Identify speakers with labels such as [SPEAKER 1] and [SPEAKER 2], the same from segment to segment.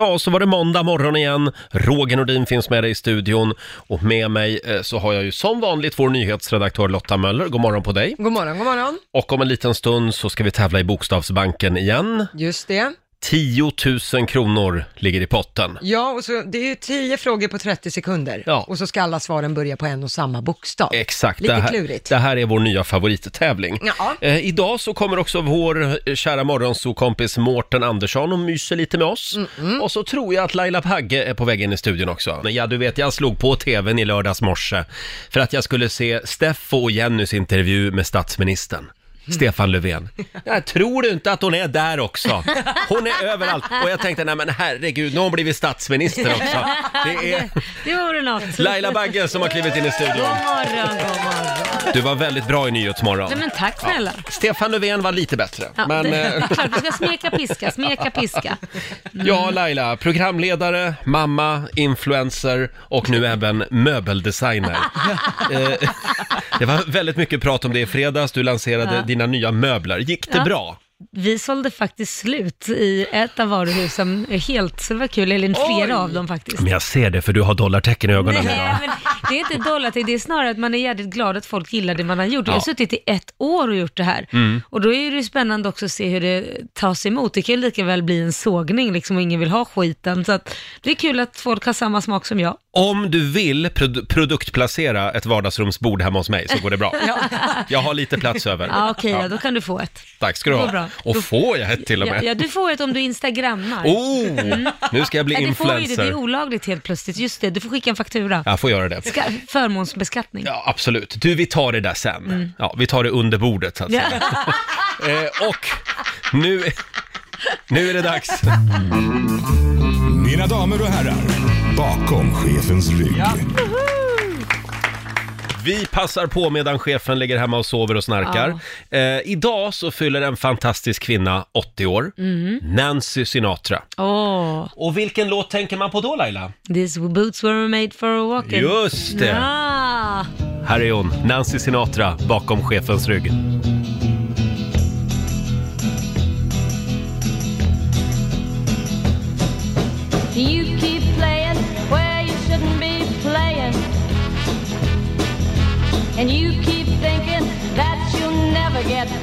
[SPEAKER 1] Ja, och så var det måndag morgon igen. Roger Nordin finns med dig i studion. Och med mig eh, så har jag ju som vanligt vår nyhetsredaktör Lotta Möller. God morgon på dig.
[SPEAKER 2] God morgon, god morgon.
[SPEAKER 1] Och om en liten stund så ska vi tävla i Bokstavsbanken igen.
[SPEAKER 2] Just det.
[SPEAKER 1] 10 000 kronor ligger i potten.
[SPEAKER 2] Ja, och så, det är ju tio frågor på 30 sekunder.
[SPEAKER 1] Ja.
[SPEAKER 2] Och så ska alla svaren börja på en och samma bokstav.
[SPEAKER 3] Eh.
[SPEAKER 1] Exakt,
[SPEAKER 2] Lite
[SPEAKER 1] det här,
[SPEAKER 2] klurigt.
[SPEAKER 1] det här är vår nya favorittävling.
[SPEAKER 2] Ja.
[SPEAKER 1] Eh, idag så kommer också vår eh, kära morgonsokompis Mårten Andersson och myser lite med oss. Och så tror jag att Laila Pagge är på väg in i studion också. Men Ja, du vet, jag slog på tvn i lördags morse för att jag skulle se Steffo och Jennys intervju med statsministern. Stefan Löfven. Jag tror inte att hon är där också. Hon är överallt. Och jag tänkte, nej men herregud, nu har hon blivit statsminister också. Det är
[SPEAKER 3] Det vore något.
[SPEAKER 1] Laila Bagge som har klivit in i
[SPEAKER 3] God
[SPEAKER 1] studion.
[SPEAKER 3] morgon, god morgon.
[SPEAKER 1] Du var väldigt bra i Nyhetsmorgon.
[SPEAKER 3] Nej men tack snälla.
[SPEAKER 1] Stefan Löfven var lite bättre.
[SPEAKER 3] Ja,
[SPEAKER 1] men, eh,
[SPEAKER 3] det, klart, vi ska smeka piska, smeka piska.
[SPEAKER 1] ja, Laila, programledare, mamma, influencer och nu även möbeldesigner. Eh, det var väldigt mycket prat om det i fredags. Du lanserade
[SPEAKER 3] Ja.
[SPEAKER 1] dina nya möbler. Gick det
[SPEAKER 3] Ja.
[SPEAKER 1] bra?
[SPEAKER 3] Vi sålde faktiskt slut i ett av varuhusen helt, så det var kul, eller flera av dem faktiskt.
[SPEAKER 1] Men jag ser det, för du har dollartecken i ögonen idag.
[SPEAKER 3] Nej, men det är inte dollarting, det är snarare att man är jävligt glad att folk gillar det man har gjort. Jag har
[SPEAKER 1] Ja. Mm.
[SPEAKER 3] suttit i ett år och gjort det här. Och då är det ju spännande också att se hur det tas emot. Det kan ju lika väl bli en sågning liksom och ingen vill ha skiten. Så att det är kul att folk har samma smak som jag.
[SPEAKER 1] Om du vill produ- produktplacera ett vardagsrumsbord hemma hos mig så går det bra. Jag har lite plats över.
[SPEAKER 3] Ja, Ah, okej, ja, då kan du få ett.
[SPEAKER 1] Tack ska du
[SPEAKER 3] Vad
[SPEAKER 1] ha.
[SPEAKER 3] bra.
[SPEAKER 1] Och
[SPEAKER 3] Då-
[SPEAKER 1] får jag ett till och
[SPEAKER 3] Ja, ja,
[SPEAKER 1] med?
[SPEAKER 3] du får ett om du instagrammar.
[SPEAKER 1] Oh, nu ska jag bli
[SPEAKER 3] Nej, det får ju det, det är
[SPEAKER 1] influencer.
[SPEAKER 3] olagligt helt plötsligt. Just det, du får skicka en faktura.
[SPEAKER 1] Jag får göra det.
[SPEAKER 3] Ska, förmånsbeskattning.
[SPEAKER 1] Ja, absolut. Du, vi tar det där sen. Ja, vi tar det under bordet så att säga. Eh, och nu, nu är det dags.
[SPEAKER 4] Mina damer och herrar, bakom chefens rygg.
[SPEAKER 1] Vi passar på medan chefen ligger hemma och sover och snarkar. Eh, idag så fyller en fantastisk kvinna 80 år, Nancy Sinatra.
[SPEAKER 3] Åh,
[SPEAKER 1] Och vilken låt tänker man på då Laila?
[SPEAKER 3] these boots were made for a walking.
[SPEAKER 1] Just det!
[SPEAKER 3] Ah,
[SPEAKER 1] Här är hon, Nancy Sinatra, bakom chefens rygg.
[SPEAKER 5] You keep playing where you shouldn't be playing. And you keep thinking that you'll never get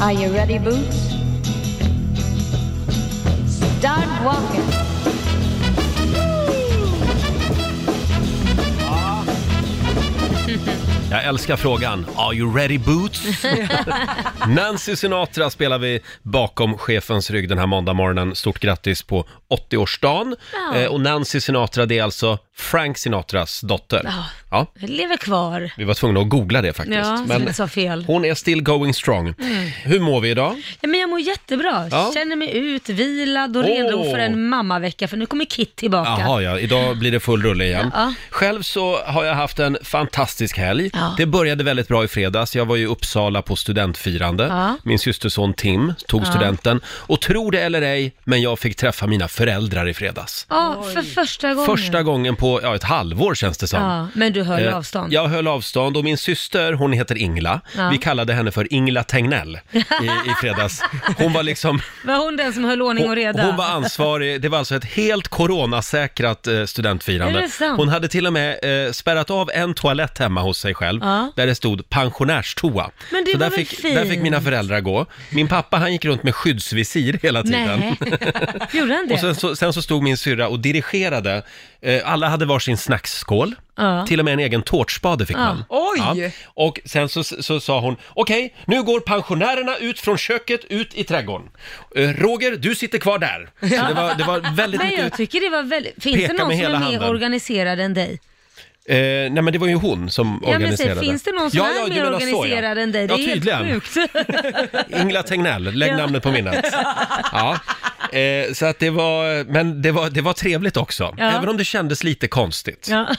[SPEAKER 5] Are you ready, boots? Start walking.
[SPEAKER 1] Jag älskar frågan. Are you ready boots? Nancy Sinatra spelar vi bakom chefens rygg den här måndag morgonen. Stort grattis på 80-årsdagen.
[SPEAKER 3] Ja.
[SPEAKER 1] Eh, och Nancy Sinatra, det är alltså Frank Sinatras dotter. Ja.
[SPEAKER 3] Ja. jag lever kvar.
[SPEAKER 1] vi var tvungna att googla det faktiskt.
[SPEAKER 3] Ja, så du sa fel. Mm.
[SPEAKER 1] hon är still going strong. Hur mår vi idag?
[SPEAKER 3] Ja, men jag mår jättebra.
[SPEAKER 1] Ja.
[SPEAKER 3] Känner mig utvilad och
[SPEAKER 1] Åh.
[SPEAKER 3] redo för en mammavecka, för nu kommer Kit tillbaka.
[SPEAKER 1] Jaha, ja. Idag blir det full rulle igen.
[SPEAKER 3] Ja.
[SPEAKER 1] Själv så har jag haft en fantastisk helg.
[SPEAKER 3] Ja.
[SPEAKER 1] Det började väldigt bra i fredags. Jag var ju i Uppsala på studentfirande.
[SPEAKER 3] Ja.
[SPEAKER 1] Min systerson Tim tog studenten. Och tro det eller ej, men jag fick träffa mina föräldrar i fredags.
[SPEAKER 3] Ja, för första gången.
[SPEAKER 1] Första gången på ja, ett halvår känns det som.
[SPEAKER 3] Ja, men du höll
[SPEAKER 1] Eh,
[SPEAKER 3] avstånd.
[SPEAKER 1] Jag höll avstånd och min syster, hon heter Ingla.
[SPEAKER 3] Ja.
[SPEAKER 1] Vi kallade henne för Ingla Tegnell i, i fredags. Hon var liksom...
[SPEAKER 3] Var hon den som höll ordning och reda?
[SPEAKER 1] Hon, hon var ansvarig. Det var alltså ett helt coronasäkrat eh, studentfirande.
[SPEAKER 3] Är det sant?
[SPEAKER 1] Hon hade till och med eh, spärrat av en toalett hemma hos sig själv
[SPEAKER 3] Ja.
[SPEAKER 1] där det stod pensionärstoa.
[SPEAKER 3] Men det
[SPEAKER 1] Så
[SPEAKER 3] var
[SPEAKER 1] där
[SPEAKER 3] väl
[SPEAKER 1] fick, där fick
[SPEAKER 3] fint?
[SPEAKER 1] mina föräldrar gå. Min pappa han gick runt med skyddsvisir hela tiden.
[SPEAKER 3] Nej, gjorde han det?
[SPEAKER 1] Och sen så, sen så stod min syrra och dirigerade. Eh, alla hade varsin snacksskål.
[SPEAKER 3] Ja.
[SPEAKER 1] Till och med en egen tårtspade fick man.
[SPEAKER 2] Oj!
[SPEAKER 1] Ja. Och sen så, så sa hon, okej, nu går pensionärerna ut från köket, ut i trädgården. Eh, Roger, du sitter kvar där. Så det, var, det var väldigt
[SPEAKER 3] Men jag
[SPEAKER 1] mycket...
[SPEAKER 3] tycker det var väldigt... Finns
[SPEAKER 1] Peka
[SPEAKER 3] det någon
[SPEAKER 1] med
[SPEAKER 3] som
[SPEAKER 1] hela
[SPEAKER 3] är mer
[SPEAKER 1] handen.
[SPEAKER 3] organiserad än dig?
[SPEAKER 1] Eh, nej men det var ju hon som
[SPEAKER 3] Ja, men säg,
[SPEAKER 1] organiserade.
[SPEAKER 3] finns det någon som
[SPEAKER 1] Ja, ja,
[SPEAKER 3] är
[SPEAKER 1] du
[SPEAKER 3] mer
[SPEAKER 1] menar så, ja.
[SPEAKER 3] organiserad än dig? Det
[SPEAKER 1] Ja,
[SPEAKER 3] är helt
[SPEAKER 1] tydligen.
[SPEAKER 3] sjukt.
[SPEAKER 1] Ingla Tegnell, lägg namnet på minnet. Ja. Eh, så att det var, men det var, det var trevligt också,
[SPEAKER 3] Ja.
[SPEAKER 1] även om det kändes lite konstigt.
[SPEAKER 3] Ja.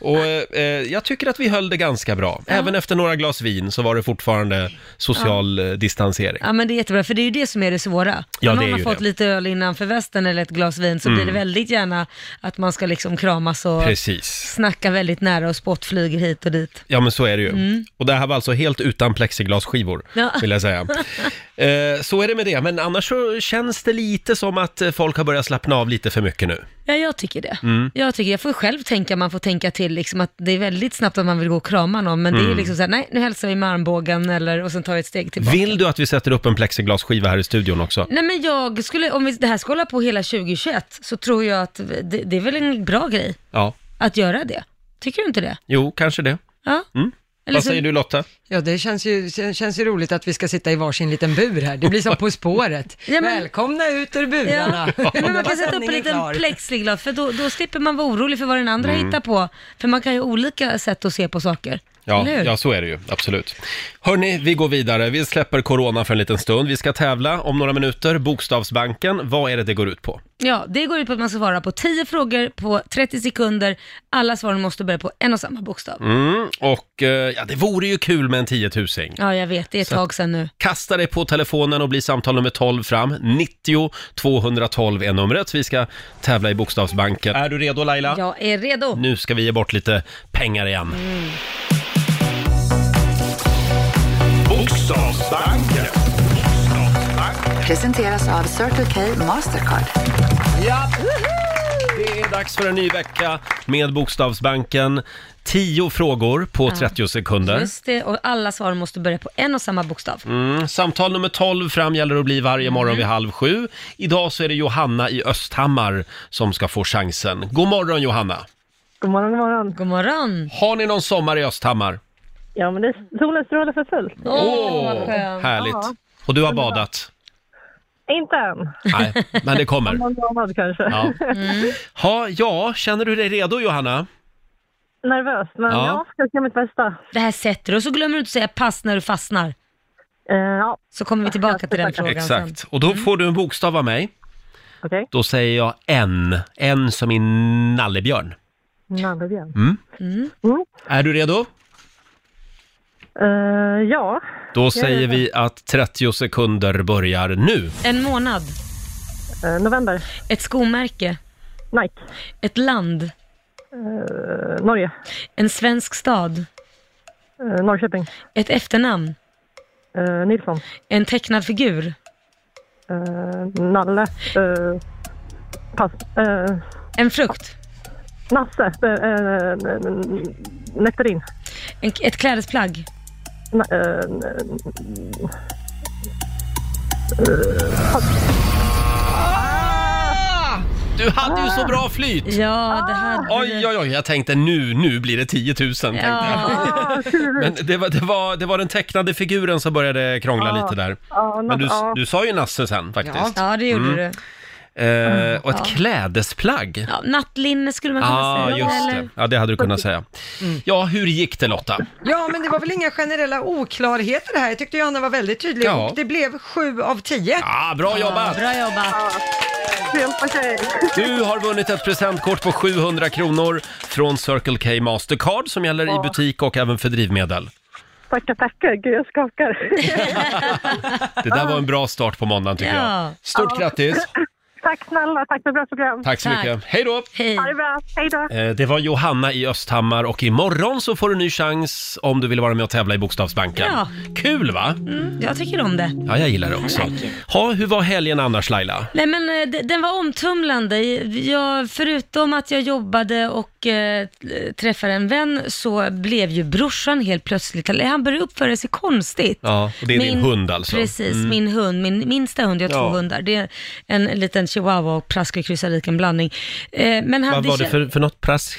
[SPEAKER 1] Och eh, jag tycker att vi höll det ganska bra. Även efter några glas vin så var det fortfarande social eh, distansering.
[SPEAKER 3] Ja men det är jättebra, för det är ju det som är det svåra.
[SPEAKER 1] Ja,
[SPEAKER 3] Om
[SPEAKER 1] det är
[SPEAKER 3] någon har
[SPEAKER 1] ju
[SPEAKER 3] fått
[SPEAKER 1] det. Mm.
[SPEAKER 3] lite öl innanför västen eller ett glas vin så blir det väldigt gärna att man ska liksom kramas och
[SPEAKER 1] Precis.
[SPEAKER 3] snacka väldigt nära och spottflyger hit och dit.
[SPEAKER 1] Ja, men så är det ju. Och det här var alltså helt utan plexiglasskivor,
[SPEAKER 3] Mm. Ja.
[SPEAKER 1] vill jag säga. eh, så är det med det, men annars så känns det lite som att eh, folk har börjat slappna av lite för mycket nu.
[SPEAKER 3] Ja, jag tycker det.
[SPEAKER 1] Mm.
[SPEAKER 3] Jag, tycker, jag får själv tänka, man får tänka till liksom att det är väldigt snabbt att man vill gå och krama någon, men
[SPEAKER 1] Mm.
[SPEAKER 3] det är liksom såhär, nej nu hälsar vi med armbågen eller, och sen tar vi ett steg tillbaka.
[SPEAKER 1] Vill du att vi sätter upp en plexiglasskiva här i studion också?
[SPEAKER 3] Nej men jag skulle, om vi, det här ska hålla på hela 2021, så tror jag att vi- det, det är väl en bra grej
[SPEAKER 1] Ja,
[SPEAKER 3] att göra det. Tycker du inte det?
[SPEAKER 1] jo, kanske det.
[SPEAKER 3] Ja. Eller
[SPEAKER 1] Mm. Vad
[SPEAKER 3] så-
[SPEAKER 1] säger du Lotta?
[SPEAKER 2] Ja, det känns ju, kän- känns ju roligt att vi ska sitta i varsin liten bur här. Det blir som På spåret.
[SPEAKER 3] Ja, men-
[SPEAKER 2] Välkomna ut ur
[SPEAKER 3] Ja.
[SPEAKER 2] burarna.
[SPEAKER 3] Men
[SPEAKER 2] Då
[SPEAKER 3] man
[SPEAKER 2] var
[SPEAKER 3] kan sätta upp en
[SPEAKER 2] sändningen
[SPEAKER 3] liten
[SPEAKER 2] klar.
[SPEAKER 3] plexiglas, för då, då slipper man vara orolig för vad den andra
[SPEAKER 1] Mm.
[SPEAKER 3] hittar på. För man kan ju ha olika sätt att se på saker.
[SPEAKER 1] Ja,
[SPEAKER 3] Eller hur?
[SPEAKER 1] ja, så är det ju. Absolut. Hörni, vi går vidare. Vi släpper corona för en liten stund. Vi ska tävla om några minuter. Bokstavsbanken, vad är det det går ut på?
[SPEAKER 3] Ja, det går ut på att man ska svara på 10 frågor på 30 sekunder. Alla svaren måste börja på en och samma bokstav.
[SPEAKER 1] Mm, och eh, ja, det vore ju kul med en tiotusing.
[SPEAKER 3] Ja, jag vet. Det är ett tag sedan nu.
[SPEAKER 1] Kasta dig på telefonen och bli samtal nummer 12 fram. 90 212 är numret. Vi ska tävla i Bokstavsbanken. Är du redo Laila?
[SPEAKER 3] Jag är redo.
[SPEAKER 1] Nu ska vi ge bort lite pengar igen.
[SPEAKER 4] Bokstavsbanken.
[SPEAKER 6] Presenteras av Circle K Mastercard.
[SPEAKER 1] Det är dags för en ny vecka med Bokstavsbanken. 10 frågor på 30 sekunder.
[SPEAKER 3] Just det, och alla svar måste börja på en och samma bokstav.
[SPEAKER 1] Mm, samtal nummer 12 fram gäller att bli varje
[SPEAKER 3] Mm.
[SPEAKER 1] morgon vid halv sju. Idag så är det Johanna i Östhammar som ska få chansen. God morgon Johanna!
[SPEAKER 7] God morgon, god morgon.
[SPEAKER 3] God morgon.
[SPEAKER 1] Har ni någon sommar i Östhammar?
[SPEAKER 7] Ja, men det är solen strålar för fullt.
[SPEAKER 3] Åh,
[SPEAKER 1] Åh,
[SPEAKER 3] vad skönt.
[SPEAKER 1] Härligt! Och du har badat?
[SPEAKER 7] Inte än.
[SPEAKER 1] Nej, men det kommer.
[SPEAKER 7] Någon månad kanske.
[SPEAKER 1] Ja. Ha, ja, känner du dig redo Johanna?
[SPEAKER 7] Nervös, men
[SPEAKER 1] Ja.
[SPEAKER 7] ja. jag ska göra mitt bästa.
[SPEAKER 3] Det här sätter du och så glömmer du inte säga pass när du fastnar.
[SPEAKER 7] Eh, ja,
[SPEAKER 3] Så kommer vi tillbaka till den frågan sen. Mm.
[SPEAKER 1] Exakt. Och då får du en bokstav av mig.
[SPEAKER 7] okej.
[SPEAKER 1] Då säger jag en. En som i nallebjörn.
[SPEAKER 7] Nalle igen.
[SPEAKER 1] Mm. Är du redo?
[SPEAKER 7] Eh, ja,
[SPEAKER 1] Då säger vi att 30 sekunder börjar nu.
[SPEAKER 3] En månad.
[SPEAKER 7] eh, november.
[SPEAKER 3] Ett skomärke.
[SPEAKER 7] Nike.
[SPEAKER 3] Ett land.
[SPEAKER 7] Eh, Norge.
[SPEAKER 3] En svensk stad.
[SPEAKER 7] Eh, Norrköping.
[SPEAKER 3] Ett efternamn.
[SPEAKER 7] Eh, Nilsson.
[SPEAKER 3] En tecknad figur.
[SPEAKER 7] Eh, Nalle. Eh, pass. Eh,
[SPEAKER 3] En frukt.
[SPEAKER 7] Nasse. Eh, eh, n- nektarin.
[SPEAKER 3] En, ett klädesplagg.
[SPEAKER 7] Na- eh, n-
[SPEAKER 1] Du hade ju så
[SPEAKER 3] Ah.
[SPEAKER 1] bra flyt!
[SPEAKER 3] Ja, det hade
[SPEAKER 1] Oj, oj, oj, jag tänkte nu, nu blir det 10 000. Tänkte jag.
[SPEAKER 3] Ja,
[SPEAKER 1] Men det var, det, var, det var den tecknade figuren som började krångla lite där.
[SPEAKER 7] ja,
[SPEAKER 1] Men du,
[SPEAKER 7] Nasse- ja.
[SPEAKER 1] du sa ju Nasse sen faktiskt.
[SPEAKER 3] ja, det gjorde
[SPEAKER 1] Mm.
[SPEAKER 3] du.
[SPEAKER 1] Eh, och ett klädesplagg.
[SPEAKER 3] Ja, nattlinne skulle man kunna
[SPEAKER 1] Ja,
[SPEAKER 3] säga.
[SPEAKER 1] Ah, just
[SPEAKER 3] eller? Mm.
[SPEAKER 1] det. Ja, det hade du kunnat säga. Ja, hur gick det Lotta?
[SPEAKER 2] Ja, men det var väl inga generella oklarheter här. Jag tyckte Johanna var väldigt tydlig
[SPEAKER 1] Ja.
[SPEAKER 2] och det blev sju av tio.
[SPEAKER 1] Ja, bra jobbat!
[SPEAKER 3] Bra jobbat.
[SPEAKER 7] Hjälpa sig.
[SPEAKER 1] Du har vunnit ett presentkort på 700 kronor från Circle K Mastercard som gäller i butik och även för drivmedel.
[SPEAKER 7] Tackar, tackar. Gud, jag skakar.
[SPEAKER 1] Det där var en bra start på måndagen tycker jag.
[SPEAKER 3] Ja.
[SPEAKER 1] Stort grattis!
[SPEAKER 7] tack snälla. Tack för ett bra program.
[SPEAKER 1] Tack så
[SPEAKER 3] Tack.
[SPEAKER 1] mycket. Hej då!
[SPEAKER 3] Hej.
[SPEAKER 7] Ha det bra. Hej då.
[SPEAKER 1] Eh, Det var Johanna i Östhammar och imorgon så får du ny chans om du vill vara med och tävla i Bokstavsbanken.
[SPEAKER 3] Ja.
[SPEAKER 1] Kul va?
[SPEAKER 3] Mm, jag tycker om det.
[SPEAKER 1] Ja, jag gillar det också. Ha, hur var helgen annars Laila?
[SPEAKER 3] Nej men eh, d- den var omtumlande. Jag, förutom att jag jobbade och eh, träffade en vän så blev ju brorsan helt plötsligt, eller han började uppföra sig konstigt.
[SPEAKER 1] Ja, och det är din hund alltså.
[SPEAKER 3] Precis, min hund, min minsta hund, jag har
[SPEAKER 1] Ja.
[SPEAKER 3] två hundar. Det är en liten chihuahua och praskekrysarik, en blandning. Eh, men han,
[SPEAKER 1] Vad var det
[SPEAKER 3] kä-
[SPEAKER 1] för, för något prask?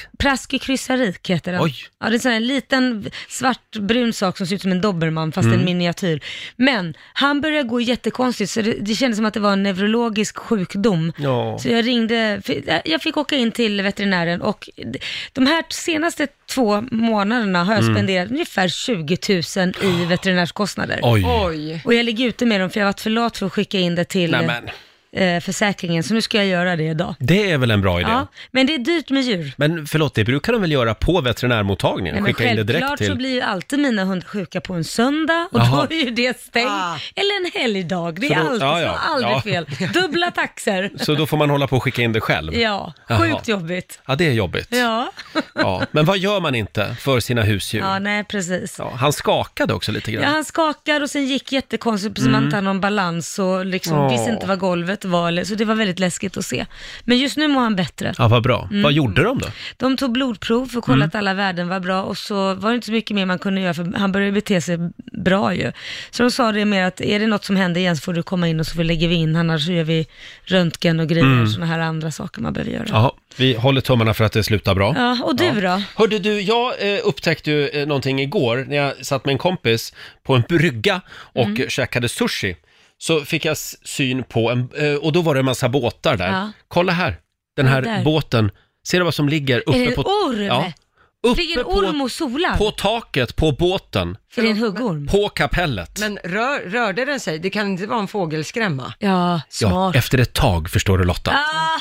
[SPEAKER 3] Praskekrysarik heter den.
[SPEAKER 1] Oj.
[SPEAKER 3] Ja, det är en sån här liten svartbrun sak som ser ut som en dobermann fast
[SPEAKER 1] Mm.
[SPEAKER 3] en miniatyr. Men han började gå jättekonstigt så det, det kändes som att det var en neurologisk sjukdom.
[SPEAKER 1] Ja.
[SPEAKER 3] Så jag ringde, för- jag fick åka in till veterinären och d- de här senaste två månaderna har jag
[SPEAKER 1] Mm.
[SPEAKER 3] spenderat ungefär 20 000 i veterinärskostnader.
[SPEAKER 1] Oj!
[SPEAKER 2] Oj.
[SPEAKER 3] Och jag ligger ute med dem för jag har varit för lat för att skicka in det till
[SPEAKER 1] Nämen.
[SPEAKER 3] eh, försäkringen, så nu ska jag göra det idag.
[SPEAKER 1] Det är väl en bra idé?
[SPEAKER 3] Ja, men det är dyrt med djur.
[SPEAKER 1] Men förlåt, det brukar de väl göra på veterinärmottagningen?
[SPEAKER 3] Nej, men
[SPEAKER 1] Skicka in det direkt
[SPEAKER 3] självklart
[SPEAKER 1] till...
[SPEAKER 3] så blir ju alltid mina hundar sjuka på en söndag och
[SPEAKER 1] Jaha.
[SPEAKER 3] då är ju det stängt.
[SPEAKER 2] Ah.
[SPEAKER 3] Eller en helgdag, det
[SPEAKER 1] Så
[SPEAKER 3] är
[SPEAKER 1] då-
[SPEAKER 3] alltid
[SPEAKER 1] ja,
[SPEAKER 3] så,
[SPEAKER 1] ja.
[SPEAKER 3] aldrig
[SPEAKER 1] Ja.
[SPEAKER 3] fel. Dubbla taxer.
[SPEAKER 1] Så då får man hålla på och skicka in det själv?
[SPEAKER 3] Ja,
[SPEAKER 1] Jaha.
[SPEAKER 3] sjukt jobbigt.
[SPEAKER 1] Ja, det är jobbigt.
[SPEAKER 3] Ja.
[SPEAKER 1] Ja, Men vad gör man inte för sina husdjur?
[SPEAKER 3] ja, nej precis.
[SPEAKER 1] Ja, han skakade också lite grann.
[SPEAKER 3] Ja, han skakar och sen gick jättekonstigt precis som att han inte hade någon balans och liksom
[SPEAKER 1] Mm. Åh.
[SPEAKER 3] visste inte vad golvet var. eller- Så det var väldigt läskigt att se. Men just nu mår han bättre.
[SPEAKER 1] Ja, vad bra.
[SPEAKER 3] Mm.
[SPEAKER 1] Vad gjorde de då?
[SPEAKER 3] De tog blodprov för att kolla
[SPEAKER 1] Mm.
[SPEAKER 3] att alla värden var bra och så var det inte så mycket mer man kunde göra för han började bete sig bra ju. Så de sa det mer att är det något som händer igen så får du komma in och så får- lägger vi in annars så gör vi röntgen och grejer och sådana här andra saker man behöver göra. Ja,
[SPEAKER 1] Mm. Ja, vi håller tummarna för att det slutar bra.
[SPEAKER 3] och du då?
[SPEAKER 1] Hörde du, jag eh, upptäckte ju eh, någonting igår när jag satt med en kompis på en brygga och mm. käkade sushi. Så fick jag s- syn på en, eh, och då var det en massa båtar där.
[SPEAKER 3] Ja.
[SPEAKER 1] Kolla här, den här
[SPEAKER 3] där.
[SPEAKER 1] båten. Ser du vad som ligger uppe
[SPEAKER 3] Är det en
[SPEAKER 1] på...
[SPEAKER 3] orm?
[SPEAKER 1] Ja.
[SPEAKER 3] Ligger
[SPEAKER 1] Uppe
[SPEAKER 3] en orm
[SPEAKER 1] på,
[SPEAKER 3] och solar?
[SPEAKER 1] på taket på båten,
[SPEAKER 3] För det är en huggorm?
[SPEAKER 1] på kapellet.
[SPEAKER 2] Men rör, rörde den sig? Det kan inte vara en fågelskrämma?
[SPEAKER 3] Ja,
[SPEAKER 1] Ja,
[SPEAKER 3] smart. Ah.
[SPEAKER 1] efter ett tag förstår du Lotta,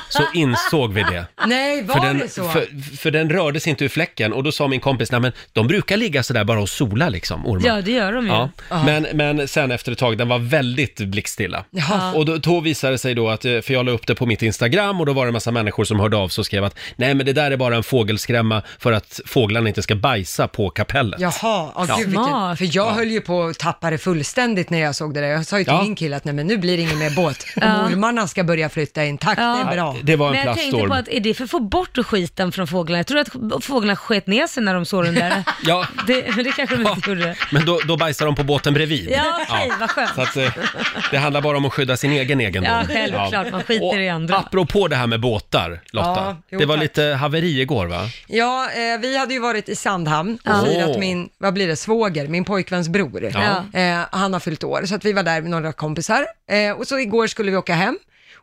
[SPEAKER 1] så insåg vi det.
[SPEAKER 2] Nej, var
[SPEAKER 1] För den,
[SPEAKER 2] det så?
[SPEAKER 1] för, för den rörde sig inte ur fläcken och då sa min kompis, nej men de brukar ligga sådär bara och sola liksom, ormar.
[SPEAKER 3] Ja, det gör de ju.
[SPEAKER 1] Ja, men, men sen efter ett tag, den var väldigt blickstilla.
[SPEAKER 2] Ja.
[SPEAKER 1] Och då, då visade det sig då att, eh, för jag la upp det på mitt Instagram och då var det en massa människor som hörde av sig och skrev att nej men det där är bara en fågelskrämma för att fåglarna inte ska bajsa på kapellet.
[SPEAKER 2] Jaha, oh, gud, vilken,
[SPEAKER 3] Smart.
[SPEAKER 2] för jag höll ju på att tappa det fullständigt när jag såg det där. Jag sa ju till
[SPEAKER 1] Ja.
[SPEAKER 2] min kille att nej men nu blir det ingen mer båt. Och ormarna ska börja flytta in, tack
[SPEAKER 3] Ja.
[SPEAKER 2] det är bra.
[SPEAKER 1] Det var en
[SPEAKER 3] Men jag tänkte
[SPEAKER 1] plastorm.
[SPEAKER 3] på att, är det för att få bort skiten från fåglarna? Jag tror att fåglarna sket ner sig när de såg den där.
[SPEAKER 1] Ja,
[SPEAKER 3] det, men det kanske de inte gjorde.
[SPEAKER 1] men då, då bajsar de på båten bredvid.
[SPEAKER 3] Ja, okej, vad skönt.
[SPEAKER 1] Så att, eh, det handlar bara om att skydda sin egen egendom.
[SPEAKER 3] Ja, självklart. Man skiter
[SPEAKER 1] Och
[SPEAKER 3] i andra.
[SPEAKER 1] Apropå det här med båtar, Lotta.
[SPEAKER 2] Ja, jo,
[SPEAKER 1] det var
[SPEAKER 2] tack.
[SPEAKER 1] lite haveri igår va?
[SPEAKER 2] Ja, eh, vi hade ju varit i Sandhamn och
[SPEAKER 1] Ja.
[SPEAKER 2] firat
[SPEAKER 1] Åh.
[SPEAKER 2] min, vad blir det, svåger, min pojkväns bror.
[SPEAKER 3] Ja.
[SPEAKER 2] Eh, han har fyllt år, så att vi var där med några kompisar. Eh, och så igår skulle vi åka hem.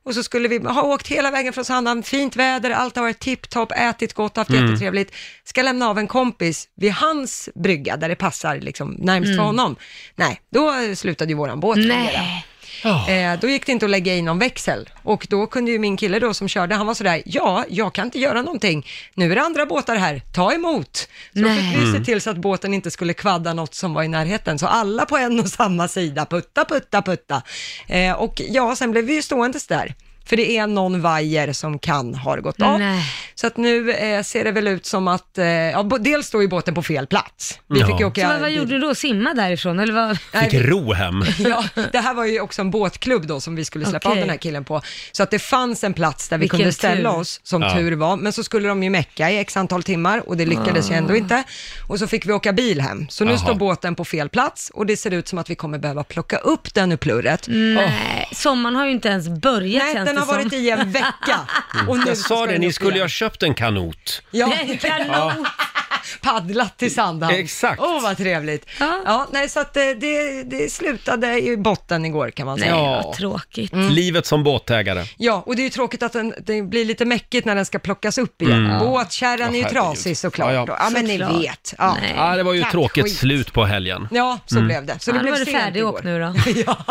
[SPEAKER 2] Och så skulle vi ha åkt hela vägen från Sandhamn, fint väder, allt har varit tipptopp, ätit gott, haft
[SPEAKER 3] Mm.
[SPEAKER 2] jättetrevligt. Ska lämna av en kompis vid hans brygga där det passar liksom närmst för honom. Nej, då eh, slutade ju våran båt fungera.
[SPEAKER 3] Mm. Nej. Ah.
[SPEAKER 2] Eh, då gick det inte att lägga in någon växel och då kunde ju min kille då som körde, han var sådär, ja, jag kan inte göra någonting, nu är det andra båtar här, ta emot. Så då
[SPEAKER 3] Nej. Mm.
[SPEAKER 2] fick vi se till så att båten inte skulle kvadda något som var i närheten, så alla på en och samma sida, putta, putta, putta. Eh, och ja, sen blev vi ju ståendes där. För det är någon vajer som kan har gått av.
[SPEAKER 3] Nej.
[SPEAKER 2] Så att nu eh, ser det väl ut som att, eh, ja, bo- dels står ju båten på fel plats. Vi
[SPEAKER 1] Ja.
[SPEAKER 2] fick ju åka
[SPEAKER 3] Så vad, vad
[SPEAKER 2] bil-
[SPEAKER 3] gjorde du då? Simma därifrån? Eller vad?
[SPEAKER 2] Nej,
[SPEAKER 1] Fick ro hem.
[SPEAKER 2] Ja, det här var ju också en båtklubb då som vi skulle släppa
[SPEAKER 3] Okej.
[SPEAKER 2] av den här killen på. Så att det fanns en plats där vi
[SPEAKER 3] Vilken
[SPEAKER 2] kunde ställa
[SPEAKER 3] tur.
[SPEAKER 2] oss, som
[SPEAKER 1] Ja.
[SPEAKER 2] tur var. Men så skulle de ju mecka i x antal timmar och det lyckades ju
[SPEAKER 3] Ah.
[SPEAKER 2] ändå inte. Och så fick vi åka bil hem. Så nu
[SPEAKER 1] Jaha.
[SPEAKER 2] står båten på fel plats och det ser ut som att vi kommer behöva plocka upp den ur plurret.
[SPEAKER 3] Nej, sommaren har ju inte ens börjat
[SPEAKER 2] Nej,
[SPEAKER 3] känns
[SPEAKER 2] den
[SPEAKER 3] Mm. det
[SPEAKER 2] har varit
[SPEAKER 3] som.
[SPEAKER 2] i en vecka. Och nu
[SPEAKER 1] Mm. Jag
[SPEAKER 2] så
[SPEAKER 1] sa
[SPEAKER 2] ska
[SPEAKER 1] det,
[SPEAKER 2] den
[SPEAKER 1] ni
[SPEAKER 2] upp
[SPEAKER 1] skulle ju ha
[SPEAKER 2] igen.
[SPEAKER 1] köpt en kanot.
[SPEAKER 2] Ja,
[SPEAKER 3] Nej, kanon.
[SPEAKER 2] paddlat till Sandhamn.
[SPEAKER 1] Exakt.
[SPEAKER 2] Åh, vad trevligt.
[SPEAKER 3] Ja.
[SPEAKER 2] Ja. nej, så att eh, det, det slutade i botten igår kan man
[SPEAKER 3] Nej,
[SPEAKER 2] säga.
[SPEAKER 3] vad tråkigt.
[SPEAKER 1] Mm. Livet som båtägare.
[SPEAKER 2] Ja, och det är ju tråkigt att den, det blir lite mäckigt när den ska plockas upp igen. Båtkärran är ju
[SPEAKER 1] Mm. Ja, herregud.
[SPEAKER 2] trasig såklart.
[SPEAKER 1] Ja, ja.
[SPEAKER 2] Ja, ja. men ni
[SPEAKER 3] Såklart.
[SPEAKER 2] vet. Ja,
[SPEAKER 3] Nej.
[SPEAKER 1] Ja, det var ju
[SPEAKER 2] Tack,
[SPEAKER 1] tråkigt
[SPEAKER 2] skit.
[SPEAKER 1] slut på helgen.
[SPEAKER 2] ja så
[SPEAKER 1] Mm.
[SPEAKER 2] blev det. Så
[SPEAKER 3] Ja,
[SPEAKER 2] det
[SPEAKER 3] då
[SPEAKER 2] blev
[SPEAKER 3] var du
[SPEAKER 2] sent
[SPEAKER 3] färdig
[SPEAKER 2] igår.
[SPEAKER 3] åkt nu då.
[SPEAKER 2] ja,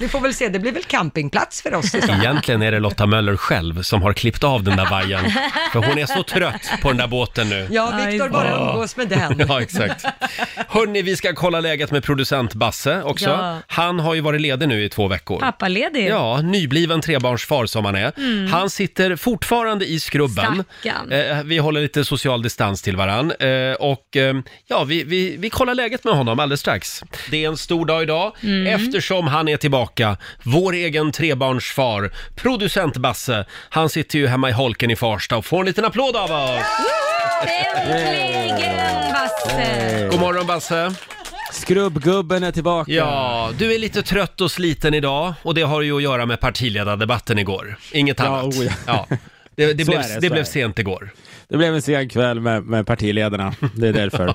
[SPEAKER 2] vi får väl se. Det blir väl campingplats för oss. i sommar.
[SPEAKER 1] Egentligen är det Lotta Möller själv som har klippt av den där vajern. För hon är så trött på den där båten nu.
[SPEAKER 2] Ja,
[SPEAKER 3] Ja,
[SPEAKER 2] Viktor
[SPEAKER 3] just-
[SPEAKER 2] bara umgås med den.
[SPEAKER 1] Ja, exakt. Hörni, vi ska kolla läget med producent Basse också.
[SPEAKER 3] Ja.
[SPEAKER 1] Han har ju varit ledig nu i två veckor.
[SPEAKER 3] Pappaledig.
[SPEAKER 1] Ja, nybliven trebarnsfar som han är. Han sitter fortfarande i skrubben.
[SPEAKER 3] Mm. Stackarn.
[SPEAKER 1] Eh, vi håller lite social distans till varann. Eh, och eh, ja, vi, vi, vi kollar läget med honom alldeles strax. Det är en stor dag idag
[SPEAKER 3] Mm.
[SPEAKER 1] eftersom han är tillbaka. Vår egen trebarnsfar, producent Basse, han sitter ju hemma i holken i Farsta och får en liten applåd av oss.
[SPEAKER 3] Äntligen Basse!
[SPEAKER 1] God morgon Basse!
[SPEAKER 8] Skrubbgubben är tillbaka.
[SPEAKER 1] Ja, du är lite trött och sliten idag och det har ju att göra med partiledardebatten igår. Inget annat.
[SPEAKER 8] oh ja.
[SPEAKER 1] Ja. Det, det,
[SPEAKER 8] Så
[SPEAKER 1] blev,
[SPEAKER 8] är
[SPEAKER 1] det,
[SPEAKER 8] det, så
[SPEAKER 1] blev
[SPEAKER 8] är det.
[SPEAKER 1] sent igår.
[SPEAKER 8] Det blev en sen kväll med, med partiledarna. Det är därför.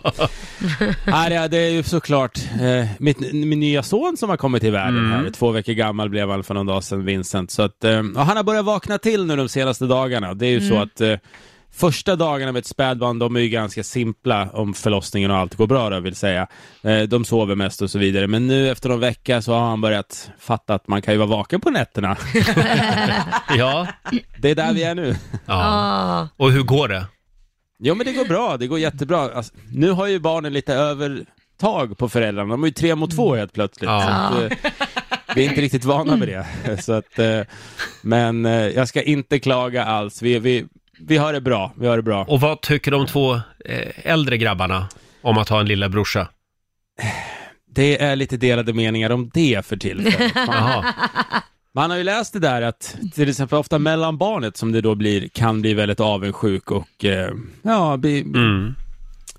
[SPEAKER 8] Nej, det- det är ju såklart eh, mitt, min nya son som har kommit till världen här. Två veckor gammal blev han för någon dag sedan, Vincent. Så att, eh, och han har börjat vakna till nu de senaste dagarna. Det är ju så att eh, Första dagarna med ett spädbarn, de är ju ganska simpla om förlossningen och allt går bra då, vill säga. Eh, De sover mest och så vidare, men nu efter någon vecka så har han börjat fatta att man kan ju vara vaken på nätterna.
[SPEAKER 1] Ja.
[SPEAKER 8] Det är där vi är nu.
[SPEAKER 1] ja.
[SPEAKER 3] Ah.
[SPEAKER 1] Och hur går det?
[SPEAKER 8] Jo men det går bra, det går jättebra. Alltså, nu har ju barnen lite övertag på föräldrarna, de är ju tre mot två helt plötsligt.
[SPEAKER 1] Ja.
[SPEAKER 8] Så att, eh, vi är inte riktigt vana vid det. Så att, eh, men eh, jag ska inte klaga alls, vi, vi, vi har det bra. Vi har det bra.
[SPEAKER 1] Och vad tycker de två eh, äldre grabbarna om att ha en lilla brorsa?
[SPEAKER 8] Det är lite delade meningar om det för tillfället. Man,
[SPEAKER 1] Jaha.
[SPEAKER 8] man har ju läst det där att till exempel ofta mellanbarnet som det då blir kan bli väldigt avundsjuk och eh, ja, bli,
[SPEAKER 1] Mm.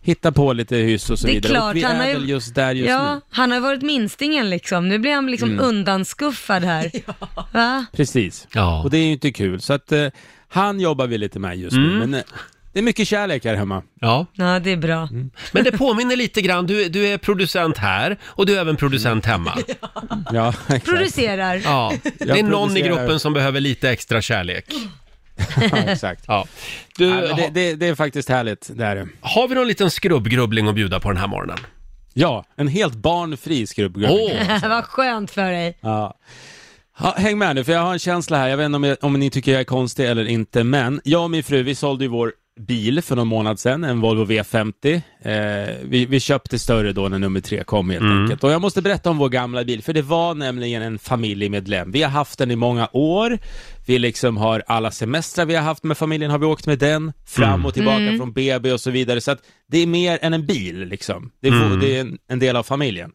[SPEAKER 8] hitta på lite hyss och så
[SPEAKER 3] Det är
[SPEAKER 8] vidare.
[SPEAKER 3] klart,
[SPEAKER 8] och vi
[SPEAKER 3] han
[SPEAKER 8] är
[SPEAKER 3] har ju-
[SPEAKER 8] väl just där just
[SPEAKER 3] Ja,
[SPEAKER 8] nu.
[SPEAKER 3] han har ju varit minstingen liksom. Nu blir han liksom undanskuffad här. Va?
[SPEAKER 8] Precis.
[SPEAKER 1] Ja.
[SPEAKER 8] Och det är ju inte kul. Så att eh, han jobbar vi lite med just
[SPEAKER 1] Mm.
[SPEAKER 8] nu. Men eh, det är mycket kärlek här hemma.
[SPEAKER 1] ja.
[SPEAKER 3] Ja, det är bra.
[SPEAKER 1] Men det påminner lite grann, du, du är producent här och du är även producent hemma.
[SPEAKER 8] Ja, exakt.
[SPEAKER 3] Producerar.
[SPEAKER 1] Ja. Det är
[SPEAKER 8] Jag
[SPEAKER 1] någon i
[SPEAKER 8] producerar.
[SPEAKER 1] gruppen som behöver lite extra kärlek.
[SPEAKER 8] Ja, exakt.
[SPEAKER 1] Ja. Du,
[SPEAKER 8] Nej, men det,
[SPEAKER 1] ha-
[SPEAKER 8] det, det är faktiskt härligt. Det är det.
[SPEAKER 1] har vi någon liten skrubbgrubbling att bjuda på den här morgonen?
[SPEAKER 8] Ja, en helt barnfri skrubbgubbe.
[SPEAKER 1] Åh!
[SPEAKER 3] Vad skönt för dig.
[SPEAKER 8] Ja. Ja, häng med nu, för jag har en känsla här. Jag vet inte om, jag, om ni tycker jag är konstig eller inte, men jag och min fru, vi sålde ju vår bil för någon månad sedan, en Volvo V50. Eh, vi, vi köpte större då när nummer tre kom helt enkelt. Och jag måste berätta om vår gamla bil, för det var nämligen en familjemedlem. Vi har haft den i många år. Vi liksom har alla semestrar vi har haft med familjen har vi åkt med den, fram och tillbaka från BB och så vidare. Så att det är mer än en bil liksom. Det är, det är en, en del av familjen.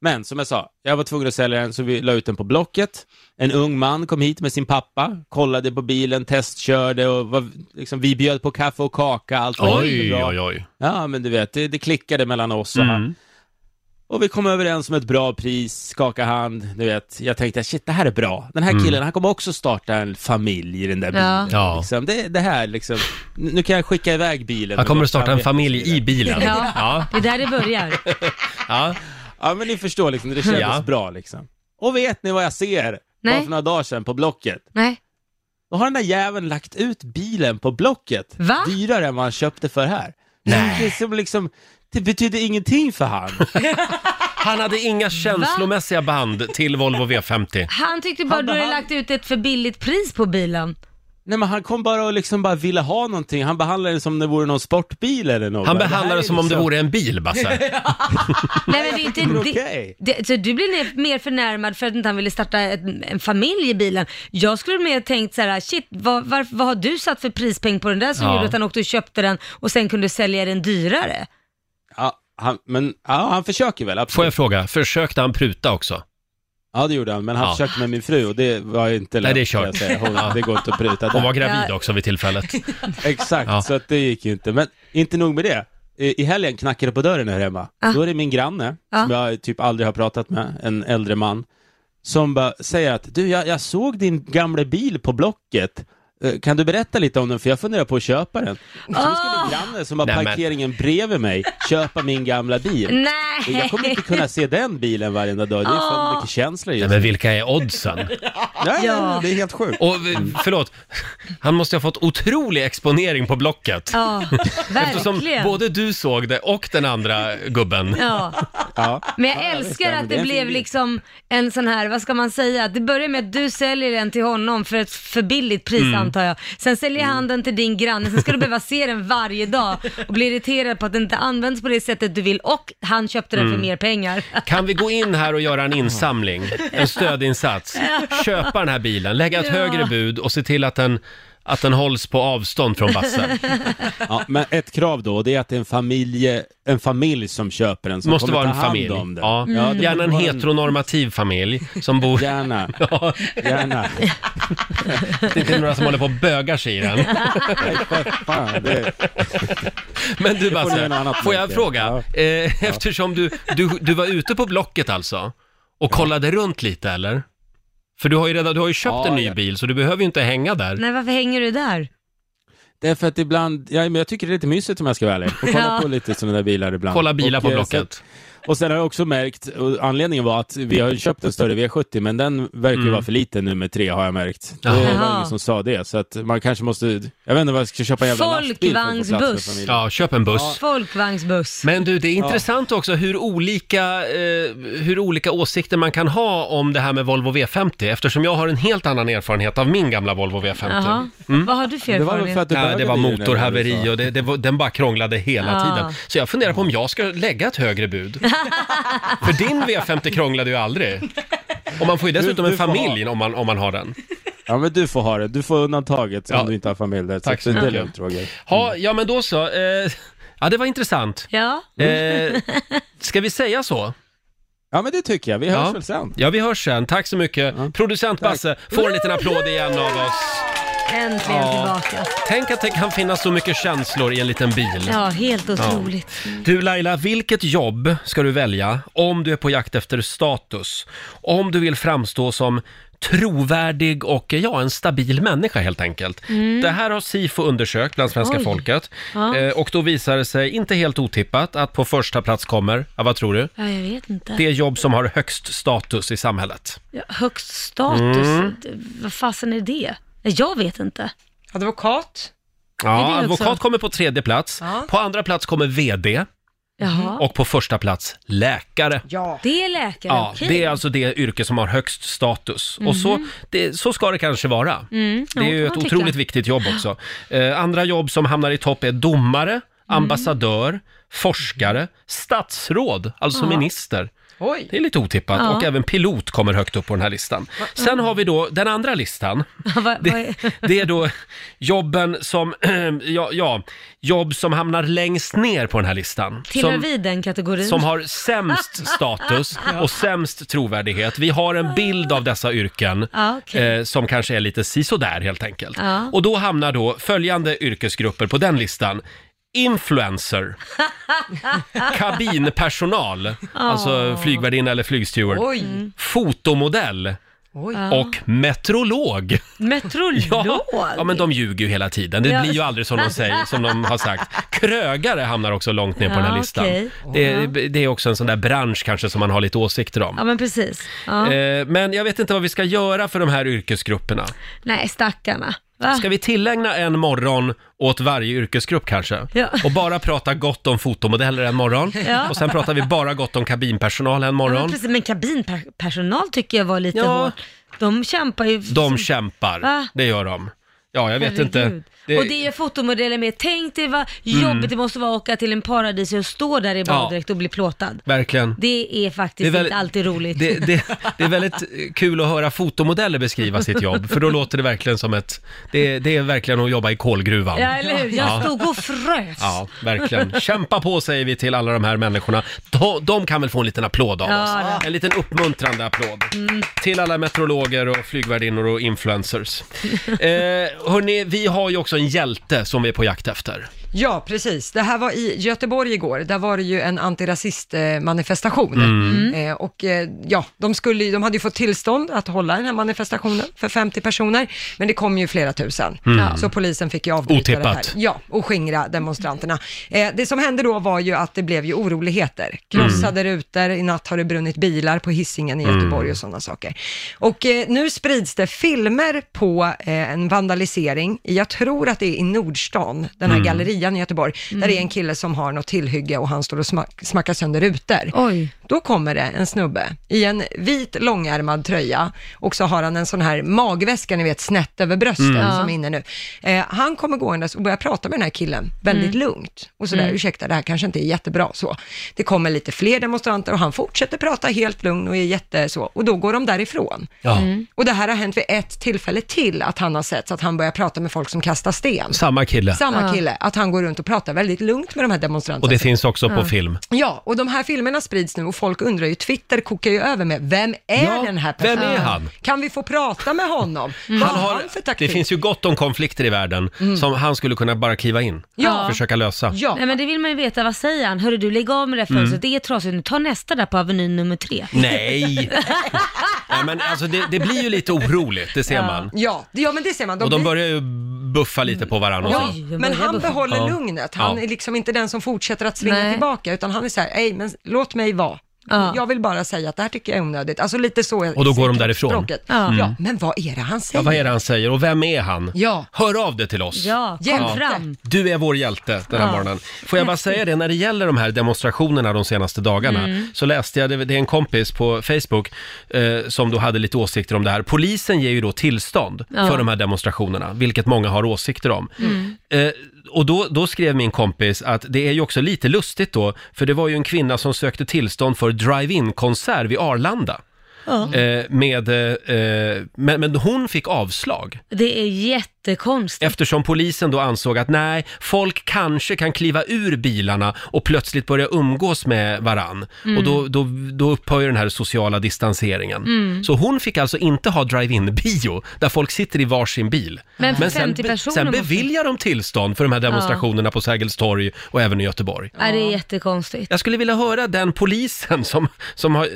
[SPEAKER 8] Men som jag sa, jag var tvungen att sälja den så vi la ut den på Blocket. En ung man kom hit med sin pappa, kollade på bilen, testkörde och var, liksom, vi bjöd på kaffe och kaka. Allt var
[SPEAKER 1] Oj,
[SPEAKER 8] bra.
[SPEAKER 1] oj, oj.
[SPEAKER 8] Ja, men du vet, det, det klickade mellan oss och han.
[SPEAKER 1] Mm.
[SPEAKER 8] Och vi kom överens om ett bra pris, skaka hand, du vet. Jag tänkte, shit, det här är bra. Den här killen, han kommer också starta en familj i den där bilen.
[SPEAKER 3] Ja.
[SPEAKER 1] Mm. Ja.
[SPEAKER 8] Liksom. Det, det här liksom, nu nu kan jag skicka iväg bilen.
[SPEAKER 1] Jag kommer
[SPEAKER 8] Och
[SPEAKER 1] att starta en
[SPEAKER 8] gott samvete och så
[SPEAKER 1] familj i
[SPEAKER 8] vidare.
[SPEAKER 1] bilen.
[SPEAKER 3] Ja.
[SPEAKER 1] Ja.
[SPEAKER 3] Det är där det börjar.
[SPEAKER 1] ja.
[SPEAKER 8] Ja, men ni förstår liksom, det kändes
[SPEAKER 1] Ja.
[SPEAKER 8] bra liksom. Och vet ni vad jag ser? Bara
[SPEAKER 3] Nej.
[SPEAKER 8] för några dagar sedan på Blocket.
[SPEAKER 3] Nej.
[SPEAKER 8] Då har den där jäveln lagt ut bilen på Blocket.
[SPEAKER 3] Va?
[SPEAKER 8] Dyrare än vad han köpte för här. Nej. Det, är som liksom, det betyder ingenting för han.
[SPEAKER 1] Han hade inga känslomässiga band till Volvo V50.
[SPEAKER 3] Han tyckte bara
[SPEAKER 8] Han-
[SPEAKER 3] du hade
[SPEAKER 8] han-
[SPEAKER 3] lagt ut ett för billigt pris på bilen.
[SPEAKER 8] Nej men han kom bara och liksom bara ville ha någonting. Han behandlade den som om det vore någon sportbil eller något.
[SPEAKER 1] Han
[SPEAKER 8] Bara, här
[SPEAKER 1] behandlar
[SPEAKER 8] är
[SPEAKER 1] det som om det
[SPEAKER 8] liksom-
[SPEAKER 1] vore en bil, Basse.
[SPEAKER 3] Nej men det är inte
[SPEAKER 8] tycker det är
[SPEAKER 3] det-
[SPEAKER 8] okej.
[SPEAKER 3] det, så du blir ner- mer förnärmad för att inte han ville starta ett, en familj i bilen. Jag skulle mer tänkt så här, shit vad, varf- vad har du satt för prispeng på den där som
[SPEAKER 1] Ja.
[SPEAKER 3] gjorde att han åkte och köpte den och sen kunde sälja den dyrare?
[SPEAKER 8] Ja, han, men ja, han försöker väl,
[SPEAKER 1] Får
[SPEAKER 8] absolut.
[SPEAKER 1] jag fråga, försökte han pruta också?
[SPEAKER 8] Ja det gjorde han, men han
[SPEAKER 1] Ja.
[SPEAKER 8] försökte med min fru och det var ju inte
[SPEAKER 1] Nej,
[SPEAKER 8] lätt.
[SPEAKER 1] det är
[SPEAKER 8] kan jag
[SPEAKER 1] kört.
[SPEAKER 8] säga. Hon, det går inte att pruta
[SPEAKER 1] Hon var
[SPEAKER 8] där.
[SPEAKER 1] gravid
[SPEAKER 3] Ja.
[SPEAKER 1] också vid tillfället.
[SPEAKER 8] Exakt,
[SPEAKER 1] Ja.
[SPEAKER 8] så att det gick ju inte. Men inte nog med det. I i helgen knackade det på dörren här hemma. Då är det min granne,
[SPEAKER 3] Ah.
[SPEAKER 8] som jag typ aldrig har pratat med, en äldre man, som bara säger att du, jag, jag såg din gamla bil på Blocket. Eh, Kan du berätta lite om den? För jag funderar på att köpa den. Så nu ska
[SPEAKER 3] Ah.
[SPEAKER 8] min granne som har
[SPEAKER 1] Nej, men-
[SPEAKER 8] parkeringen bredvid mig köpa min gamla bil. Jag
[SPEAKER 3] Nej!
[SPEAKER 8] kommer inte kunna se den bilen varenda dag. Det är
[SPEAKER 3] Ah.
[SPEAKER 8] för mycket känslor
[SPEAKER 1] Nej,
[SPEAKER 8] just
[SPEAKER 1] men
[SPEAKER 8] nu.
[SPEAKER 1] vilka är oddsen?
[SPEAKER 8] Nej,
[SPEAKER 3] Ja.
[SPEAKER 8] Det är helt sjukt.
[SPEAKER 1] Och eh,
[SPEAKER 8] Mm.
[SPEAKER 1] förlåt, han måste ha fått otrolig exponering på Blocket.
[SPEAKER 3] Ja,
[SPEAKER 1] Eftersom
[SPEAKER 3] verkligen.
[SPEAKER 1] både du såg det och den andra gubben.
[SPEAKER 3] Ja.
[SPEAKER 8] Ja.
[SPEAKER 3] Men jag
[SPEAKER 8] Ja, visst,
[SPEAKER 3] älskar
[SPEAKER 8] ja, men
[SPEAKER 3] att
[SPEAKER 8] det
[SPEAKER 3] det
[SPEAKER 8] är en fin
[SPEAKER 3] blev
[SPEAKER 8] bil.
[SPEAKER 3] liksom en sån här, vad ska man säga, att det börjar med att du säljer den till honom för ett för billigt pris
[SPEAKER 8] Mm.
[SPEAKER 3] antar jag. Sen säljer han den till din granne, sen ska du behöva se den varje dag och bli irriterad på att den inte används på det sättet du vill och han köpte den
[SPEAKER 8] Mm.
[SPEAKER 3] för mer pengar.
[SPEAKER 1] Kan vi gå in här och göra en insamling, en stödinsats? Köpa den här bilen, lägga ett
[SPEAKER 3] Ja.
[SPEAKER 1] högre bud och se till att den, att den hålls på avstånd från Basse.
[SPEAKER 8] Ja, men ett krav då, det är att det är en familj, en familj som köper den,
[SPEAKER 1] Det
[SPEAKER 8] som
[SPEAKER 1] måste
[SPEAKER 8] kommer
[SPEAKER 1] vara en
[SPEAKER 8] ta hand
[SPEAKER 1] familj.
[SPEAKER 8] om den.
[SPEAKER 1] Ja.
[SPEAKER 8] Ja, det
[SPEAKER 1] Gärna en
[SPEAKER 8] måste vara
[SPEAKER 1] heteronormativ familj som bor...
[SPEAKER 8] Gärna,
[SPEAKER 1] Ja,
[SPEAKER 8] gärna.
[SPEAKER 1] det är inte några som håller på och bögar sig i den.
[SPEAKER 8] Fan, det,
[SPEAKER 1] Men du
[SPEAKER 8] ni
[SPEAKER 1] Basse,
[SPEAKER 8] göra något annat
[SPEAKER 1] får jag
[SPEAKER 8] med.
[SPEAKER 1] fråga? Eh, eftersom du, du, du var ute på Blocket alltså och kollade runt lite eller? För du har ju redan, du har ju köpt
[SPEAKER 8] Ja,
[SPEAKER 1] en ny
[SPEAKER 8] ja.
[SPEAKER 1] bil så du behöver ju inte hänga där.
[SPEAKER 3] Nej, varför hänger du där?
[SPEAKER 8] det är för att ibland, ja, men jag tycker det är lite mysigt om jag ska vara ärlig. Och kolla
[SPEAKER 3] Ja.
[SPEAKER 8] på lite sådana där bilar ibland.
[SPEAKER 1] Kolla bilar
[SPEAKER 8] och,
[SPEAKER 1] på
[SPEAKER 8] eh,
[SPEAKER 1] Blocket.
[SPEAKER 8] Så, Och sen har jag också märkt, och anledningen var att vi har ju köpt en större V70, men den verkar
[SPEAKER 1] Mm.
[SPEAKER 8] ju vara för liten nu med tre har jag märkt. Det var
[SPEAKER 3] Jaha.
[SPEAKER 8] ingen som sa det, så att man kanske måste, jag vet inte vad jag ska köpa en jävla lastbil för att få plats med
[SPEAKER 3] Folkvagnsbuss.
[SPEAKER 8] familjen.
[SPEAKER 1] Ja, köp en buss.
[SPEAKER 3] Folkvagnsbuss.
[SPEAKER 1] Men du, det är intressant också hur olika, eh, hur olika åsikter man kan ha om det här med Volvo V50 eftersom jag har en helt annan erfarenhet av min gamla Volvo V50.
[SPEAKER 3] Jaha. Vad har du för
[SPEAKER 8] Mm. Det var väl
[SPEAKER 3] erfarenhet?
[SPEAKER 8] för att du
[SPEAKER 1] Nej, det var
[SPEAKER 8] bögade i den, eller vad du
[SPEAKER 1] motorhaveri
[SPEAKER 8] sa?
[SPEAKER 1] och det, det var, den bara krånglade hela
[SPEAKER 3] Ja.
[SPEAKER 1] tiden. Så jag funderar på om jag ska lägga ett högre bud. För din V50 krånglade ju aldrig. Och man får ju dessutom
[SPEAKER 8] Du-
[SPEAKER 1] en
[SPEAKER 8] du får
[SPEAKER 1] familj om man, om man har den.
[SPEAKER 8] Ja men du får ha det, du får undantaget om
[SPEAKER 1] Ja.
[SPEAKER 8] du inte har familj där.
[SPEAKER 1] Tack så
[SPEAKER 8] så det är
[SPEAKER 1] mycket.
[SPEAKER 8] lugnt Roger.
[SPEAKER 1] Ha, ja, men då så. Eh, ja, det var intressant.
[SPEAKER 3] Ja. Mm.
[SPEAKER 1] Eh, ska vi säga så?
[SPEAKER 8] Ja men det tycker jag, vi hörs
[SPEAKER 1] Ja.
[SPEAKER 8] väl sen.
[SPEAKER 1] Ja, vi hörs sen. Tack så mycket. Producent Basse får en liten applåd igen av oss.
[SPEAKER 3] Äntligen tillbaka.
[SPEAKER 1] Tänk att det kan finnas så mycket känslor i en liten bil.
[SPEAKER 3] Ja, helt otroligt.
[SPEAKER 1] Du Laila, vilket jobb ska du välja om du är på jakt efter status? Om du vill framstå som trovärdig och ja, en stabil människa helt enkelt. Det här har Sifo undersökt bland svenska
[SPEAKER 3] Mm. Oj.
[SPEAKER 1] folket.
[SPEAKER 3] Ja.
[SPEAKER 1] Eh, och då visar det sig, inte helt otippat, att på första plats kommer, ja vad tror du?
[SPEAKER 3] Ja, jag vet inte.
[SPEAKER 1] Det jobb som har högst status i samhället.
[SPEAKER 3] Ja, högst status,
[SPEAKER 8] Mm.
[SPEAKER 3] D- vad fasen är det? Nej, Jag vet inte.
[SPEAKER 2] Advokat.
[SPEAKER 1] Ja,
[SPEAKER 3] det också?
[SPEAKER 1] advokat kommer på tredje plats.
[SPEAKER 2] Ja.
[SPEAKER 1] På andra plats kommer VD
[SPEAKER 3] Jaha.
[SPEAKER 1] och på första plats läkare.
[SPEAKER 2] Ja.
[SPEAKER 3] Det är läkare,
[SPEAKER 1] Ja,
[SPEAKER 3] okej. Mhm.
[SPEAKER 1] det är alltså det yrke som har högst status. Och så, det, så ska det kanske vara.
[SPEAKER 3] Mm,
[SPEAKER 1] Det är
[SPEAKER 3] ja,
[SPEAKER 1] ju
[SPEAKER 3] kan
[SPEAKER 1] ett
[SPEAKER 3] man tycka.
[SPEAKER 1] otroligt viktigt jobb också. Eh, andra jobb som hamnar i topp är
[SPEAKER 3] Mm.
[SPEAKER 1] domare, ambassadör, forskare, statsråd, alltså minister.
[SPEAKER 2] Oj.
[SPEAKER 1] Det är lite otippat.
[SPEAKER 3] Ja.
[SPEAKER 1] Och även pilot kommer högt upp på den här listan. Sen har vi då den andra listan.
[SPEAKER 3] Vad- vad
[SPEAKER 1] Det,
[SPEAKER 3] är-
[SPEAKER 1] det är då jobben som, ja, ja, jobb som hamnar längst ner på den här listan.
[SPEAKER 3] Tillhör
[SPEAKER 1] Som-
[SPEAKER 3] vi den kategorin?
[SPEAKER 1] som har sämst status och sämst trovärdighet. Vi har en bild av dessa yrken
[SPEAKER 3] Ja, Ah, okej.
[SPEAKER 1] eh, som kanske är lite sisådär helt enkelt.
[SPEAKER 3] Ja.
[SPEAKER 1] Och då hamnar då följande yrkesgrupper på den listan. Influencer,
[SPEAKER 3] Ah.
[SPEAKER 1] kabinpersonal, alltså flygvärdinna eller flygsteward,
[SPEAKER 2] Oj.
[SPEAKER 1] fotomodell
[SPEAKER 2] Oj.
[SPEAKER 1] och metrolog.
[SPEAKER 3] Metrolog?
[SPEAKER 1] Ja, ja, men de ljuger ju hela tiden. Det
[SPEAKER 3] Ja.
[SPEAKER 1] blir ju aldrig som de säger, som de har sagt. Krögare hamnar också långt ner på den här
[SPEAKER 3] Ja,
[SPEAKER 1] listan.
[SPEAKER 3] okej.
[SPEAKER 1] Det, det är också en sån där bransch kanske som man har lite åsikter om.
[SPEAKER 3] Ja, men precis. Ja.
[SPEAKER 1] Eh, Men jag vet inte vad vi ska göra för de här yrkesgrupperna.
[SPEAKER 3] Nej, stackarna. Va?
[SPEAKER 1] Ska vi tillägna en morgon åt varje yrkesgrupp kanske?
[SPEAKER 3] Ja.
[SPEAKER 1] Och bara prata gott om fotomodeller en morgon.
[SPEAKER 3] Ja.
[SPEAKER 1] Och sen pratar vi bara gott om kabinpersonal en
[SPEAKER 3] ja, men,
[SPEAKER 1] morgon.
[SPEAKER 3] precis. men kabinpersonal tycker jag var lite
[SPEAKER 1] Ja.
[SPEAKER 3] hårt. De kämpar ju.
[SPEAKER 1] De kämpar,
[SPEAKER 3] Va?
[SPEAKER 1] det gör de. Ja, jag vet inte. Mm.
[SPEAKER 3] Herregud. Och det är fotomodeller med. Tänk dig vad jobbigt det måste vara att åka till en paradis och stå där i baddräkt och bli plåtad.
[SPEAKER 1] Verkligen.
[SPEAKER 3] Det är faktiskt
[SPEAKER 1] Det är väl-
[SPEAKER 3] inte alltid roligt.
[SPEAKER 1] Det, det, det är väldigt kul att höra fotomodeller beskriva sitt jobb, för då låter det verkligen som ett... Det, det är verkligen att jobba i kolgruvan.
[SPEAKER 3] Ja, eller hur? Jag
[SPEAKER 1] Ja.
[SPEAKER 3] stod och frös.
[SPEAKER 1] Ja, verkligen. Kämpa på säger vi till alla de här människorna. De, de kan väl få en liten applåd av
[SPEAKER 3] Ja, Mm.
[SPEAKER 1] oss. En liten uppmuntrande applåd. Till alla meteorologer och flygvärdinnor och influencers. Eh, hörni, vi har ju också en hjälte som vi är på jakt efter.
[SPEAKER 2] Ja, precis. Det här var i Göteborg igår. Där var det ju en antirasistmanifestation. Eh, och eh, ja, de, skulle, ju- de hade ju fått tillstånd att hålla den här manifestationen för 50 personer, men det kom ju flera tusen. Så polisen fick ju avbryta det här.
[SPEAKER 1] Otippat.
[SPEAKER 2] Ja, och skingra demonstranterna. Eh, det som hände då var ju att det blev ju oroligheter. Krossade rutor, i natt har det brunnit bilar på hissingen i Göteborg och sådana saker. Och eh, nu sprids det filmer på eh, en vandalisering, i- jag tror att det är i Nordstan, den här gallerian i Göteborg, där det är en kille som har något tillhygge och han står och smack, smackar sönder rutor.
[SPEAKER 3] Oj.
[SPEAKER 2] Då kommer det en snubbe i en vit långärmad tröja och så har han en sån här magväska, ni vet, snett över brösten som är inne nu. Eh, han kommer gåendes och börjar prata med den här killen väldigt lugnt och sådär, ursäkta, det här kanske inte är jättebra så. Det kommer lite fler demonstranter och han fortsätter prata helt lugn och är jätte så, och då går de därifrån.
[SPEAKER 1] Ja.
[SPEAKER 3] Mm.
[SPEAKER 2] Och det här har hänt vid ett tillfälle till att han har sett så att han börjar prata med folk som kastar sten.
[SPEAKER 1] Samma kille.
[SPEAKER 2] Samma kille, att han går runt och pratar väldigt lugnt med de här demonstranterna.
[SPEAKER 1] Och det finns också på film.
[SPEAKER 2] Ja, och de här filmerna sprids nu och folk undrar ju, Twitter kokar ju över med, vem är
[SPEAKER 1] Ja,
[SPEAKER 2] den här
[SPEAKER 1] vem
[SPEAKER 2] personen?
[SPEAKER 1] är han?
[SPEAKER 2] Kan vi få prata med honom? Vad har han för taktik? Mm.
[SPEAKER 1] det finns ju gott om konflikter i världen som han skulle kunna bara kliva in
[SPEAKER 2] Ja.
[SPEAKER 1] och försöka lösa.
[SPEAKER 2] Ja,
[SPEAKER 3] Nej men det vill man ju veta, vad säger han? Hörru du, lägg av med det här fönstret, det är trasigt nu. Ta nästa där på avenyn nummer tre.
[SPEAKER 1] Nej! Nej men alltså det, det blir ju lite oroligt, det ser man.
[SPEAKER 2] ja, det- ja, men det ser man. De
[SPEAKER 1] Och de
[SPEAKER 2] blir-
[SPEAKER 1] börjar ju buffa lite på varandra. och
[SPEAKER 2] Ja,
[SPEAKER 1] så.
[SPEAKER 3] jag
[SPEAKER 2] men
[SPEAKER 3] börjar
[SPEAKER 2] han
[SPEAKER 3] buffa.
[SPEAKER 2] behåller
[SPEAKER 1] Ja.
[SPEAKER 2] lugnet. Han
[SPEAKER 1] Ja.
[SPEAKER 2] är liksom inte den som fortsätter att svinga
[SPEAKER 3] Nej.
[SPEAKER 2] tillbaka, utan han är så här, "Ej, men låt mig vara.
[SPEAKER 3] Ja.
[SPEAKER 2] Jag vill bara säga att det här tycker jag är onödigt. Alltså lite så.
[SPEAKER 1] Och då går de därifrån. Mm.
[SPEAKER 2] Språket.
[SPEAKER 3] Ja.
[SPEAKER 2] Ja, men vad är det han
[SPEAKER 1] Ja,
[SPEAKER 2] säger?
[SPEAKER 1] vad är det han säger och vem är han?
[SPEAKER 2] Ja.
[SPEAKER 1] Hör av dig till oss.
[SPEAKER 3] Ja, kom
[SPEAKER 2] Hjälp.
[SPEAKER 3] fram.
[SPEAKER 1] Du är vår hjälte den här
[SPEAKER 3] Ja.
[SPEAKER 1] morgonen. Får jag bara säga det, när det gäller de här demonstrationerna de senaste dagarna
[SPEAKER 3] Mm.
[SPEAKER 1] så läste jag, det det är en kompis på Facebook eh, som då hade lite åsikter om det här. Polisen ger ju då tillstånd
[SPEAKER 3] Ja. Mm.
[SPEAKER 1] för de här demonstrationerna, vilket många har åsikter om. Eh, och då, då skrev min kompis att det är ju också lite lustigt då, för det var ju en kvinna som sökte tillstånd för drive-in-konsert vid Arlanda. Eh, med, eh, eh, men, men hon fick avslag.
[SPEAKER 3] Det är jättekonstigt.
[SPEAKER 1] Eftersom polisen då ansåg att nej, folk kanske kan kliva ur bilarna och plötsligt börja umgås med varann.
[SPEAKER 3] Mm.
[SPEAKER 1] Och då, då, då upphör ju den här sociala distanseringen.
[SPEAKER 3] Mm.
[SPEAKER 1] Så hon fick alltså inte ha drive-in-bio, där folk sitter i varsin bil.
[SPEAKER 3] Men för
[SPEAKER 1] sen,
[SPEAKER 3] 50 personer
[SPEAKER 1] sen
[SPEAKER 3] måste-
[SPEAKER 1] beviljar de tillstånd för de här demonstrationerna på Sergels torg och även i Göteborg.
[SPEAKER 3] Ja. Det är jättekonstigt.
[SPEAKER 1] Jag skulle vilja höra den polisen som, som har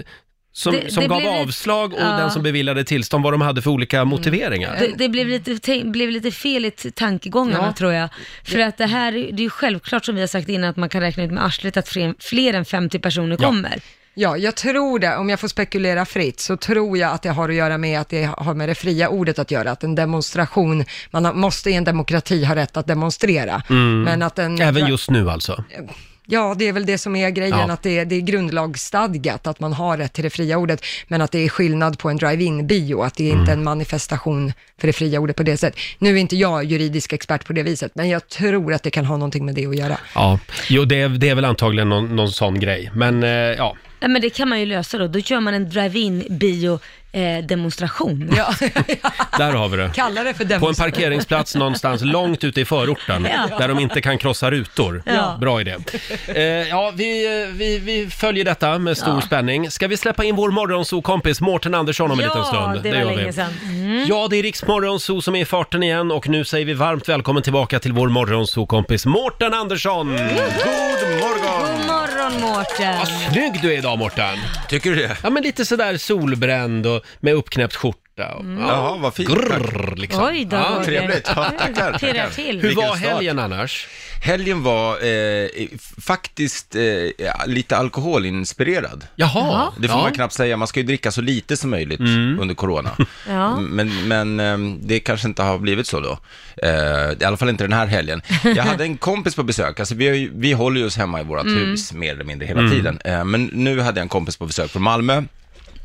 [SPEAKER 1] som,
[SPEAKER 3] Det-
[SPEAKER 1] som
[SPEAKER 3] det
[SPEAKER 1] gav
[SPEAKER 3] blir lite-
[SPEAKER 1] avslag och
[SPEAKER 3] Ja.
[SPEAKER 1] den som beviljade tillstånd, vad de hade för olika motiveringar.
[SPEAKER 3] Det, det blev, lite, tänk- blev lite fel i t- tankegångarna
[SPEAKER 2] Ja.
[SPEAKER 3] tror jag. För att det här, är- det är ju självklart som vi har sagt innan att man kan räkna ut med arslet att fler, fler än 50 personer
[SPEAKER 1] Ja.
[SPEAKER 3] kommer.
[SPEAKER 2] Ja, jag tror det, om jag får spekulera fritt, så tror jag att det har att göra med att det har med det fria ordet att göra, att en demonstration, man har, måste i en demokrati ha rätt att demonstrera. Men att
[SPEAKER 3] Mm.
[SPEAKER 2] en,
[SPEAKER 1] Mm. Även just nu alltså.
[SPEAKER 2] Ja, det är väl det som är grejen,
[SPEAKER 1] Ja.
[SPEAKER 2] att det är, det är grundlagsstadgat att man har rätt till det fria ordet, men att det är skillnad på en drive-in-bio, att det är
[SPEAKER 1] Mm.
[SPEAKER 2] inte en manifestation för det fria ordet på det sättet. Nu är inte jag juridisk expert på det viset, men jag tror att det kan ha någonting med det att göra.
[SPEAKER 1] Ja, jo det är, det är väl antagligen någon, någon sån grej. Men eh, ja,
[SPEAKER 3] Ja, men det kan man ju lösa då. Då gör man en drive-in eh, bio-demonstration.
[SPEAKER 2] Ja.
[SPEAKER 1] där har vi det.
[SPEAKER 2] Kalla det för
[SPEAKER 1] På en
[SPEAKER 2] demonstration.
[SPEAKER 1] parkeringsplats någonstans långt ute i förorten, där de inte kan krossa rutor.
[SPEAKER 3] Ja.
[SPEAKER 1] Bra idé. Eh, ja, vi, eh, vi, vi följer detta med stor spänning. Ska vi släppa in vår morgonsokompis Mårten Andersson om en
[SPEAKER 3] ja,
[SPEAKER 1] liten stund?
[SPEAKER 3] det var
[SPEAKER 1] gör vi.
[SPEAKER 3] länge sedan. Mm.
[SPEAKER 1] Ja, det är Riks Morgonzoo som är i farten igen och nu säger vi varmt välkommen tillbaka till vår morgonsokompis Mårten Andersson!
[SPEAKER 3] God morgon Mårten.
[SPEAKER 1] Vad snygg du är idag Mårten!
[SPEAKER 9] Tycker du det?
[SPEAKER 1] Ja, men lite sådär solbränd och med uppknäppt skjorta. Och, ja.
[SPEAKER 9] Jaha, vad fint.
[SPEAKER 1] Grrr, liksom.
[SPEAKER 3] Mm. Oj då.
[SPEAKER 1] Ja.
[SPEAKER 3] Roger.
[SPEAKER 9] trevligt. Ja, tackar,
[SPEAKER 3] Pirrar
[SPEAKER 9] tackar.
[SPEAKER 3] till.
[SPEAKER 1] Hur
[SPEAKER 9] Vilken
[SPEAKER 1] var
[SPEAKER 9] start.
[SPEAKER 1] helgen annars?
[SPEAKER 9] Helgen var eh, f- faktiskt eh, ja, lite alkoholinspirerad.
[SPEAKER 1] Jaha.
[SPEAKER 9] Det får
[SPEAKER 1] ja.
[SPEAKER 9] man knappt säga, man ska ju dricka så lite som möjligt under corona.
[SPEAKER 3] Mm. Ja.
[SPEAKER 9] Men, men ehm, det kanske inte har blivit så då. Eh, I alla fall inte den här helgen. Jag hade en kompis på besök, alltså vi, har ju, vi håller ju oss hemma i vårt
[SPEAKER 3] Mm.
[SPEAKER 9] hus mer eller mindre hela tiden. Eh, Men nu hade jag en kompis på besök från Malmö.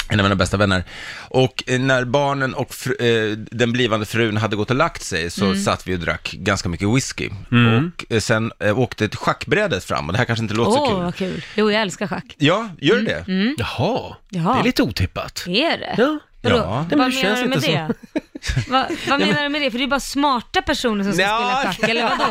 [SPEAKER 9] En av mina bästa vänner. Och eh, när barnen och fr- eh, den blivande frun hade gått och lagt sig så
[SPEAKER 3] Mm.
[SPEAKER 9] satt vi och drack ganska mycket whisky. Och eh, sen eh, åkte schackbrädet fram och det här kanske inte
[SPEAKER 3] Åh,
[SPEAKER 9] låter så kul.
[SPEAKER 3] vad Mm. kul. Jo, jag älskar schack.
[SPEAKER 9] Ja, gör det det?
[SPEAKER 1] Jaha.
[SPEAKER 3] Jaha.
[SPEAKER 1] Det är lite otippat.
[SPEAKER 3] Det är det.
[SPEAKER 1] Ja.
[SPEAKER 3] Vadå?
[SPEAKER 9] Ja.
[SPEAKER 1] Det
[SPEAKER 3] Vad menar
[SPEAKER 1] känns
[SPEAKER 3] du med
[SPEAKER 1] inte
[SPEAKER 3] det? Va, vad menar du med det? För det är bara smarta personer som ska
[SPEAKER 9] Nja.
[SPEAKER 3] spela schack, eller vadå?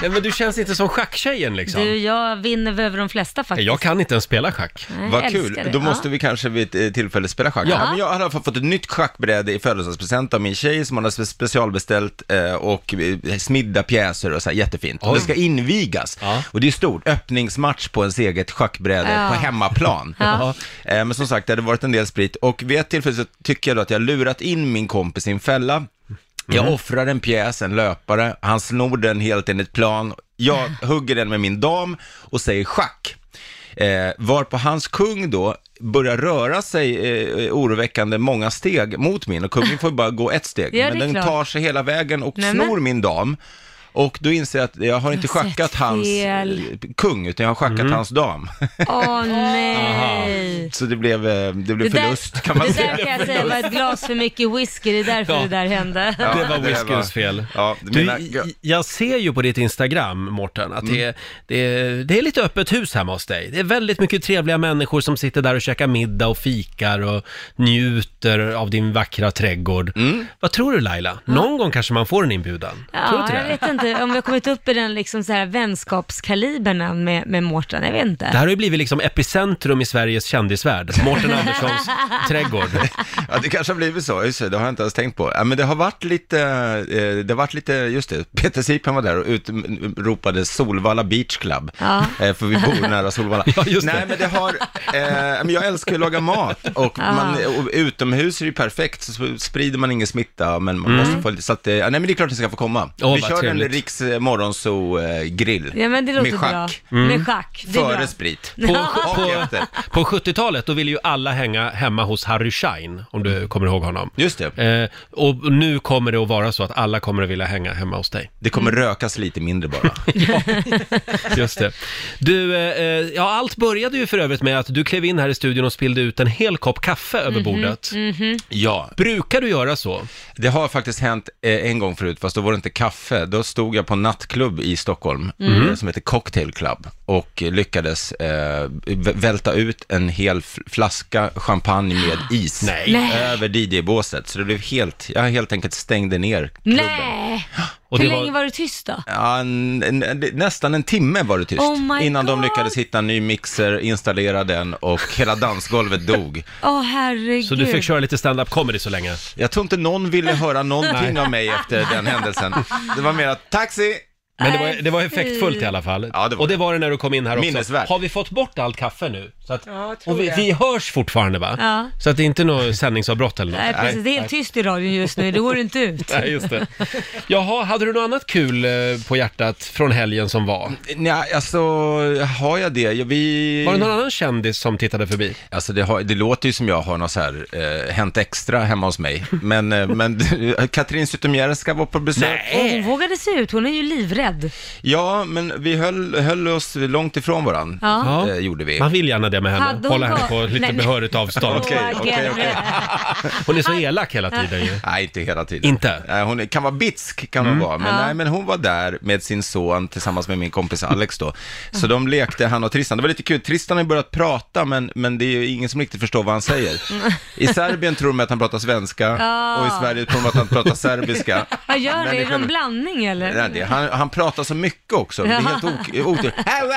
[SPEAKER 1] Nej, men du känns inte som schacktjejen liksom.
[SPEAKER 3] Du, jag vinner väl över de flesta faktiskt.
[SPEAKER 1] Jag kan inte ens spela schack.
[SPEAKER 3] Nej,
[SPEAKER 9] Vad
[SPEAKER 3] älskar
[SPEAKER 9] kul,
[SPEAKER 3] det.
[SPEAKER 9] då
[SPEAKER 3] Ja.
[SPEAKER 9] måste vi kanske vid ett eh, tillfälle spela schack.
[SPEAKER 1] Ja.
[SPEAKER 9] Ja. men jag har i alla fall fått ett nytt schackbräde i födelsedagspresent av min tjej som hon har spe- specialbeställt eh, och eh, smidda pjäser och så här, jättefint. Och det ska invigas
[SPEAKER 1] Ja.
[SPEAKER 9] och det är stort, öppningsmatch på ens eget schackbräde
[SPEAKER 3] Ja.
[SPEAKER 9] på hemmaplan.
[SPEAKER 3] Ja.
[SPEAKER 9] Eh, men som sagt, det hade varit en del sprit och vid ett tillfälle så tycker jag då att jag har lurat in min kompis i en fälla.
[SPEAKER 8] Mm.
[SPEAKER 3] Mm.
[SPEAKER 9] Jag offrar en pjäs, en löpare, han snor den helt enligt plan. Jag hugger den med min dam och säger schack. Eh, varpå hans kung då börjar röra sig eh, oroväckande många steg mot min och kungen får bara gå ett steg.
[SPEAKER 3] Ja, det
[SPEAKER 9] men
[SPEAKER 3] är
[SPEAKER 9] den
[SPEAKER 3] klart.
[SPEAKER 9] tar sig hela vägen och
[SPEAKER 3] Nej, men.
[SPEAKER 9] snor min dam. Och då inser jag att jag har inte
[SPEAKER 3] Jag har
[SPEAKER 9] schackat
[SPEAKER 3] sett
[SPEAKER 9] hans
[SPEAKER 3] fel.
[SPEAKER 9] eh, kung, utan jag har schackat hans dam.
[SPEAKER 3] Åh nej.
[SPEAKER 9] Så det blev, eh, det blev förlust kan man
[SPEAKER 3] det
[SPEAKER 9] säga.
[SPEAKER 3] där kan jag säga var ett glas för mycket whisky, det är därför
[SPEAKER 1] Ja.
[SPEAKER 3] det där hände.
[SPEAKER 9] Ja,
[SPEAKER 1] det var
[SPEAKER 9] det var-
[SPEAKER 1] whiskyns fel.
[SPEAKER 9] Ja,
[SPEAKER 1] Du,
[SPEAKER 9] mina, Mm.
[SPEAKER 1] j- jag ser ju på ditt Instagram, Mårten, att det, är- det, är- det är lite öppet hus hemma hos dig. Det är väldigt mycket trevliga människor som sitter där och käkar middag och fikar och njuter av
[SPEAKER 9] Mm.
[SPEAKER 1] din vackra trädgård. Vad tror du Laila? Någon gång kanske man får en inbjudan? tror du
[SPEAKER 3] Ja,
[SPEAKER 1] inte
[SPEAKER 3] jag
[SPEAKER 1] det?
[SPEAKER 3] vet inte. eh, om vi har kommit upp i den liksom så här vänskapskaliberna med, med Mårten, jag vet
[SPEAKER 1] Det
[SPEAKER 3] inte.
[SPEAKER 1] här har ju blivit liksom epicentrum i Sveriges kändisvärld. Mårten Anderssons trädgård.
[SPEAKER 9] Ja, det kanske har blivit så. Just det, det har jag inte ens tänkt på. Ja, men det har varit lite, eh, det har varit lite, just det, Peter Sipen var där och utropade Solvalla Beach Club.
[SPEAKER 3] Ja.
[SPEAKER 9] Eh, för vi bor nära Solvalla.
[SPEAKER 1] Ja, just det.
[SPEAKER 9] Nej, men det har, eh, men jag älskar ju att laga mat och, man, och utomhus är det ju perfekt, så sprider man ingen smitta, men man
[SPEAKER 3] Mm.
[SPEAKER 9] måste få lite, så att, det- ja, nej men det är klart att ni ska få komma.
[SPEAKER 1] Åh,
[SPEAKER 9] vi
[SPEAKER 1] vad
[SPEAKER 9] kör
[SPEAKER 1] trevligt.
[SPEAKER 9] en Riks eh, Morgonzoo-grill.
[SPEAKER 3] Ja men det låter
[SPEAKER 9] med
[SPEAKER 3] bra.
[SPEAKER 9] schack. Mm.
[SPEAKER 3] Med schack, det är bra.
[SPEAKER 9] Före sprit.
[SPEAKER 1] På,
[SPEAKER 9] Och
[SPEAKER 1] på,
[SPEAKER 9] efter.
[SPEAKER 1] på 70-talet då ville ju alla hänga hemma hos Harry Schein, om du kommer ihåg honom.
[SPEAKER 9] Just det.
[SPEAKER 1] Eh, och nu kommer det att vara så att alla kommer att vilja hänga hemma hos dig.
[SPEAKER 9] Det kommer rökas lite mindre bara.
[SPEAKER 1] Just det. Du, eh, eh, ja allt började ju för övrigt med att du klev in här i studion och spillde ut en hel kopp kaffe
[SPEAKER 3] Mhm,
[SPEAKER 1] över bordet.
[SPEAKER 3] mm.
[SPEAKER 9] ja,
[SPEAKER 1] Brukar du göra så?
[SPEAKER 9] Det har faktiskt hänt eh, en gång förut, fast då var det inte kaffe. Då stod jag på en nattklubb i Stockholm eh, som heter Cocktail Club och eh, lyckades eh, v- välta ut en hel f- flaska champagne med is
[SPEAKER 1] Nej.
[SPEAKER 3] Nej.
[SPEAKER 9] över DJ-båset. Så det blev helt, jag helt enkelt stängde ner klubben.
[SPEAKER 3] Nej!
[SPEAKER 1] Och
[SPEAKER 3] Hur
[SPEAKER 1] det var-
[SPEAKER 3] länge var du tyst då?
[SPEAKER 9] Ja, en, en, en- nästan en timme var det tyst
[SPEAKER 3] Oh my
[SPEAKER 9] innan de
[SPEAKER 3] God.
[SPEAKER 9] lyckades hitta en ny mixer, installera den och hela dansgolvet dog.
[SPEAKER 3] Åh herregud.
[SPEAKER 1] Så du fick köra lite stand-up comedy så länge?
[SPEAKER 9] Jag tror inte någon ville höra någonting av mig efter den händelsen. Det var mer att, taxi!
[SPEAKER 1] Men det var,
[SPEAKER 3] Nej,
[SPEAKER 1] det var effektfullt i alla fall.
[SPEAKER 9] Ja, det var
[SPEAKER 1] och det
[SPEAKER 9] det.
[SPEAKER 1] var det när du kom in här också.
[SPEAKER 9] Minnesvärt.
[SPEAKER 1] Har vi fått bort allt kaffe nu? Så att,
[SPEAKER 2] jag tror
[SPEAKER 1] och vi,
[SPEAKER 2] det.
[SPEAKER 1] vi hörs fortfarande va?
[SPEAKER 3] Ja.
[SPEAKER 1] Så att det är inte något sändningsavbrott eller något.
[SPEAKER 3] Nej precis, det är helt tyst i radion just nu, det går inte ut.
[SPEAKER 1] Nej, just det. Jaha, hade du något annat kul eh, på hjärtat från helgen som var?
[SPEAKER 9] Nej, alltså har jag det? Jag, vi...
[SPEAKER 1] Var det någon annan kändis som tittade förbi?
[SPEAKER 9] Alltså det, har, det låter ju som jag har något så här, eh, hänt extra hemma hos mig. Men, eh, men Katrin Zytomierska var på besök.
[SPEAKER 3] Och hon vågade se ut, hon är ju livrädd.
[SPEAKER 9] Ja, men vi höll, höll oss långt ifrån varandra.
[SPEAKER 3] Ja.
[SPEAKER 1] Ja.
[SPEAKER 9] Eh, gjorde vi.
[SPEAKER 1] Man vill gärna det med henne,
[SPEAKER 3] Hade hon
[SPEAKER 1] hålla henne
[SPEAKER 3] var-
[SPEAKER 1] på lite
[SPEAKER 3] Nej, men-
[SPEAKER 1] behörigt avstånd.
[SPEAKER 9] Okej,
[SPEAKER 3] Åh,
[SPEAKER 9] okej,
[SPEAKER 3] Agge.
[SPEAKER 9] okej.
[SPEAKER 1] Hon är så elak hela tiden ju.
[SPEAKER 9] Nej, inte hela tiden.
[SPEAKER 1] Inte?
[SPEAKER 9] Nej, hon är- kan vara bitsk, kan hon vara. Men, nej, men hon var där med sin son tillsammans med min kompis Alex då. Så de lekte, han och Tristan. Det var lite kul. Tristan har ju börjat prata, men, men det är ju ingen som riktigt förstår vad han säger. I Serbien tror de att han pratar svenska och i Sverige tror de att han pratar serbiska.
[SPEAKER 3] Vad gör
[SPEAKER 9] Men
[SPEAKER 3] det? Är
[SPEAKER 9] i
[SPEAKER 3] det någon
[SPEAKER 9] själva-
[SPEAKER 3] blandning eller?
[SPEAKER 9] Nej, det, han, han pratar så mycket också. Det är helt ok-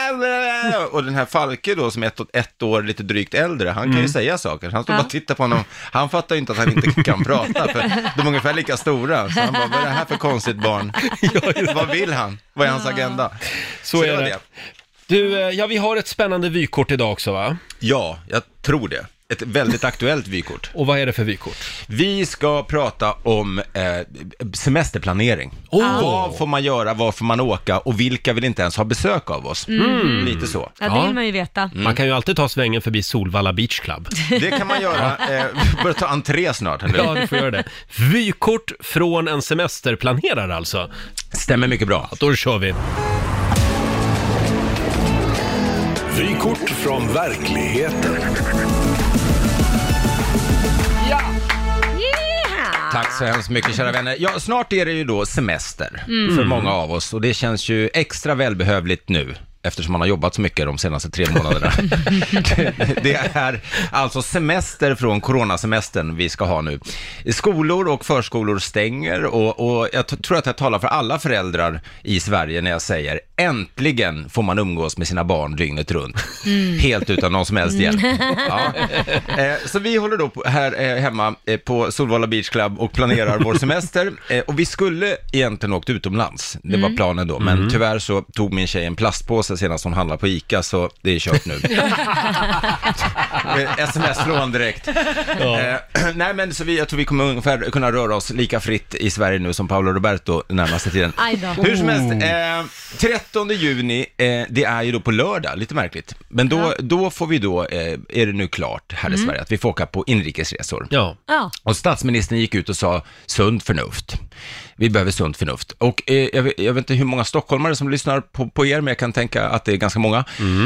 [SPEAKER 9] otur. Och den här Falke då, som är ett, ett år lite drygt äldre, han kan ju säga saker. Han står bara och tittar på honom. Han fattar ju inte att han inte kan prata, för de är ungefär lika stora. Så han bara, vad är det här för konstigt barn? Vad vill han? Vad är hans agenda?
[SPEAKER 1] Så är
[SPEAKER 9] var
[SPEAKER 1] det. Du, eh, ja vi har ett spännande vykort idag också va?
[SPEAKER 9] Ja, jag tror det. Ett väldigt aktuellt vykort.
[SPEAKER 1] Och vad är det för vykort?
[SPEAKER 9] Vi ska prata om eh, semesterplanering.
[SPEAKER 1] Åh.
[SPEAKER 9] Vad får man göra, var får man åka och vilka vill inte ens ha besök av oss? Lite så.
[SPEAKER 3] Ja, det vill man ju veta.
[SPEAKER 9] Mm.
[SPEAKER 1] Man kan ju alltid ta svängen förbi Solvalla Beach Club.
[SPEAKER 9] Det kan man göra. Eh, vi börjar ta entré snart, eller
[SPEAKER 1] Ja,
[SPEAKER 9] ja.
[SPEAKER 1] du får göra det. Vykort från en semesterplanerare alltså.
[SPEAKER 9] Stämmer mycket bra.
[SPEAKER 1] Då kör vi.
[SPEAKER 4] Vykort från verkligheten.
[SPEAKER 9] Tack så hemskt mycket kära vänner. Ja, snart är det ju då semester för många av oss och det känns ju extra välbehövligt nu eftersom man har jobbat så mycket de senaste tre månaderna. Det- det är alltså semester från coronasemestern vi ska ha nu. Skolor och förskolor stänger och, och jag t- tror att jag talar för alla föräldrar i Sverige när jag säger äntligen får man umgås med sina barn dygnet runt. Helt utan någon som helst hjälp. Ja. Eh, så vi håller då på, här eh, hemma eh, på Solvalla Beach Club och planerar vår semester. Eh, och vi skulle egentligen åkt utomlands, det var planen då. Men tyvärr så tog min tjej en plastpåse senast hon handlade på ICA, så det är kört nu. Eh, Sms-lån direkt. Eh, nej men så vi, jag tror vi kommer ungefär kunna röra oss lika fritt i Sverige nu som Paolo Roberto närmaste tiden.
[SPEAKER 3] Aj då.
[SPEAKER 9] Hur som helst, eh, 13 juni, eh, det är ju då på lördag, lite märkligt. Men då, då får vi då, eh, är det nu klart här i
[SPEAKER 3] Mm.
[SPEAKER 9] Sverige, att vi får åka på inrikesresor.
[SPEAKER 1] Ja.
[SPEAKER 3] Ja.
[SPEAKER 9] Och statsministern gick ut och sa sunt förnuft. Vi behöver sunt förnuft. Och eh, jag, vet, jag vet inte hur många stockholmare som lyssnar på, på er, men jag kan tänka att det är ganska många.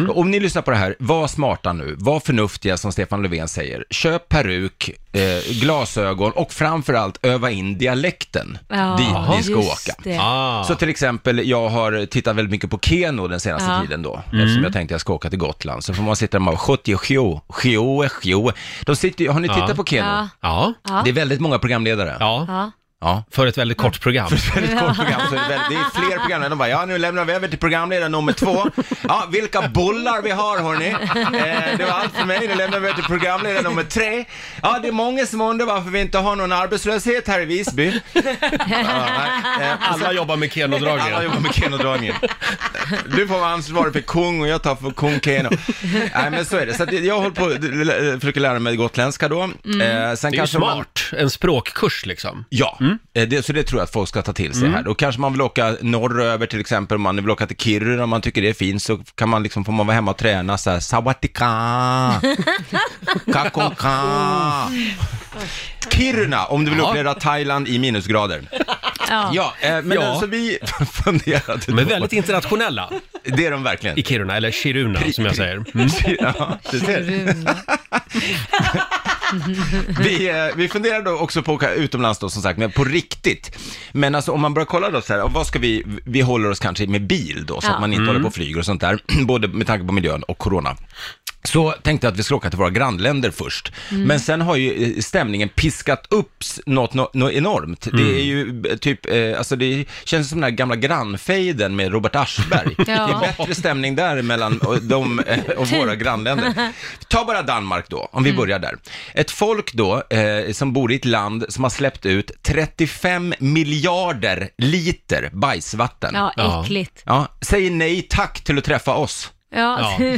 [SPEAKER 9] Om ni lyssnar på det här, var smarta nu. Var förnuftiga, som Stefan Löfven säger. Köp peruk, eh, glasögon och framförallt öva in dialekten
[SPEAKER 3] Ja,
[SPEAKER 9] dit ni ska
[SPEAKER 3] just
[SPEAKER 9] åka.
[SPEAKER 3] det.
[SPEAKER 1] Ah.
[SPEAKER 9] Så till exempel, jag har tittat väldigt mycket på Keno den senaste
[SPEAKER 3] Ja.
[SPEAKER 9] tiden då, eftersom jag tänkte jag ska åka till Gotland. Så får man sitta där och bara, sjio, sjio, sjio. De sitter ju- Har ni tittat på Keno?
[SPEAKER 3] Ja.
[SPEAKER 1] Ja.
[SPEAKER 9] Det är väldigt många programledare.
[SPEAKER 1] Ja.
[SPEAKER 3] Ja.
[SPEAKER 9] Ja.
[SPEAKER 1] för ett väldigt kort program.
[SPEAKER 9] Väldigt kort program, så är det, väldigt, det är fler program. De bara, ja nu lämnar vi över till programledare nummer två. Ja, vilka bullar vi har hörni. Eh, det var allt för mig, nu lämnar vi över till programledare nummer tre. Ja, det är många som undrar varför vi inte har någon arbetslöshet här i Visby. Ja, nej. Eh,
[SPEAKER 1] Alla jobbar med
[SPEAKER 9] alla
[SPEAKER 1] Keno-dragningen.
[SPEAKER 9] jobbar med Keno-dragningen. Du får vara ansvarig för kung och jag tar för kung Keno. Nej men så är det. Så att jag håller på att försöker lära mig gotländska då. Eh, sen
[SPEAKER 1] Det är ju
[SPEAKER 9] kanske man-
[SPEAKER 1] smart, en språkkurs liksom.
[SPEAKER 9] Ja, eh, det, så det tror jag att folk ska ta till sig
[SPEAKER 1] Mm.
[SPEAKER 9] här. Då kanske man vill åka norröver till exempel, om man vill åka till Kiruna om man tycker det är fint, så kan man liksom, får man vara hemma och träna så här, sawatika, kakonka. Kiruna, om du vill uppleva Thailand i minusgrader.
[SPEAKER 3] Ja.
[SPEAKER 9] Ja, eh, men
[SPEAKER 1] Ja.
[SPEAKER 9] eh, så vi funderade
[SPEAKER 1] De är
[SPEAKER 9] då.
[SPEAKER 1] väldigt internationella
[SPEAKER 9] Det är de verkligen.
[SPEAKER 1] i Kiruna, eller Kiruna som jag säger. Mm.
[SPEAKER 9] Ja, du ser.
[SPEAKER 3] Runa.
[SPEAKER 9] Vi, eh, vi funderar då också på att åka utomlands då som sagt, men på riktigt. Men alltså om man börjar kolla då så här, och vad ska vi, vi håller oss kanske med bil då, så
[SPEAKER 3] Ja.
[SPEAKER 9] att man inte håller på och flyger och sånt där, både med tanke på miljön och corona. Så tänkte jag att vi skulle åka till våra grannländer först. Men sen har ju eh, stämningen piskat upp s- något, något, något enormt. Det är ju eh, typ, eh, alltså det känns som den här gamla grannfejden med Robert Aschberg. Det är bättre stämning där mellan eh, dem eh, och våra grannländer. Ta bara Danmark då, om vi börjar där. Ett folk då eh, som bor i ett land som har släppt ut 35 miljarder liter bajsvatten. Ja.
[SPEAKER 1] Ja.
[SPEAKER 3] Ja, äckligt.
[SPEAKER 9] säger nej tack till att träffa oss.
[SPEAKER 3] Ja.
[SPEAKER 1] Ja.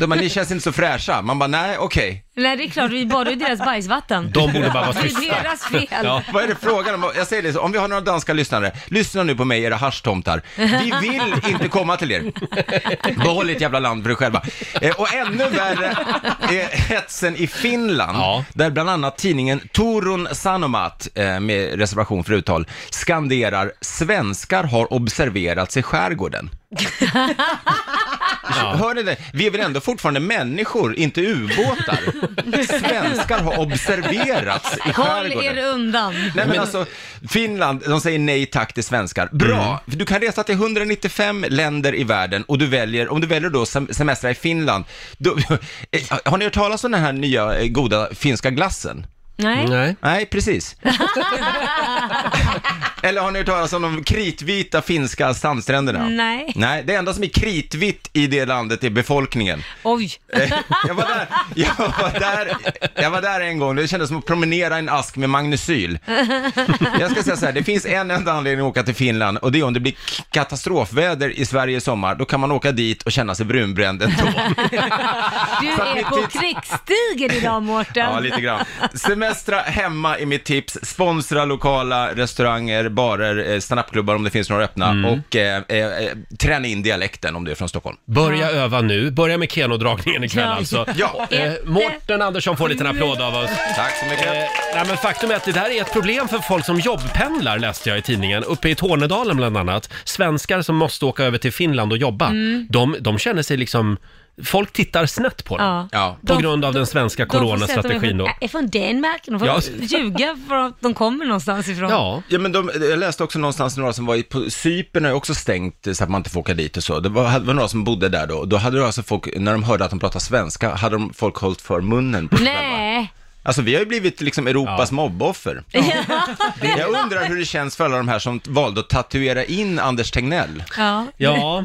[SPEAKER 9] De bara, ni känns inte så fräscha. Man bara, nej okej.
[SPEAKER 3] Nej, det är klart, vi badar ju i deras bajsvatten.
[SPEAKER 1] De borde bara vara
[SPEAKER 3] det
[SPEAKER 1] tysta.
[SPEAKER 3] är deras fel.
[SPEAKER 1] Ja.
[SPEAKER 9] Vad är det frågan om? Jag säger det så, om vi har några danska lyssnare, lyssna nu på mig era haschtomtar. Vi vill inte komma till er. Behåll ert jävla land för er själva. Eh, och ännu värre är hetsen i Finland,
[SPEAKER 1] Ja.
[SPEAKER 9] där bland annat tidningen Torun Sanomat, eh, med reservation för uttal, skanderar “Svenskar har observerats i skärgården”. Hör ni det? Vi är väl ändå fortfarande människor, inte ubåtar? Svenskar har observerats i
[SPEAKER 3] Håll
[SPEAKER 9] skärgården.
[SPEAKER 3] er undan.
[SPEAKER 9] Nej men alltså, Finland, de säger nej tack till svenskar. Bra! För Du kan resa till 195 länder i världen och du väljer, om du väljer då sem- semestra i Finland, då, Eh, har ni hört talas om den här nya eh, goda finska glassen?
[SPEAKER 3] Nej.
[SPEAKER 1] Nej.
[SPEAKER 9] Nej, precis. Eller har ni hört talas om de kritvita finska sandstränderna?
[SPEAKER 3] Nej.
[SPEAKER 9] Nej, det enda som är kritvitt i det landet är befolkningen.
[SPEAKER 3] Oj.
[SPEAKER 9] Jag var, där, jag, var där, jag var där en gång, det kändes som att promenera i en ask med magnesyl. Jag ska säga så här, det finns en enda anledning att åka till Finland och det är om det blir k- katastrofväder i Sverige i sommar, då kan man åka dit och känna sig brunbränd ändå.
[SPEAKER 3] Du är på krigsstigen idag Mårten.
[SPEAKER 9] Ja, lite grann. Semestra hemma är mitt tips. Sponsra lokala restauranger, barer, eh, standupklubbar om det finns några öppna och eh, eh, eh, träna in dialekten om du är från Stockholm.
[SPEAKER 1] Börja öva nu, börja med Keno-dragningen ikväll
[SPEAKER 3] Ja.
[SPEAKER 1] alltså.
[SPEAKER 9] Ja,
[SPEAKER 1] Eh, Mårten Andersson får en liten applåd av oss.
[SPEAKER 9] tack så mycket.
[SPEAKER 1] Eh, nej, men faktum är att det där är ett problem för folk som jobbpendlar läste jag i tidningen. Uppe i Tornedalen bland annat. Svenskar som måste åka över till Finland och jobba.
[SPEAKER 3] Mm.
[SPEAKER 1] De, de känner sig liksom... Folk tittar snett på dem.
[SPEAKER 3] Ja.
[SPEAKER 9] Ja.
[SPEAKER 1] På
[SPEAKER 3] De-
[SPEAKER 1] grund av den svenska
[SPEAKER 3] De får säga att de är
[SPEAKER 1] coronastrategin
[SPEAKER 3] från-
[SPEAKER 1] då.
[SPEAKER 3] Äh, är från Danmark. De får
[SPEAKER 1] Ja.
[SPEAKER 3] ljuga för att de kommer någonstans ifrån.
[SPEAKER 1] Ja.
[SPEAKER 9] Ja, men de, jag läste också någonstans några som var i, på Cypern har ju också stängt eh, så att man inte får åka dit och så. Det var, det var några som bodde där då. Då hade det alltså folk, när de hörde att de pratade svenska, hade de folk hållit för munnen på sig själva.
[SPEAKER 3] Nej.
[SPEAKER 9] Alltså vi har ju blivit liksom Europas mobboffer. Jag undrar hur det känns för alla de här som valde att tatuera in Anders Tegnell.
[SPEAKER 3] Ja.
[SPEAKER 1] Ja,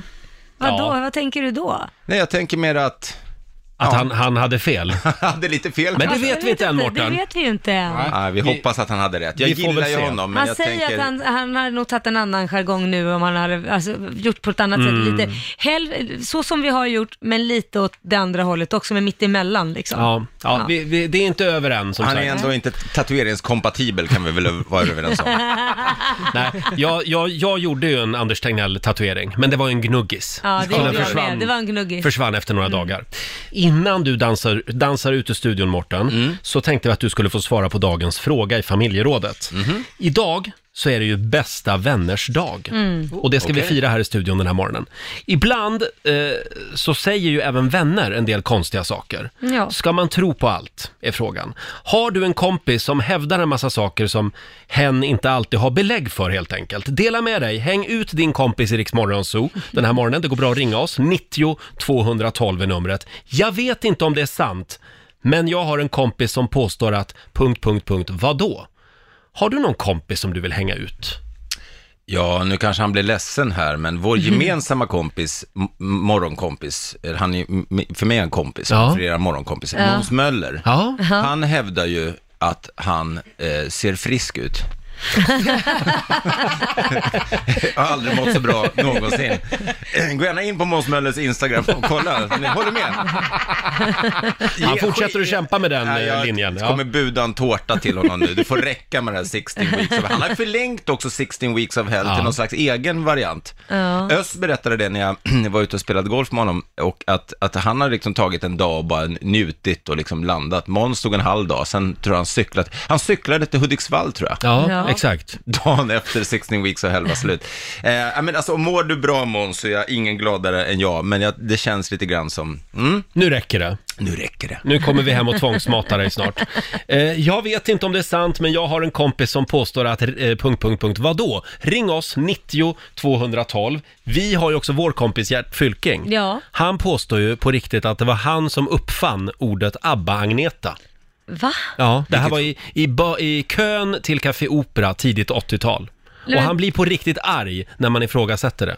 [SPEAKER 3] Vadå?
[SPEAKER 1] Ja.
[SPEAKER 3] Vad tänker du då?
[SPEAKER 9] Nej, jag tänker mer att
[SPEAKER 1] att han, han hade fel.
[SPEAKER 9] han hade lite fel
[SPEAKER 1] Men det
[SPEAKER 9] kanske.
[SPEAKER 1] vet vi inte än
[SPEAKER 3] Det
[SPEAKER 1] Mårten.
[SPEAKER 3] vet vi ju inte än.
[SPEAKER 9] Nej, vi hoppas att han hade rätt. Jag
[SPEAKER 1] vi får
[SPEAKER 9] gillar
[SPEAKER 1] väl
[SPEAKER 9] ju
[SPEAKER 1] se.
[SPEAKER 9] honom, men
[SPEAKER 3] Han
[SPEAKER 9] jag
[SPEAKER 3] säger
[SPEAKER 9] tänker...
[SPEAKER 3] att han, han hade nog tagit en annan jargong nu om han hade alltså, gjort på ett annat sätt.
[SPEAKER 1] Mm.
[SPEAKER 3] Lite, hell, så som vi har gjort, men lite åt det andra hållet också, men mitt emellan liksom.
[SPEAKER 1] Ja, ja vi, vi, det är inte över än som
[SPEAKER 9] Han är
[SPEAKER 1] sagt.
[SPEAKER 9] ändå inte tatueringskompatibel kan vi väl ö- vara överens om.
[SPEAKER 1] Nej, jag, jag, jag gjorde ju en Anders Tegnell-tatuering, men det var ju en gnuggis.
[SPEAKER 3] Ja, det
[SPEAKER 1] Så den
[SPEAKER 3] gjorde jag
[SPEAKER 1] försvann-
[SPEAKER 3] med. Det var en gnuggis. Mm.
[SPEAKER 1] försvann efter några dagar. Innan du dansar, dansar ut ur studion, Morten,
[SPEAKER 3] Mm.
[SPEAKER 1] så tänkte vi att du skulle få svara på dagens fråga i familjerådet.
[SPEAKER 3] Mm-hmm.
[SPEAKER 1] Idag så är det ju bästa vänners dag.
[SPEAKER 3] Mm.
[SPEAKER 1] Och det ska vi
[SPEAKER 9] Okej.
[SPEAKER 1] fira här i studion den här morgonen. Ibland eh, så säger ju även vänner en del konstiga saker.
[SPEAKER 3] Ja.
[SPEAKER 1] Ska man tro på allt? Är frågan. Har du en kompis som hävdar en massa saker som hen inte alltid har belägg för helt enkelt? Dela med dig, häng ut din kompis i Rix Morgon Zoo den här morgonen. Det går bra att ringa oss, 90 212 är numret. Jag vet inte om det är sant, men jag har en kompis som påstår att... Punkt, punkt, punkt, vadå? Har du någon kompis som du vill hänga ut?
[SPEAKER 9] Ja, nu kanske han blir ledsen här, men
[SPEAKER 1] Mhm.
[SPEAKER 9] vår gemensamma kompis, m- morgonkompis, eh, han är ju m- för mig en kompis,
[SPEAKER 1] Ja.
[SPEAKER 9] för era morgonkompisar, Måns Möller.
[SPEAKER 1] Ja.
[SPEAKER 9] Han hävdar ju att han eh, ser frisk ut. jag har aldrig mått så bra någonsin. Eh, Gå gärna in på Måns Möllers Instagram och kolla. Ni håller med?
[SPEAKER 1] Han fortsätter att kämpa med den
[SPEAKER 9] Nej,
[SPEAKER 1] eh,
[SPEAKER 9] jag
[SPEAKER 1] linjen.
[SPEAKER 9] kommer
[SPEAKER 1] Ja.
[SPEAKER 9] buda en tårta till honom nu. Det får räcka med det här 16 weeks of hell. Han har förlängt också 16 weeks of hell
[SPEAKER 1] Ja.
[SPEAKER 9] till någon slags egen variant. Ös berättade det när jag var ute och spelade golf med honom och att, att han har liksom tagit en dag och bara njutit och liksom landat. Måns tog en halv dag, sen tror jag han cyklat. Han cyklade till Hudiksvall tror jag.
[SPEAKER 1] Ja,
[SPEAKER 3] Ja.
[SPEAKER 1] exakt.
[SPEAKER 9] Dagen efter 16 weeks of hell var slut. Eh, ja, men alltså, mår du bra Måns så är jag ingen gladare än jag, men jag, det känns lite grann som, mm,
[SPEAKER 1] Nu räcker det.
[SPEAKER 9] nu räcker det.
[SPEAKER 1] Nu kommer vi hem och tvångsmatar dig snart. Eh, jag vet inte om det är sant, men jag har en kompis som påstår att... Eh, punkt, punkt, punkt. Vadå? Ring oss, 90 212. Vi har ju också vår kompis Gert Fylking.
[SPEAKER 3] Ja.
[SPEAKER 1] Han påstår ju på riktigt att det var han som uppfann ordet ABBA-Agneta.
[SPEAKER 3] Va?
[SPEAKER 1] Ja, det här var i, i, ba- i kön till Café Opera tidigt 80-tal. Och
[SPEAKER 3] Men-
[SPEAKER 1] han blir på riktigt arg när man ifrågasätter det.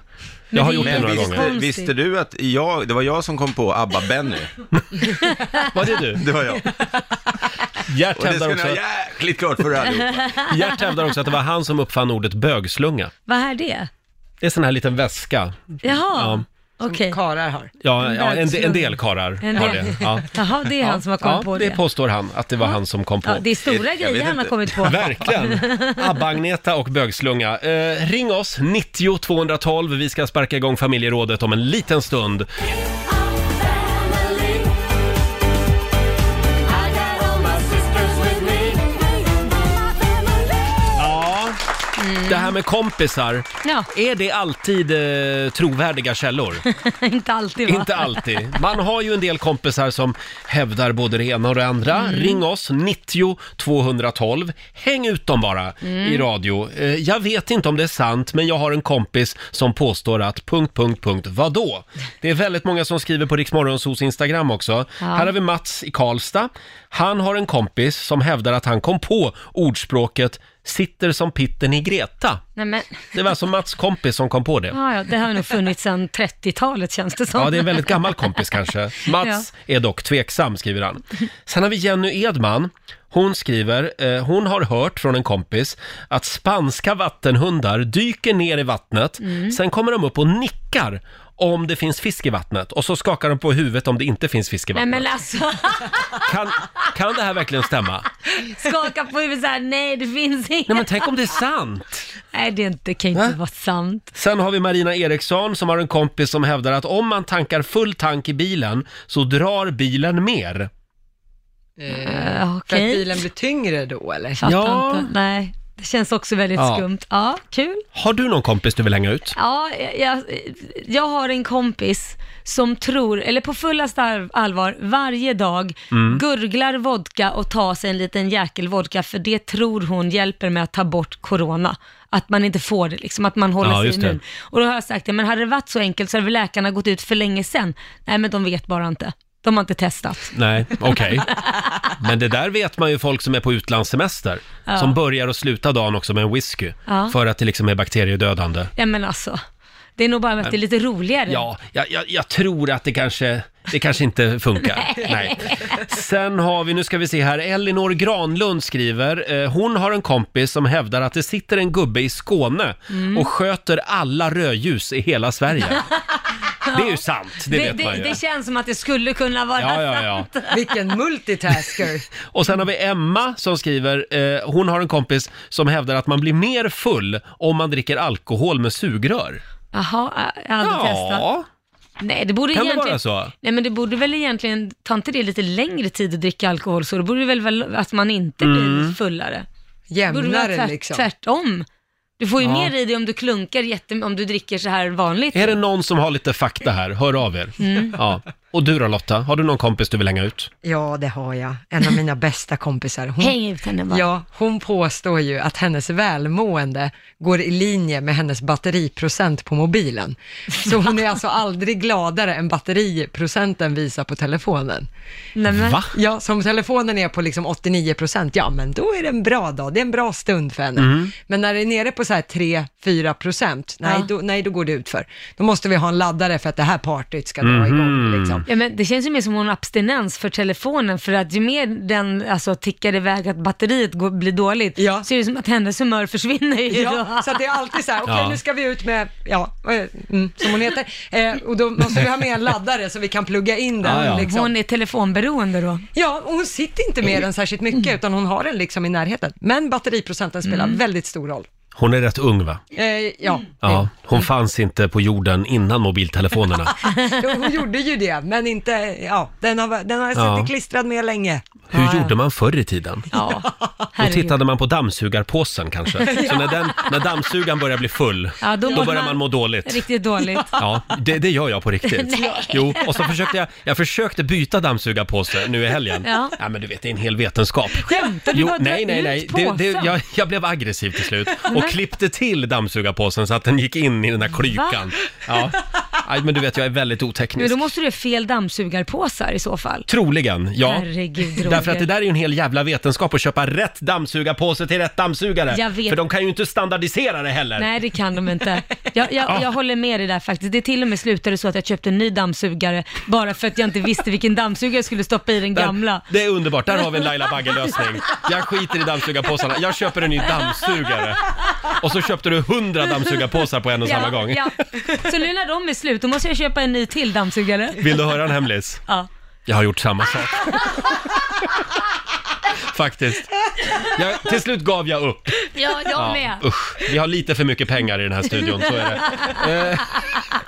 [SPEAKER 1] Jag har
[SPEAKER 3] det är
[SPEAKER 1] gjort
[SPEAKER 3] ju
[SPEAKER 1] det
[SPEAKER 9] Men
[SPEAKER 1] några
[SPEAKER 3] visst-
[SPEAKER 1] gånger.
[SPEAKER 9] visste,
[SPEAKER 3] Konstigt.
[SPEAKER 9] visste du att jag, det var jag som kom på ABBA-Benny?
[SPEAKER 1] Var det du?
[SPEAKER 9] Det var jag.
[SPEAKER 1] Gert
[SPEAKER 9] Och det
[SPEAKER 1] hävdar,
[SPEAKER 9] ska ni
[SPEAKER 1] också,
[SPEAKER 9] ha jäkligt klart för er allihopa.
[SPEAKER 1] Gert hävdar också att det var han som uppfann ordet bögslunga.
[SPEAKER 3] Vad är det?
[SPEAKER 1] Det är sån här liten väska.
[SPEAKER 3] Jaha, okej.
[SPEAKER 2] Karar har.
[SPEAKER 1] Ja, ja en,
[SPEAKER 3] bögslunga.
[SPEAKER 1] en del karlar
[SPEAKER 3] En
[SPEAKER 1] har
[SPEAKER 3] del.
[SPEAKER 1] det. Ja.
[SPEAKER 3] Jaha, det är han som har kommit
[SPEAKER 1] ja,
[SPEAKER 3] på
[SPEAKER 1] det
[SPEAKER 3] det.
[SPEAKER 1] påstår han, att det var han som kom på.
[SPEAKER 3] Ja, det är
[SPEAKER 9] Jag
[SPEAKER 3] stora
[SPEAKER 9] vet
[SPEAKER 3] grejer han har
[SPEAKER 9] inte.
[SPEAKER 3] kommit på.
[SPEAKER 1] Verkligen. Abba-Agneta och bögslunga. Eh, ring oss, 90 212. Vi ska sparka igång familjerådet om en liten stund. Ja, det här med kompisar.
[SPEAKER 3] Ja,
[SPEAKER 1] Är det alltid eh, trovärdiga källor?
[SPEAKER 3] inte alltid va?
[SPEAKER 1] Inte alltid. Man har ju en del kompisar som hävdar både det ena och det andra.
[SPEAKER 3] Mm.
[SPEAKER 1] Ring oss, 90 212. Häng ut dem bara
[SPEAKER 3] Mm.
[SPEAKER 1] i radio. Eh, jag vet inte om det är sant, men jag har en kompis som påstår att... Punkt, punkt, punkt, vadå? Det är väldigt många som skriver på Riksmorgonsos Instagram också. Här har vi Mats i Karlstad. Han har en kompis som hävdar att han kom på ordspråket “sitter som pitten i Greta”.
[SPEAKER 3] Nej, men,
[SPEAKER 1] Det var alltså Mats kompis som kom på det.
[SPEAKER 3] ja, ja, det har nog funnits sedan 30-talet känns det som.
[SPEAKER 1] Ja, det är en väldigt gammal kompis kanske. Mats är dock tveksam, skriver han. Sen har vi Jenny Edman. Hon skriver, eh, hon har hört från en kompis att spanska vattenhundar dyker ner i vattnet,
[SPEAKER 3] Mm.
[SPEAKER 1] sen kommer de upp och nickar om det finns fisk i vattnet och så skakar de på huvudet om det inte finns fisk i
[SPEAKER 3] Nej
[SPEAKER 1] vattnet.
[SPEAKER 3] men alltså,
[SPEAKER 1] Kan, kan det här verkligen stämma?
[SPEAKER 3] skaka på huvudet såhär, nej det finns inget.
[SPEAKER 1] Nej men tänk om det är sant!
[SPEAKER 3] Nej det är inte, kan inte vara sant.
[SPEAKER 1] Sen har vi Marina Eriksson som har en kompis som hävdar att om man tankar full tank i bilen så drar bilen mer.
[SPEAKER 3] Uh,
[SPEAKER 2] För att
[SPEAKER 3] Okej,
[SPEAKER 2] bilen blir tyngre då eller?
[SPEAKER 3] fattar
[SPEAKER 1] Ja.
[SPEAKER 3] inte. Nej, det känns också väldigt
[SPEAKER 1] Ja.
[SPEAKER 3] skumt. Ja, kul.
[SPEAKER 1] Har du någon kompis du vill hänga ut?
[SPEAKER 3] Ja, jag, jag har en kompis som tror, eller på fullaste all- allvar, varje dag
[SPEAKER 1] Mm.
[SPEAKER 3] gurglar vodka och tar sig en liten jäkelvodka, för det tror hon hjälper med att ta bort corona. Att man inte får det, liksom, att man håller
[SPEAKER 1] Ja,
[SPEAKER 3] sig
[SPEAKER 1] just det.
[SPEAKER 3] immun. Och då har jag sagt det, men hade det varit så enkelt så hade väl läkarna gått ut för länge sedan. Nej, men de vet bara inte. De har inte testat.
[SPEAKER 1] Nej, okej. Men det där vet man ju folk som är på utlandssemester. Som börjar och slutar dagen också med en whisky.
[SPEAKER 3] Ja.
[SPEAKER 1] För att det liksom är bakteriedödande.
[SPEAKER 3] Ja, men alltså, det är nog bara att det är lite roligare.
[SPEAKER 1] Ja, jag, jag, jag tror att det kanske, det kanske inte funkar. Nej. Sen har vi, nu ska vi se här, Elinor Granlund skriver, eh, hon har en kompis som hävdar att det sitter en gubbe i Skåne
[SPEAKER 3] Mm.
[SPEAKER 1] och sköter alla rödljus i hela Sverige. Det är ju sant, det,
[SPEAKER 3] det,
[SPEAKER 1] vet man
[SPEAKER 3] det,
[SPEAKER 1] ju.
[SPEAKER 3] det känns som att det skulle kunna vara
[SPEAKER 1] ja, ja, ja.
[SPEAKER 2] Vilken multitasker.
[SPEAKER 1] Och sen har vi Emma som skriver, eh, hon har en kompis som hävdar att man blir mer full om man dricker alkohol med sugrör.
[SPEAKER 3] Jaha, jag har aldrig testat.
[SPEAKER 1] Ja,
[SPEAKER 3] Nej, det borde
[SPEAKER 1] Kan det
[SPEAKER 3] egentligen...
[SPEAKER 1] vara så?
[SPEAKER 3] Nej, men det borde väl egentligen, ta inte det lite längre tid att dricka alkohol så, då borde det väl vara att man inte blir fullare? Det borde vara
[SPEAKER 2] Jämnare
[SPEAKER 3] tvärt,
[SPEAKER 2] liksom.
[SPEAKER 3] tvärtom. Du får ju
[SPEAKER 1] Ja.
[SPEAKER 3] mer i dig om du klunkar jätte, om du dricker så här vanligt. Mm.
[SPEAKER 1] är det någon som har lite fakta här, hör av er. Ja. Och du då Lotta, har du någon kompis du vill hänga ut?
[SPEAKER 2] Ja, det har jag. En av mina bästa kompisar. Hon,
[SPEAKER 3] Häng ut henne bara.
[SPEAKER 2] Ja, hon påstår ju att hennes välmående går i linje med hennes batteriprocent på mobilen. Så hon är alltså aldrig gladare än batteriprocenten visar på telefonen.
[SPEAKER 3] Nej, men,
[SPEAKER 1] Va?
[SPEAKER 2] Ja, så om telefonen är på liksom 89 procent, ja men då är det en bra dag, det är en bra stund för henne.
[SPEAKER 1] Mm.
[SPEAKER 2] Men när det är nere på så här 3-4 procent, nej,
[SPEAKER 3] Ja.
[SPEAKER 2] då, nej då går det ut för. Då måste vi ha en laddare för att det här partyt ska dra
[SPEAKER 1] Mhm.
[SPEAKER 2] igång liksom.
[SPEAKER 3] Ja, men det känns ju mer som en abstinens för telefonen för att ju mer den alltså, tickar iväg att batteriet går, blir dåligt
[SPEAKER 2] Ja.
[SPEAKER 3] så är det som att hennes humör försvinner ju
[SPEAKER 2] Ja,
[SPEAKER 3] då.
[SPEAKER 2] så att det är alltid så här, okej
[SPEAKER 1] Ja.
[SPEAKER 2] nu ska vi ut med, ja, eh, mm, som hon heter, eh, och då måste vi ha med en laddare så vi kan plugga in den.
[SPEAKER 1] Ja, ja.
[SPEAKER 2] Liksom.
[SPEAKER 3] Hon är telefonberoende då.
[SPEAKER 2] Ja, och hon sitter inte med den särskilt mycket, utan hon har den liksom i närheten. Men batteriprocenten spelar väldigt stor roll.
[SPEAKER 1] Hon är rätt ung va?
[SPEAKER 2] Eh, ja,
[SPEAKER 1] Mm. Ja, hon fanns inte på jorden innan mobiltelefonerna.
[SPEAKER 2] Jo, hon gjorde ju det, men inte, ja, den har, den har suttit
[SPEAKER 1] Ja.
[SPEAKER 2] klistrad med länge.
[SPEAKER 1] Hur
[SPEAKER 3] Ja, ja.
[SPEAKER 1] gjorde man förr i tiden?
[SPEAKER 3] Ja,
[SPEAKER 1] Då
[SPEAKER 3] herregud.
[SPEAKER 1] tittade man på dammsugarpåsen kanske. Så när, den, när dammsugaren börjar bli full,
[SPEAKER 3] Ja, då
[SPEAKER 1] då,
[SPEAKER 3] mådde
[SPEAKER 1] börjar
[SPEAKER 3] man-
[SPEAKER 1] man må dåligt.
[SPEAKER 3] Riktigt dåligt.
[SPEAKER 1] Ja, det, det gör jag på riktigt. Jo, och så försökte jag, jag försökte byta dammsugarpåse nu i helgen.
[SPEAKER 3] Ja.
[SPEAKER 1] men du vet, det är en hel vetenskap.
[SPEAKER 3] Skämtar du?
[SPEAKER 1] Jo,
[SPEAKER 3] Bara
[SPEAKER 1] nej,
[SPEAKER 3] dra
[SPEAKER 1] nej,
[SPEAKER 3] ut
[SPEAKER 1] nej. Det, det,
[SPEAKER 3] påsen.
[SPEAKER 1] jag, jag blev aggressiv till slut och klippte till dammsugarpåsen så att den gick in i den där klykan. Ja. Aj, men du vet, jag är väldigt
[SPEAKER 3] Men
[SPEAKER 1] oteknisk.
[SPEAKER 3] då måste du ha fel dammsugarpåsar i så fall.
[SPEAKER 1] Troligen, ja.
[SPEAKER 3] Herregud, Roger.
[SPEAKER 1] Därför att det där är ju en hel jävla vetenskap att köpa rätt dammsugarpåse till rätt dammsugare.
[SPEAKER 3] Jag vet.
[SPEAKER 1] För de kan ju inte standardisera det heller.
[SPEAKER 3] Nej, det kan de inte. Jag, jag, jag håller med dig där faktiskt. Det till och med slutade så att jag köpte en ny dammsugare bara för att jag inte visste vilken dammsugare jag skulle stoppa i den
[SPEAKER 1] Där-
[SPEAKER 3] gamla.
[SPEAKER 1] Det är underbart, där har vi en Laila Bagge-lösning. Jag skiter i dammsugarpåsarna, jag köper en ny dammsugare. Och så köpte du hundra dammsugarpåsar på en och samma gång.
[SPEAKER 3] Ja. Så nu när de är slut, då måste jag köpa en ny till dammsugare.
[SPEAKER 1] Vill du höra en hemlis?
[SPEAKER 3] Ja.
[SPEAKER 1] Jag har gjort samma sak. Faktiskt. Jag, till slut gav jag upp.
[SPEAKER 3] Ja, jag med.
[SPEAKER 1] Usch, vi har lite för mycket pengar i den här studion, så är det. Eh,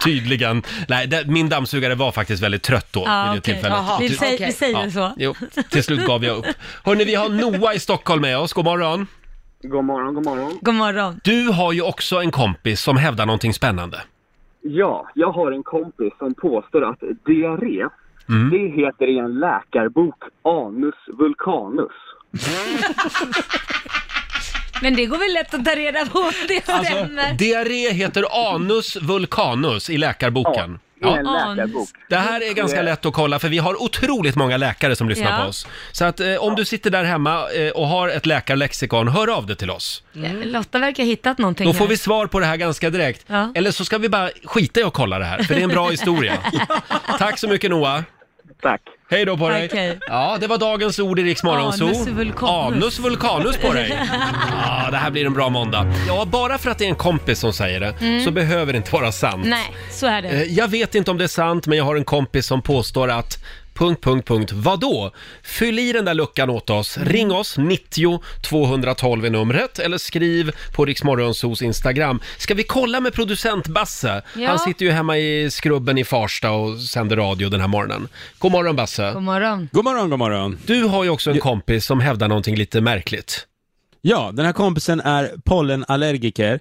[SPEAKER 1] tydligen. Nej, det, min dammsugare var faktiskt väldigt trött då, vid det
[SPEAKER 3] Ja, Ah, okej.
[SPEAKER 1] tillfället.
[SPEAKER 2] Jaha.
[SPEAKER 3] Vi, säger, vi
[SPEAKER 2] Okej.
[SPEAKER 3] säger
[SPEAKER 1] typ. Ja,
[SPEAKER 3] så.
[SPEAKER 1] Jo, till slut gav jag upp. Hörni, vi har Noah i Stockholm med oss. God morgon.
[SPEAKER 10] God morgon, god morgon.
[SPEAKER 3] God morgon.
[SPEAKER 1] Du har ju också en kompis som hävdar någonting spännande.
[SPEAKER 10] Ja, jag har en kompis som påstår att diarré,
[SPEAKER 9] Mm.
[SPEAKER 10] det heter i en läkarbok anus vulcanus.
[SPEAKER 3] Men det går väl lätt att ta reda på. Det
[SPEAKER 1] Alltså,
[SPEAKER 3] stämmer.
[SPEAKER 1] Diarré heter anus vulcanus i läkarboken.
[SPEAKER 10] I en
[SPEAKER 3] Anus.
[SPEAKER 10] läkarbok.
[SPEAKER 1] Det här är ganska lätt att kolla för vi har otroligt många läkare som lyssnar
[SPEAKER 3] Ja.
[SPEAKER 1] på oss. Så att eh, om du sitter där hemma eh, och har ett läkarlexikon, hör av dig till oss.
[SPEAKER 3] Lotta verkar ha hittat någonting
[SPEAKER 1] Mm. Då får
[SPEAKER 3] här.
[SPEAKER 1] vi svar på det här ganska direkt.
[SPEAKER 3] Ja.
[SPEAKER 1] Eller så ska vi bara skita i att kolla det här, för det är en bra historia. Tack så mycket Noah.
[SPEAKER 10] Tack.
[SPEAKER 1] Hej då på dig!
[SPEAKER 3] Tack, hej.
[SPEAKER 1] Ja, det var dagens ord i Rix Morgonzoo.
[SPEAKER 3] Anus vulcanus.
[SPEAKER 1] Anus vulcanus på dig! Ja, det här blir en bra måndag. Ja, bara för att det är en kompis som säger det, så behöver det inte vara sant.
[SPEAKER 3] Mm. Nej, så är det.
[SPEAKER 1] Eh, Jag vet inte om det är sant, men jag har en kompis som påstår att Punkt, punkt, punkt. Vadå? Fyll i den där luckan åt oss.
[SPEAKER 3] Mm.
[SPEAKER 1] Ring oss, 90 212 är numret, eller skriv på Riksmorgonsos Instagram. Ska vi kolla med producent Basse?
[SPEAKER 3] Ja.
[SPEAKER 1] Han sitter ju hemma i skrubben i Farsta och sänder radio den här morgonen. God morgon Basse.
[SPEAKER 3] God morgon.
[SPEAKER 8] God morgon, god morgon.
[SPEAKER 1] Du har ju också en kompis som hävdar någonting lite märkligt.
[SPEAKER 8] Ja, den här kompisen är pollenallergiker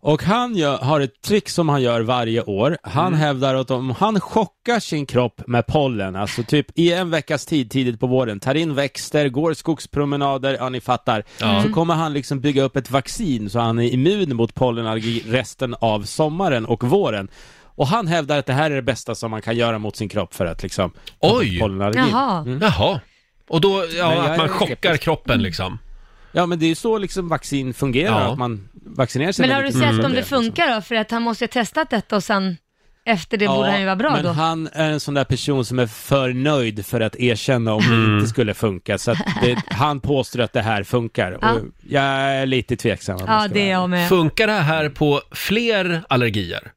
[SPEAKER 8] och han gör, har ett trick som han gör varje år. Han
[SPEAKER 1] Mm.
[SPEAKER 8] hävdar att om han chockar sin kropp med pollen, alltså typ i en veckas tid tidigt på våren, tar in växter, går skogspromenader, ja ni fattar,
[SPEAKER 1] Mm.
[SPEAKER 8] så kommer han liksom bygga upp ett vaccin så han är immun mot pollenallergi resten av sommaren och våren. Och han hävdar att det här är det bästa som man kan göra mot sin kropp för att liksom ta bort
[SPEAKER 1] Oj.
[SPEAKER 8] pollenallergin.
[SPEAKER 3] Jaha.
[SPEAKER 1] Jaha. Och då,
[SPEAKER 8] Mm. Men
[SPEAKER 1] ja,
[SPEAKER 8] jag
[SPEAKER 1] att man
[SPEAKER 8] är
[SPEAKER 1] chockar
[SPEAKER 8] skeptisk.
[SPEAKER 1] kroppen liksom.
[SPEAKER 8] Ja men det är ju så liksom vaccin fungerar,
[SPEAKER 1] Ja.
[SPEAKER 8] att man vaccinerar sig
[SPEAKER 3] Men
[SPEAKER 8] med
[SPEAKER 3] har du
[SPEAKER 8] lite
[SPEAKER 3] sett om
[SPEAKER 8] problem,
[SPEAKER 3] det
[SPEAKER 8] liksom.
[SPEAKER 3] funkar då? För att han måste ha testat detta och sen efter det borde han ju vara bra
[SPEAKER 8] men
[SPEAKER 3] då.
[SPEAKER 8] han är en sån där person som är för nöjd för att erkänna om
[SPEAKER 1] Mm.
[SPEAKER 8] det inte skulle funka. Så att det, han påstår att det här funkar.
[SPEAKER 3] Ja.
[SPEAKER 8] Och jag är lite tveksam. om jag
[SPEAKER 3] Ja,
[SPEAKER 8] ska
[SPEAKER 3] det är
[SPEAKER 8] vara
[SPEAKER 3] jag med.
[SPEAKER 1] Funkar det här på fler allergier?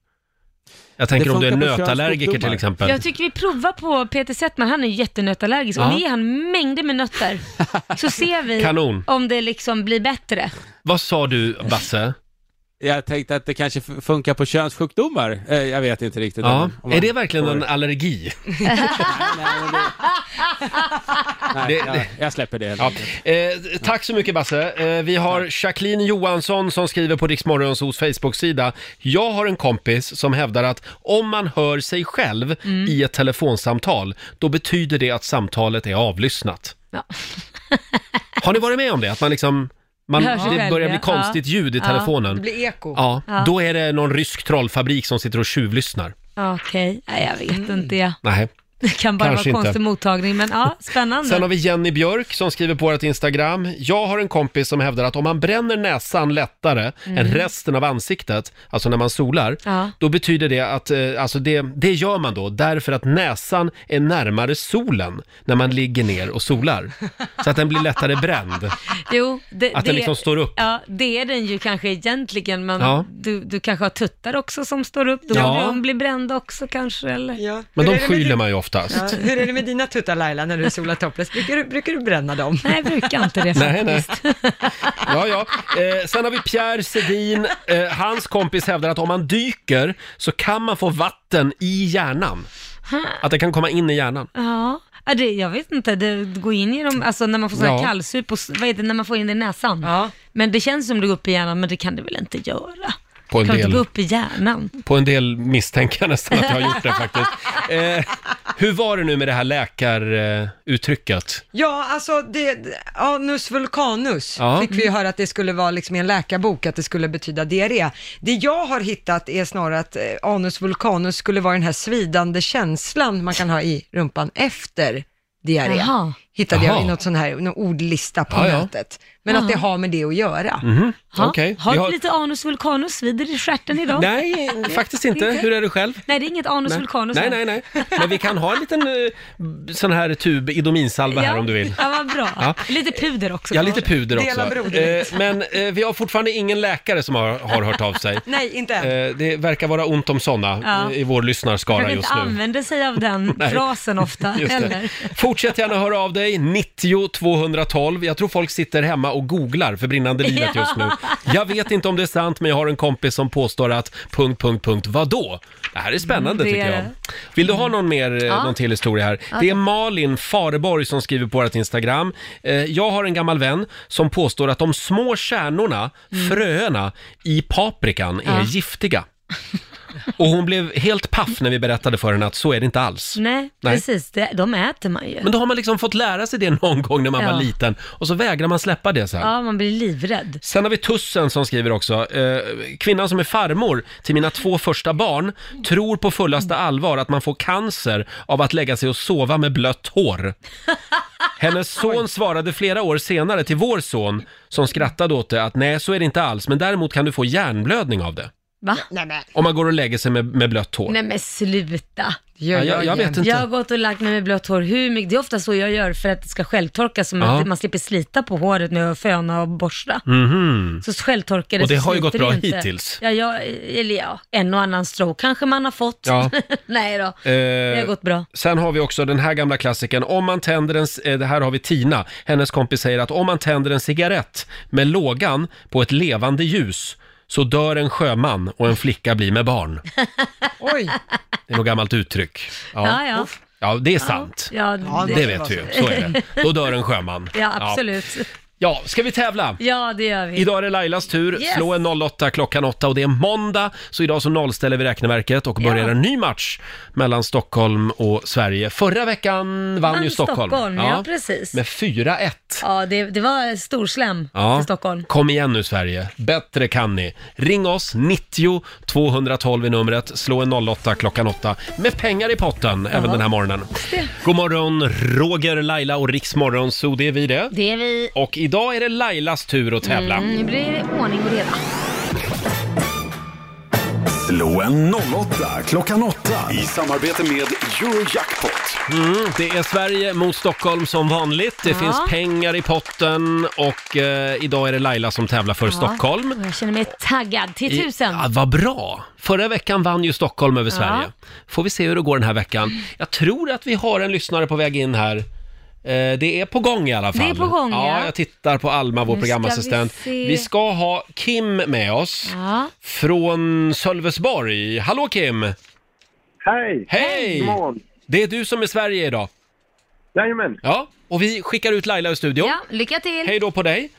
[SPEAKER 1] Jag tänker om du är
[SPEAKER 8] funkar på
[SPEAKER 1] nötallergiker till
[SPEAKER 8] könssjukdomar.
[SPEAKER 1] exempel.
[SPEAKER 3] Jag tycker vi provar på Peter Settman, han är jättenötallergisk.
[SPEAKER 1] Ja.
[SPEAKER 3] Och ger han mängder med nötter så ser vi
[SPEAKER 1] Kanon.
[SPEAKER 3] om det liksom blir bättre.
[SPEAKER 1] Vad sa du Basse?
[SPEAKER 8] jag tänkte att det kanske f- funkar på könssjukdomar. Eh, Jag vet inte riktigt.
[SPEAKER 1] Ja.
[SPEAKER 8] om- om man
[SPEAKER 1] Är det verkligen
[SPEAKER 8] får-
[SPEAKER 1] en allergi?
[SPEAKER 8] Nej,
[SPEAKER 1] Det-
[SPEAKER 8] jag, jag släpper det.
[SPEAKER 1] Ja. Eh, tack så mycket Basse. Eh, vi har Jacqueline Johansson som skriver på Rix Morgonzoos Facebook-sida. Jag har en kompis som hävdar att om man hör sig själv
[SPEAKER 3] Mm.
[SPEAKER 1] i ett telefonsamtal, då betyder det att samtalet är avlyssnat.
[SPEAKER 3] Ja.
[SPEAKER 1] Har ni varit med om det? Att man liksom, man,
[SPEAKER 3] Hör sig
[SPEAKER 1] det
[SPEAKER 3] själv,
[SPEAKER 1] börjar bli
[SPEAKER 3] ja.
[SPEAKER 1] konstigt
[SPEAKER 3] Ja.
[SPEAKER 1] ljud i
[SPEAKER 3] Ja.
[SPEAKER 1] telefonen.
[SPEAKER 3] Det blir eko.
[SPEAKER 1] Ja,
[SPEAKER 3] Ja.
[SPEAKER 1] då är det någon rysk trollfabrik som sitter och tjuvlyssnar.
[SPEAKER 3] Okej, Nej, jag vet inte. Jag.
[SPEAKER 1] Nej.
[SPEAKER 3] Det kan bara
[SPEAKER 1] Mm. Kanske
[SPEAKER 3] vara
[SPEAKER 1] inte.
[SPEAKER 3] konstig mottagning, men ja, spännande.
[SPEAKER 1] Sen har vi Jenny Björk som skriver på vårt Instagram. Jag har en kompis som hävdar att om man bränner näsan lättare
[SPEAKER 3] Mm.
[SPEAKER 1] än resten av ansiktet, alltså när man solar,
[SPEAKER 3] Ja.
[SPEAKER 1] då betyder det att, eh, alltså det, det gör man då därför att näsan är närmare solen när man ligger ner och solar. Så att den blir lättare bränd.
[SPEAKER 3] Jo, det,
[SPEAKER 1] Att den
[SPEAKER 3] det-
[SPEAKER 1] liksom står upp.
[SPEAKER 3] Ja, det är den ju kanske egentligen, men
[SPEAKER 1] Ja.
[SPEAKER 3] du, du kanske har tuttar också som står upp. Då
[SPEAKER 1] Ja.
[SPEAKER 3] kan de bli brända också kanske, eller?
[SPEAKER 2] Ja.
[SPEAKER 1] Men de
[SPEAKER 2] Hur är det med
[SPEAKER 1] skyller
[SPEAKER 2] din-
[SPEAKER 1] man ju oftast.
[SPEAKER 2] Ja, hur är det med dina tuttar Laila när du solar topless? Brukar du, brukar du bränna dem?
[SPEAKER 3] Nej, jag brukar inte det
[SPEAKER 1] Nej, nej. Ja, ja. Eh, sen har vi Pierre Sedin. Eh, hans kompis hävdar att om man dyker så kan man få vatten i hjärnan. Att det kan komma in i hjärnan.
[SPEAKER 3] Ja, Ja, det, jag vet inte. Det går in genom, alltså när man får sådana
[SPEAKER 1] Ja.
[SPEAKER 3] ja. kallsup och, s- vad heter det, när man får in det i näsan. Men det känns som det går upp i hjärnan, men det kan det väl inte göra?
[SPEAKER 1] På en
[SPEAKER 3] kan
[SPEAKER 1] del.
[SPEAKER 3] inte gå upp i hjärnan?
[SPEAKER 1] På en del misstänker jag nästan att jag har gjort det faktiskt. Eh, hur var det nu med det här läkaruttrycket?
[SPEAKER 2] Ja, alltså det, anus vulcanus
[SPEAKER 1] Ja.
[SPEAKER 2] fick vi ju höra att det skulle vara liksom i en läkarbok, att det skulle betyda diarré. Det jag har hittat är snarare att eh, anus vulcanus skulle vara den här svidande känslan man kan ha i rumpan efter diarré.
[SPEAKER 3] Jaha.
[SPEAKER 2] Hittade jag
[SPEAKER 1] Jaha.
[SPEAKER 2] i något sån här, någon ordlista på
[SPEAKER 1] Ja, ja.
[SPEAKER 2] nätet. Men att det
[SPEAKER 3] Jaha.
[SPEAKER 2] har med det att göra.
[SPEAKER 1] Mhm,
[SPEAKER 3] Ja.
[SPEAKER 1] okej.
[SPEAKER 3] Har
[SPEAKER 1] Vi
[SPEAKER 3] du
[SPEAKER 1] har-
[SPEAKER 3] lite anus vulcanus? Vider i stjärten idag?
[SPEAKER 1] Nej, faktiskt inte. Hur är det själv?
[SPEAKER 3] Nej, det är inget anus
[SPEAKER 1] Nej.
[SPEAKER 3] vulcanus.
[SPEAKER 1] nej,
[SPEAKER 3] än.
[SPEAKER 1] nej, nej. Men vi kan ha en liten eh, sån här tub Idominsalva här om du vill.
[SPEAKER 3] Ja, vad bra.
[SPEAKER 1] Ja.
[SPEAKER 3] Lite puder också.
[SPEAKER 1] Ja, lite puder
[SPEAKER 2] Dela
[SPEAKER 1] också.
[SPEAKER 2] broderligt.
[SPEAKER 1] Eh, men eh, vi har fortfarande ingen läkare som har, har hört av sig.
[SPEAKER 2] Nej, inte än.
[SPEAKER 1] Eh, det verkar vara ont om sådana
[SPEAKER 3] Ja.
[SPEAKER 1] i vår lyssnarskara
[SPEAKER 3] Kanske
[SPEAKER 1] just
[SPEAKER 3] inte
[SPEAKER 1] nu.
[SPEAKER 3] använder sig av den
[SPEAKER 1] Nej.
[SPEAKER 3] frasen ofta
[SPEAKER 1] Just det.
[SPEAKER 3] heller.
[SPEAKER 1] Fortsätt gärna höra av dig, 90 212. Jag tror folk sitter hemma och googlar för brinnande livet
[SPEAKER 3] Ja.
[SPEAKER 1] just nu. Jag vet inte om det är sant, men jag har en kompis som påstår att... Punkt, punkt, punkt, vadå? Det här är spännande
[SPEAKER 3] Mm, det
[SPEAKER 1] tycker
[SPEAKER 3] är
[SPEAKER 1] jag.
[SPEAKER 3] det.
[SPEAKER 1] Vill du ha någon mer, eh,
[SPEAKER 3] Ja.
[SPEAKER 1] någon till historia här? Det är Malin Fareborg som skriver på vårt Instagram. Eh, Jag har en gammal vän som påstår att de små kärnorna, fröerna, i paprikan är
[SPEAKER 3] Mm. Ja.
[SPEAKER 1] giftiga. Och hon blev helt paff när vi berättade för henne att så är det inte alls.
[SPEAKER 3] Nej,
[SPEAKER 1] Nej.
[SPEAKER 3] precis. Det, de äter man ju.
[SPEAKER 1] Men då har man liksom fått lära sig det någon gång när man
[SPEAKER 3] Ja.
[SPEAKER 1] var liten och så vägrar man släppa det sen.
[SPEAKER 3] Ja, man blir livrädd.
[SPEAKER 1] Sen har vi Tussen som skriver också, eh, kvinnan som är farmor till mina två första barn tror på fullaste allvar att man får cancer av att lägga sig och sova med blött hår. Hennes son svarade flera år senare till vår son som skrattade åt det att nej så är det inte alls men däremot kan du få hjärnblödning av det.
[SPEAKER 3] Va?
[SPEAKER 2] Nej, men.
[SPEAKER 1] Om man går och lägger sig med, med blött hår.
[SPEAKER 3] Nej men sluta.
[SPEAKER 2] Gör
[SPEAKER 1] Ja, jag- jag
[SPEAKER 2] igen.
[SPEAKER 1] vet inte.
[SPEAKER 3] Jag har gått och lagt mig med blött hår hur mycket, det är ofta så jag gör för att det ska självtorka så man,
[SPEAKER 1] Ja.
[SPEAKER 3] man slipper slita på håret när jag fönar och borstar.
[SPEAKER 1] Mhm.
[SPEAKER 3] Så självtorkar det
[SPEAKER 1] Och det
[SPEAKER 3] så
[SPEAKER 1] har ju
[SPEAKER 3] sliter
[SPEAKER 1] gått bra
[SPEAKER 3] det inte.
[SPEAKER 1] hittills.
[SPEAKER 3] Ja, jag, eller ja, en och annan stroke kanske man har fått.
[SPEAKER 1] Ja.
[SPEAKER 3] Nej då, det har
[SPEAKER 1] Eh,
[SPEAKER 3] gått bra.
[SPEAKER 1] Sen har vi också den här gamla klassikern. Om man tänder en, eh, det här har vi Tina, hennes kompis säger att om man tänder en cigarett med lågan på ett levande ljus så dör en sjöman och en flicka blir med barn.
[SPEAKER 2] Oj,
[SPEAKER 1] Det är något gammalt uttryck.
[SPEAKER 3] Ja, ja.
[SPEAKER 1] ja det är sant.
[SPEAKER 3] Ja,
[SPEAKER 2] Ja,
[SPEAKER 1] Det vet vi ju, så är det. Då dör en sjöman.
[SPEAKER 3] Ja, absolut.
[SPEAKER 1] Ja, ja ska vi tävla?
[SPEAKER 3] Ja, det gör vi.
[SPEAKER 1] Idag är det Lailas tur.
[SPEAKER 3] Yes.
[SPEAKER 1] Slå en 08 klockan 8 och det är måndag. Så idag så nollställer vi räkneverket och börjar
[SPEAKER 3] Ja.
[SPEAKER 1] en ny match mellan Stockholm och Sverige. Förra veckan vann
[SPEAKER 3] Vann
[SPEAKER 1] ju Stockholm.
[SPEAKER 3] Stockholm, ja, precis.
[SPEAKER 1] Med 4-1.
[SPEAKER 3] Ja, det, det var storslam
[SPEAKER 1] Ja.
[SPEAKER 3] för Stockholm.
[SPEAKER 1] Kom igen nu Sverige, bättre kan ni. Ring oss, 90 212 i numret, slå en 08 klockan 8 med pengar i potten även den här morgonen. God morgon, Roger, Laila och Riksmorgon, så det är vi det.
[SPEAKER 3] Det är vi.
[SPEAKER 1] Och idag är det Lailas tur att tävla.
[SPEAKER 3] Mm, nu blir det ordning och reda.
[SPEAKER 4] Slå en 08 klockan 8 i samarbete med Eurojackpot.
[SPEAKER 1] Mm, det är Sverige mot Stockholm som vanligt. Det
[SPEAKER 3] Ja.
[SPEAKER 1] finns pengar i potten och eh, idag är det Laila som tävlar för Stockholm.
[SPEAKER 3] Och Jag känner mig taggad till
[SPEAKER 1] I-
[SPEAKER 3] tusen.
[SPEAKER 1] Ja, vad bra! Förra veckan vann ju Stockholm över
[SPEAKER 3] Ja.
[SPEAKER 1] Sverige. Får vi se hur det går den här veckan. Jag tror att vi har en lyssnare på väg in här. Eh, Det är på gång i alla
[SPEAKER 3] Det
[SPEAKER 1] fall.
[SPEAKER 3] är på gång, ja.
[SPEAKER 1] jag tittar på Alma, vår
[SPEAKER 3] Nu ska
[SPEAKER 1] programassistent.
[SPEAKER 3] vi
[SPEAKER 1] Vi,
[SPEAKER 3] se.
[SPEAKER 1] ska ha Kim med oss
[SPEAKER 3] Ja.
[SPEAKER 1] från Sölvesborg. Hallå Kim!
[SPEAKER 11] Hej!
[SPEAKER 1] Hej!
[SPEAKER 11] God morgon.
[SPEAKER 1] Det är du som är Sverige idag.
[SPEAKER 11] Jajamän.
[SPEAKER 1] Ja, och vi skickar ut Laila ur studion.
[SPEAKER 3] Ja, lycka till!
[SPEAKER 1] Hej då på dig!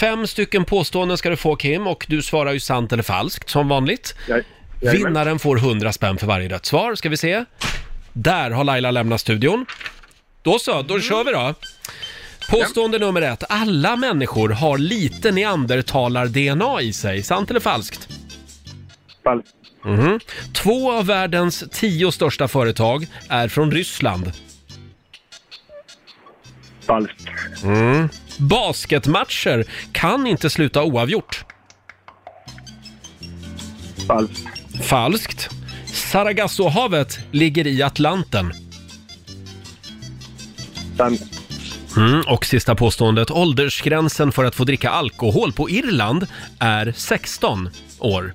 [SPEAKER 1] Fem stycken påståenden ska du få Kim och du svarar ju sant eller falskt som vanligt.
[SPEAKER 11] jajamän.
[SPEAKER 1] Vinnaren får 100 spänn för varje rätt svar, ska vi se. Där har Laila lämnat studion. Då så,
[SPEAKER 11] Mm.
[SPEAKER 1] då kör vi då. Påstående nummer ett. Alla människor har lite neandertalar-DNA i sig. Sant eller falskt?
[SPEAKER 11] Falskt.
[SPEAKER 1] Mhm. Två av världens tio största företag är från Ryssland.
[SPEAKER 11] Falskt.
[SPEAKER 1] Mm. Basketmatcher kan inte sluta oavgjort.
[SPEAKER 11] Falskt.
[SPEAKER 1] Falskt. Sargassohavet ligger i Atlanten.
[SPEAKER 11] Sant.
[SPEAKER 1] Mm, och sista påståendet. Åldersgränsen för att få dricka alkohol på Irland är 16 år.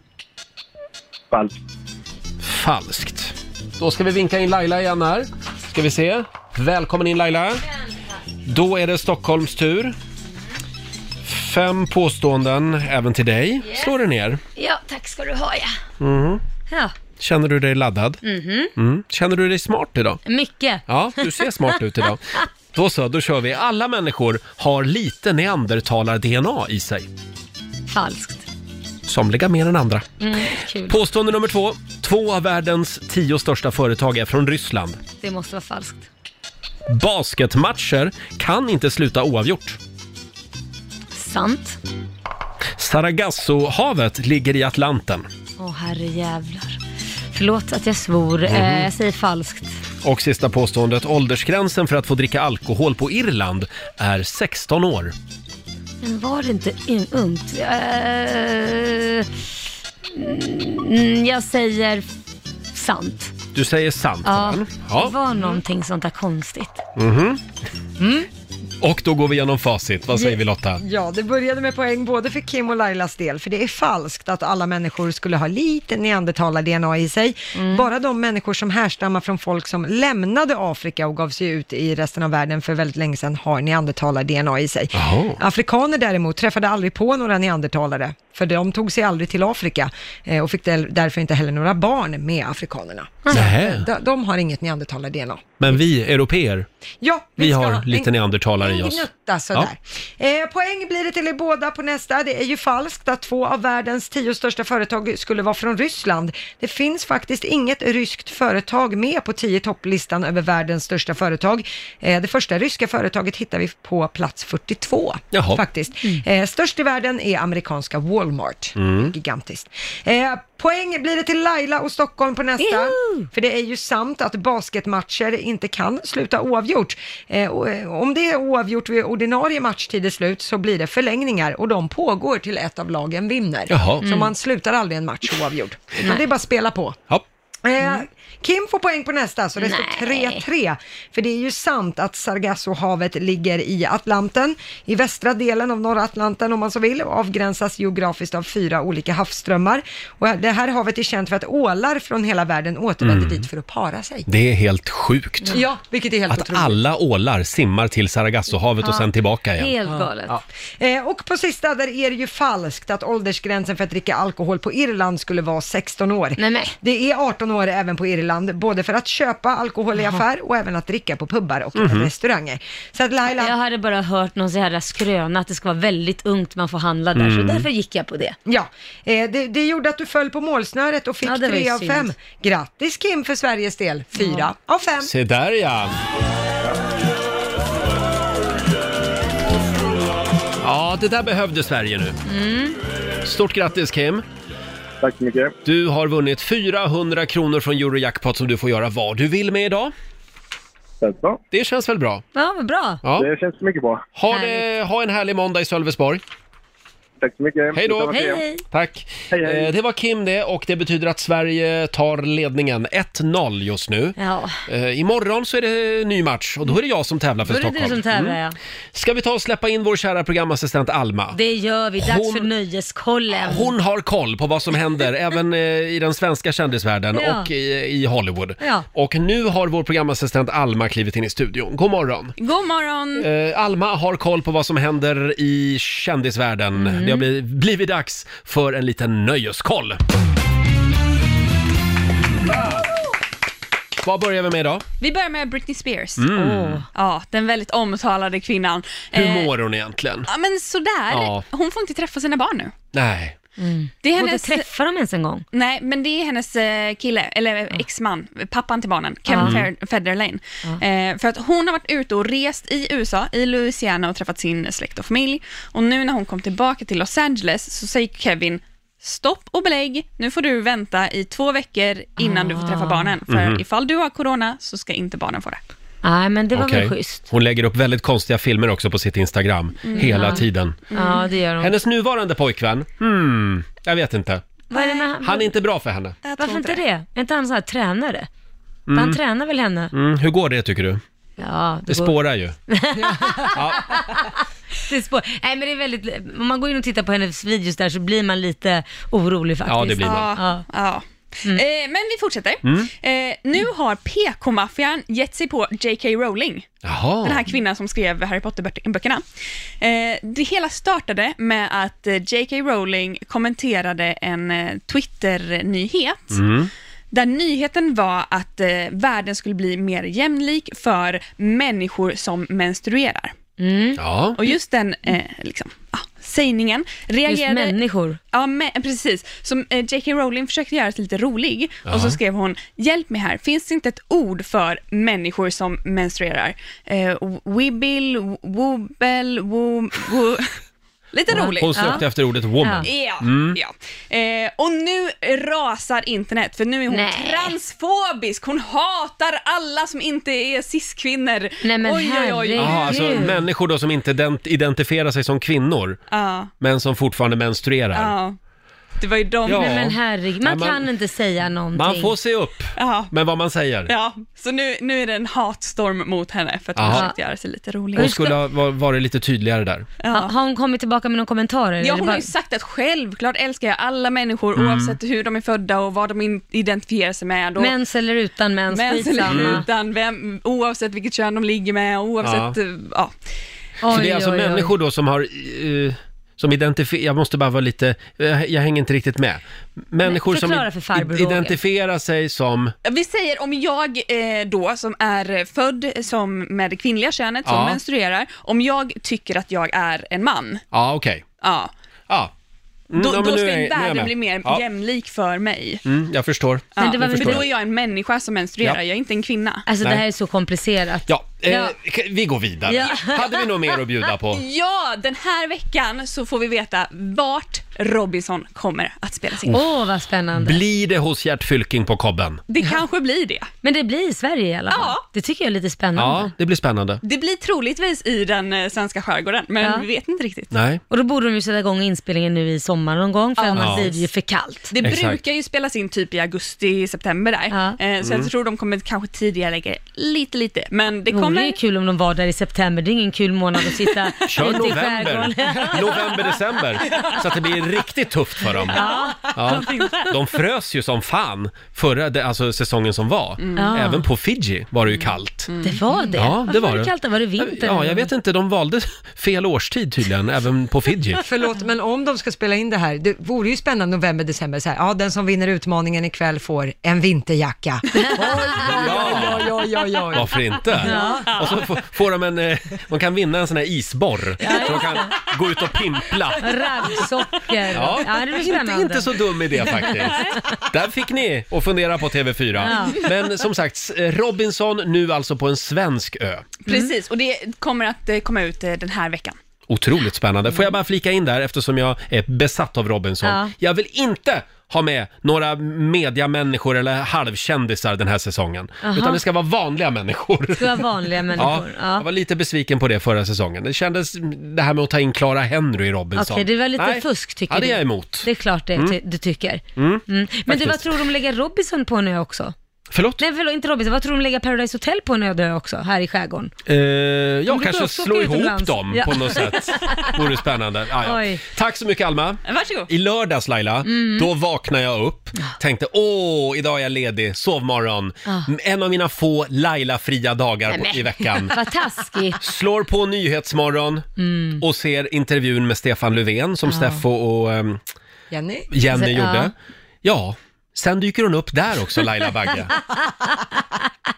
[SPEAKER 11] Falskt.
[SPEAKER 1] Falskt. Då ska vi vinka in Laila igen här. Ska vi se. Välkommen in Laila. Då är det Stockholms tur. Fem påståenden även till dig. Slå dig ner.
[SPEAKER 3] Ja, tack ska du ha ja.
[SPEAKER 1] Mhm.
[SPEAKER 3] ja.
[SPEAKER 1] Känner du dig laddad?
[SPEAKER 3] Mhm.
[SPEAKER 1] Mm. Känner du dig smart idag?
[SPEAKER 3] Mycket.
[SPEAKER 1] Ja, du ser smart ut idag. Då så, då kör vi. Alla människor har lite neandertalar-DNA i sig.
[SPEAKER 3] Falskt.
[SPEAKER 1] Somliga mer än andra.
[SPEAKER 3] Mm, kul.
[SPEAKER 1] Påstående nummer två. Två av världens tio största företag är från Ryssland.
[SPEAKER 3] Det måste vara falskt.
[SPEAKER 1] Basketmatcher kan inte sluta oavgjort.
[SPEAKER 3] Sant.
[SPEAKER 1] Sargassohavet ligger i Atlanten.
[SPEAKER 3] Åh herrejävlar. Förlåt att jag svor.
[SPEAKER 1] Mhm.
[SPEAKER 3] Eh, jag säger falskt.
[SPEAKER 1] Och sista påståendet. Åldersgränsen för att få dricka alkohol på Irland är 16 år.
[SPEAKER 3] Men var det inte in- ungt? Eh, mm, jag säger sant.
[SPEAKER 1] Du säger sant.
[SPEAKER 3] Ja,
[SPEAKER 1] Ann.
[SPEAKER 3] det var någonting sånt där konstigt.
[SPEAKER 1] Mhm. Och då går vi igenom facit. Vad säger vi Lotta?
[SPEAKER 2] Ja, Mm. det började med poäng både för Kim och Lailas del, för det är falskt att alla människor skulle ha lite neandertalar-DNA i sig. Bara de människor som härstammar från folk som lämnade Afrika och gav sig ut i resten av världen för väldigt länge sedan har neandertalar-DNA i sig. Afrikaner däremot träffade aldrig på några neandertalare, för de tog sig aldrig till Afrika eh, och fick där- därför inte heller några barn med afrikanerna.
[SPEAKER 1] Nähä.
[SPEAKER 2] De, de har inget neandertalar-DNA.
[SPEAKER 1] Men vi europeer,
[SPEAKER 2] Ja,
[SPEAKER 1] vi
[SPEAKER 2] ska
[SPEAKER 1] har lite
[SPEAKER 2] en-
[SPEAKER 1] neandertalare i
[SPEAKER 2] en
[SPEAKER 1] oss.
[SPEAKER 2] gnutta sådär. Eh, poäng blir det till er båda på nästa. Det är ju falskt att två av världens tio största företag skulle vara från Ryssland. Det finns faktiskt inget ryskt företag med på tio topplistan över världens största företag. Eh, det första ryska företaget hittar vi på plats 42
[SPEAKER 12] Jaha.
[SPEAKER 2] faktiskt.
[SPEAKER 1] Mm.
[SPEAKER 2] Eh, störst i världen är amerikanska Walmart.
[SPEAKER 12] Mm.
[SPEAKER 2] Gigantiskt. Eh, poäng blir det till Laila och Stockholm på nästa. För det är ju sant att basketmatcher inte kan sluta oavgjort. Eh, och, eh, om det är oavgjort vid ordinarie matchtid är slut så blir det förlängningar och de pågår till ett av lagen vinner.
[SPEAKER 1] Jaha.
[SPEAKER 2] Så
[SPEAKER 1] Mm.
[SPEAKER 2] man slutar aldrig en match oavgjord. Utan
[SPEAKER 1] Nej.
[SPEAKER 2] det är bara att spela på.
[SPEAKER 1] Ja.
[SPEAKER 2] Eh, Kim får poäng på nästa, så det står 3-3. För det är ju sant att Sargassohavet ligger i Atlanten, i västra delen av norra Atlanten om man så vill, och avgränsas geografiskt av fyra olika havsströmmar. Och det här havet är känt för att ålar från hela världen återvänder
[SPEAKER 1] Mm.
[SPEAKER 2] dit för att para sig.
[SPEAKER 1] Det är helt sjukt.
[SPEAKER 2] Ja, vilket är helt
[SPEAKER 1] Att
[SPEAKER 2] otroligt.
[SPEAKER 1] alla ålar simmar till Sargassohavet och
[SPEAKER 2] Ja.
[SPEAKER 1] sen tillbaka igen.
[SPEAKER 2] Helt galet. Eh, och på sista, där är det ju falskt att åldersgränsen för att dricka alkohol på Irland skulle vara 16 år. Nej, nej. Det är 18 år även på Irland, både för att köpa alkohol i affär och även att dricka på pubbar och
[SPEAKER 3] Mhm.
[SPEAKER 2] restauranger. Så att Laila...
[SPEAKER 3] Jag hade bara hört någon så här skröna att det ska vara väldigt ungt man får handla där,
[SPEAKER 2] Mm.
[SPEAKER 3] så därför gick jag på det.
[SPEAKER 2] Ja, eh, det, det gjorde att du föll på målsnöret och fick
[SPEAKER 3] Ja, det var ju
[SPEAKER 2] tre av
[SPEAKER 3] synd.
[SPEAKER 2] fem. Grattis Kim för Sveriges del, fyra av fem.
[SPEAKER 1] Se där ja! Ja, det där behövde Sverige nu.
[SPEAKER 2] Mm.
[SPEAKER 1] Stort grattis Kim!
[SPEAKER 11] Tack så mycket.
[SPEAKER 1] Du har vunnit 400 kronor från Eurojackpot som du får göra vad du vill med idag. Det känns väl bra?
[SPEAKER 3] Ja, vad bra.
[SPEAKER 1] Ja.
[SPEAKER 11] Det känns mycket bra.
[SPEAKER 1] Ha, det, ha en härlig måndag i Sölvesborg.
[SPEAKER 13] Tack så mycket.
[SPEAKER 1] Hej då!
[SPEAKER 13] Detsamma till er.
[SPEAKER 1] Tack! Eh, Det var Kim det och det betyder att Sverige tar ledningen 1-0 just nu.
[SPEAKER 3] Ja.
[SPEAKER 1] Eh, Imorgon så är det eh, ny match och då är det jag som tävlar för
[SPEAKER 3] Då är det du
[SPEAKER 1] Stockholm.
[SPEAKER 3] som tävlar,
[SPEAKER 1] Mm.
[SPEAKER 3] ja.
[SPEAKER 1] Ska vi ta och släppa in vår kära programassistent Alma?
[SPEAKER 3] Det gör vi, dags
[SPEAKER 1] Hon-
[SPEAKER 3] för nöjeskollen.
[SPEAKER 1] Hon har koll på vad som händer även eh, i den svenska kändisvärlden
[SPEAKER 3] Ja.
[SPEAKER 1] och i, i Hollywood.
[SPEAKER 8] Ja.
[SPEAKER 1] Och nu har vår programassistent Alma klivit in i studion. God morgon!
[SPEAKER 8] God morgon!
[SPEAKER 1] Eh, Alma har koll på vad som händer i kändisvärlden.
[SPEAKER 8] Mm.
[SPEAKER 1] Det har blivit, blivit dags för en liten nöjeskoll. Vad börjar vi med idag?
[SPEAKER 8] Vi börjar med Britney Spears.
[SPEAKER 1] Mm. Åh.
[SPEAKER 8] Ja, den väldigt omtalade kvinnan. Eh,
[SPEAKER 1] Hur mår hon egentligen?
[SPEAKER 8] Ja, men sådär.
[SPEAKER 1] Ja.
[SPEAKER 8] Hon får inte träffa sina barn nu.
[SPEAKER 1] Nej.
[SPEAKER 8] Det är
[SPEAKER 3] Får
[SPEAKER 8] hennes-
[SPEAKER 3] inte träffa dem ens en gång.
[SPEAKER 8] Nej, men det är hennes eh, kille, eller exman, pappan till barnen, Kevin
[SPEAKER 3] Ja.
[SPEAKER 8] Fer- Federline. Eh, för att hon har varit ute och rest i USA, i Louisiana och träffat sin släkt och familj. Och nu när hon kom tillbaka till Los Angeles så säger Kevin, stopp och belägg, nu får du vänta i två veckor innan du får träffa barnen. För
[SPEAKER 1] Mhm.
[SPEAKER 8] ifall du har corona så ska inte barnen få det.
[SPEAKER 3] Nej, men det var
[SPEAKER 1] Okej.
[SPEAKER 3] väl schysst.
[SPEAKER 1] Hon lägger upp väldigt konstiga filmer också på sitt Instagram,
[SPEAKER 3] Mm.
[SPEAKER 1] hela
[SPEAKER 3] Ja.
[SPEAKER 1] tiden.
[SPEAKER 3] Ja, det gör hon.
[SPEAKER 1] Hennes nuvarande pojkvän, hmm, jag vet inte.
[SPEAKER 3] Vad är det med
[SPEAKER 1] Han är inte bra för henne.
[SPEAKER 3] Varför inte det? Är inte han så här tränare?
[SPEAKER 1] Mm.
[SPEAKER 3] Han tränar väl henne?
[SPEAKER 1] Mm, hur går det tycker du?
[SPEAKER 3] Ja,
[SPEAKER 1] Det
[SPEAKER 3] går-
[SPEAKER 1] spårar ju.
[SPEAKER 3] Det spår. Nej, men det är väldigt... Om man går in och tittar på hennes videos där så blir man lite orolig faktiskt.
[SPEAKER 1] Ja, det blir man.
[SPEAKER 8] Ja, ja. Eh, men vi fortsätter.
[SPEAKER 1] Mm.
[SPEAKER 8] Eh, nu har PK-maffian gett sig på J.K. Rowling.
[SPEAKER 1] Jaha.
[SPEAKER 8] Den här kvinnan som skrev Harry Potter-böckerna. Eh, det hela startade med att eh, J.K. Rowling kommenterade en eh, Twitter-nyhet
[SPEAKER 14] Mm.
[SPEAKER 8] där nyheten var att eh, världen skulle bli mer jämlik för människor som menstruerar.
[SPEAKER 1] Ja.
[SPEAKER 8] Och just den eh, liksom, ah, sägningen reagerade...
[SPEAKER 3] människor.
[SPEAKER 8] Ja, men, precis. Som eh, J.K. Rowling försökte göra sig lite rolig
[SPEAKER 3] Ja.
[SPEAKER 8] och så skrev hon “Hjälp mig här, finns det inte ett ord för människor som menstruerar?” eh, “Wibbil, wobbel, wo, wo. Lite roligt.
[SPEAKER 1] Hon sökte efter ordet woman.
[SPEAKER 8] Ja,
[SPEAKER 1] Mm.
[SPEAKER 8] ja. Eh, och nu rasar internet, för nu är hon
[SPEAKER 3] Nej.
[SPEAKER 8] transfobisk. Hon hatar alla som inte är cis-kvinnor.
[SPEAKER 3] Nej, men
[SPEAKER 8] oj, oj, oj.
[SPEAKER 1] Jaha, alltså människor då som inte ident- identifierar sig som kvinnor,
[SPEAKER 8] Ja,
[SPEAKER 1] men som fortfarande menstruerar.
[SPEAKER 8] ja. Det var ju de.
[SPEAKER 1] Ja.
[SPEAKER 3] Nej, men herregud, man,
[SPEAKER 1] Ja, man-
[SPEAKER 3] kan inte säga någonting.
[SPEAKER 1] Man får se upp
[SPEAKER 8] Ja.
[SPEAKER 1] med vad man säger.
[SPEAKER 8] Ja, så nu, nu är det en hatstorm mot henne för att hon
[SPEAKER 1] Jaha.
[SPEAKER 8] försökte göra sig lite rolig.
[SPEAKER 1] Hon skulle ha va- varit lite tydligare där.
[SPEAKER 3] Ha- Har hon kommit tillbaka med några kommentarer?
[SPEAKER 8] Ja,
[SPEAKER 3] eller
[SPEAKER 8] hon
[SPEAKER 3] bara-
[SPEAKER 8] har ju sagt att självklart älskar jag alla människor
[SPEAKER 1] Mm.
[SPEAKER 8] oavsett hur de är födda och vad de in- identifierar sig med. Och
[SPEAKER 3] Mens eller utan mens,
[SPEAKER 8] mens eller
[SPEAKER 1] Mm.
[SPEAKER 3] skitsamma.
[SPEAKER 8] utan, vem, oavsett vilket kön de ligger med, oavsett...
[SPEAKER 1] Ja.
[SPEAKER 8] Ja. ja.
[SPEAKER 1] så det är alltså människor då som har... eh, som identifierar, jag måste bara vara lite, eh, jag hänger inte riktigt med. Människor som
[SPEAKER 8] förklara för farbror
[SPEAKER 1] i-
[SPEAKER 8] Roger.
[SPEAKER 1] identifierar sig som,
[SPEAKER 8] Vi säger om jag eh, då, som är född som med det kvinnliga könet, som
[SPEAKER 1] Ja.
[SPEAKER 8] menstruerar, om jag tycker att jag är en man,
[SPEAKER 1] ja okej,
[SPEAKER 8] ja,
[SPEAKER 1] ja. Mm,
[SPEAKER 8] då,
[SPEAKER 1] ja, men
[SPEAKER 8] då
[SPEAKER 1] nu
[SPEAKER 8] ska
[SPEAKER 1] är- nu är jag
[SPEAKER 8] världen
[SPEAKER 1] med.
[SPEAKER 8] bli mer
[SPEAKER 1] Ja.
[SPEAKER 8] jämlik för mig.
[SPEAKER 1] Mm, jag förstår.
[SPEAKER 8] Ja,
[SPEAKER 1] Jag
[SPEAKER 8] men
[SPEAKER 1] förstår.
[SPEAKER 8] då är jag en människa som menstruerar,
[SPEAKER 1] Ja.
[SPEAKER 8] jag är inte en kvinna.
[SPEAKER 3] Alltså det
[SPEAKER 1] Nej.
[SPEAKER 3] här är så komplicerat.
[SPEAKER 1] Ja, eh,
[SPEAKER 8] Ja.
[SPEAKER 1] k- vi går vidare.
[SPEAKER 8] Ja.
[SPEAKER 1] Hade vi något mer att bjuda på?
[SPEAKER 8] Ja, den här veckan så får vi veta vart Robinson kommer att spelas in.
[SPEAKER 3] Åh, vad spännande.
[SPEAKER 1] Blir det hos Gert Fylking på kobben?
[SPEAKER 8] Det kanske blir det.
[SPEAKER 3] Men det blir i Sverige i alla fall. Det tycker jag är lite spännande.
[SPEAKER 1] Ja, det blir spännande.
[SPEAKER 8] Det blir troligtvis i den eh, svenska skärgården, men
[SPEAKER 3] Ja.
[SPEAKER 8] vi vet inte riktigt.
[SPEAKER 1] Nej.
[SPEAKER 3] Och då borde de ju sätta igång inspelningen nu i sommar någon gång, för
[SPEAKER 8] Ja,
[SPEAKER 3] annars
[SPEAKER 8] Ja.
[SPEAKER 3] blir det ju för kallt.
[SPEAKER 8] Det
[SPEAKER 1] Exakt.
[SPEAKER 8] brukar ju spelas in typ i augusti, september där. Eh, Så
[SPEAKER 1] Mm.
[SPEAKER 8] jag tror de kommer kanske tidigare lägga lite, lite. Men det
[SPEAKER 3] Det vore
[SPEAKER 8] kommer...
[SPEAKER 3] ju kul om de var där i september, det är ingen kul månad att sitta
[SPEAKER 1] Kör
[SPEAKER 3] ute i
[SPEAKER 1] november,
[SPEAKER 3] skärgården.
[SPEAKER 1] november, december. Så att det blir riktigt tufft för dem.
[SPEAKER 3] Ja.
[SPEAKER 1] Ja. De frös ju som fan förra det- alltså, säsongen som var.
[SPEAKER 3] Mm. Ja.
[SPEAKER 1] Även på Fiji var det ju kallt.
[SPEAKER 3] Det var det?
[SPEAKER 1] Ja, det
[SPEAKER 3] Varför
[SPEAKER 1] var
[SPEAKER 3] var det
[SPEAKER 1] det.
[SPEAKER 3] kallt där? Var det vinter?
[SPEAKER 1] Ja, jag vet inte. De valde fel årstid tydligen, även på Fiji.
[SPEAKER 2] Förlåt, men om de ska spela in det här, det vore ju spännande november, december, så här, ja, den som vinner utmaningen ikväll får en vinterjacka.
[SPEAKER 1] Ja,
[SPEAKER 2] ja, ja, ja.
[SPEAKER 1] Varför inte?
[SPEAKER 2] Ja.
[SPEAKER 1] Och så får- får de en, eh, de kan vinna en sån här isborr. Så de kan gå ut och pimpla.
[SPEAKER 3] Raggsockor.
[SPEAKER 1] Ja,
[SPEAKER 3] det blir
[SPEAKER 1] inte,
[SPEAKER 3] spännande.
[SPEAKER 1] inte så dum idé faktiskt. Där fick ni att fundera på TV4.
[SPEAKER 8] Ja.
[SPEAKER 1] Men som sagt, s- eh, Robinson nu alltså på en svensk ö.
[SPEAKER 8] Mm. Precis, och det kommer att eh, komma ut eh, den här veckan. Mm.
[SPEAKER 1] Otroligt spännande. Får jag bara flika in där eftersom jag är besatt av Robinson.
[SPEAKER 8] Ja.
[SPEAKER 1] Jag vill inte ha med några mediamänniskor eller halvkändisar den här säsongen.
[SPEAKER 3] Aha.
[SPEAKER 1] Utan det ska vara vanliga människor.
[SPEAKER 3] Det ska vara vanliga människor.
[SPEAKER 1] Ja, Jag var lite besviken på det förra säsongen. Det kändes mm, det här med att ta in Clara Henry i Robinson.
[SPEAKER 3] Okej, det var lite
[SPEAKER 1] Nej,
[SPEAKER 3] fusk tycker
[SPEAKER 1] ja,
[SPEAKER 3] du?
[SPEAKER 1] det är jag emot.
[SPEAKER 3] Det är klart det
[SPEAKER 1] Mm.
[SPEAKER 3] ty- du tycker.
[SPEAKER 1] Mm.
[SPEAKER 3] Mm. Men du,
[SPEAKER 1] Faktiskt.
[SPEAKER 3] vad tror du de lägger Robinson på nu också?
[SPEAKER 1] Förlåt?
[SPEAKER 3] Nej, förlåt, inte Robinson. Vad tror du de lägger Paradise Hotel på nu då också, här i skärgården?
[SPEAKER 1] Eh, ja,
[SPEAKER 3] du
[SPEAKER 1] kanske
[SPEAKER 3] också
[SPEAKER 1] slå
[SPEAKER 3] åker
[SPEAKER 1] ihop
[SPEAKER 3] utomlands.
[SPEAKER 1] dem
[SPEAKER 3] Ja.
[SPEAKER 1] på något sätt. Vore spännande. Ja, ja.
[SPEAKER 3] Oj.
[SPEAKER 1] Tack så mycket Alma.
[SPEAKER 12] Varsågod.
[SPEAKER 1] I lördags Laila,
[SPEAKER 12] Mm.
[SPEAKER 1] då vaknade jag upp, tänkte åh, idag är jag ledig, sovmorgon.
[SPEAKER 3] Ah.
[SPEAKER 1] En av mina få Laila-fria dagar på,
[SPEAKER 3] Nej, men-
[SPEAKER 1] i veckan.
[SPEAKER 3] Vad taskigt.
[SPEAKER 1] Slår på Nyhetsmorgon
[SPEAKER 3] Mm.
[SPEAKER 1] och ser intervjun med Stefan Löfven som
[SPEAKER 2] Ja.
[SPEAKER 1] Steffo och ehm,
[SPEAKER 2] Jenny?
[SPEAKER 1] Jenny
[SPEAKER 2] Så-
[SPEAKER 1] gjorde. Ja, sen dyker hon upp där också Laila Bagge.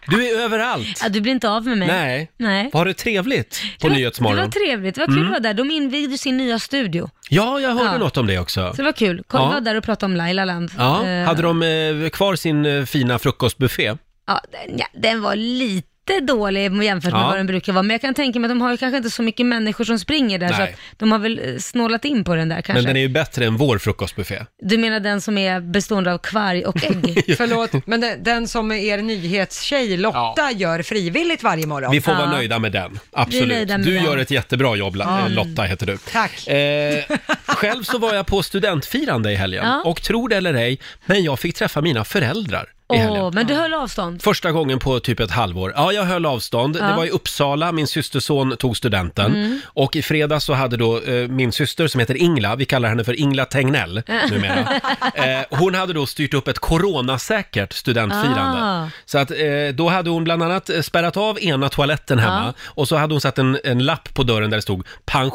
[SPEAKER 1] Du är överallt.
[SPEAKER 3] Ja, du blir inte av med mig.
[SPEAKER 1] Nej.
[SPEAKER 3] Nej.
[SPEAKER 1] Var det trevligt på
[SPEAKER 3] Det
[SPEAKER 1] Nyhetsmorgon?
[SPEAKER 3] var trevligt, det var kul
[SPEAKER 1] Mm.
[SPEAKER 3] att vara där. De invigde sin nya studio.
[SPEAKER 1] Ja, jag hörde
[SPEAKER 3] Ja.
[SPEAKER 1] något om det också.
[SPEAKER 3] Så det var kul. Kom,
[SPEAKER 1] Ja.
[SPEAKER 3] var där och pratade om Lailaland.
[SPEAKER 1] Ja,
[SPEAKER 3] Eh,
[SPEAKER 1] hade de eh, kvar sin eh, fina frukostbuffé?
[SPEAKER 3] Ja, den, ja, den var lite dålig jämfört med
[SPEAKER 1] Ja.
[SPEAKER 3] vad den brukar vara, men jag kan tänka mig att de har ju kanske inte så mycket människor som springer där, så
[SPEAKER 1] Nej.
[SPEAKER 3] att de har väl eh, snålat in på den där kanske.
[SPEAKER 1] Men den är ju bättre än vår frukostbuffé.
[SPEAKER 3] Du menar den som är bestående av kvarg och ägg?
[SPEAKER 2] Förlåt, men den, den som er nyhetstjej Lotta gör frivilligt varje morgon.
[SPEAKER 1] Vi får vara nöjda med den, absolut.
[SPEAKER 2] nöjda med
[SPEAKER 1] du
[SPEAKER 2] den.
[SPEAKER 1] gör ett jättebra jobb, La-
[SPEAKER 2] Ja.
[SPEAKER 1] eh, Lotta heter du.
[SPEAKER 2] Tack.
[SPEAKER 1] Eh, själv så var jag på studentfirande i helgen,
[SPEAKER 3] Ja.
[SPEAKER 1] och tror det eller ej, men jag fick träffa mina föräldrar i
[SPEAKER 3] Åh,
[SPEAKER 1] helgen.
[SPEAKER 3] men du höll avstånd?
[SPEAKER 1] Första gången på typ ett halvår. Ja, jag höll avstånd.
[SPEAKER 3] Ja.
[SPEAKER 1] Det var i Uppsala, min systerson tog studenten.
[SPEAKER 3] Mm.
[SPEAKER 1] Och i fredags så hade då eh, min syster som heter Ingla, vi kallar henne för Ingla Tegnell numera. Eh, hon hade då styrt upp ett coronasäkert studentfirande.
[SPEAKER 3] Ah.
[SPEAKER 1] Så att eh, då hade hon bland annat eh, spärrat av ena toaletten hemma
[SPEAKER 3] Ja.
[SPEAKER 1] och så hade hon satt en, en lapp på dörren där det stod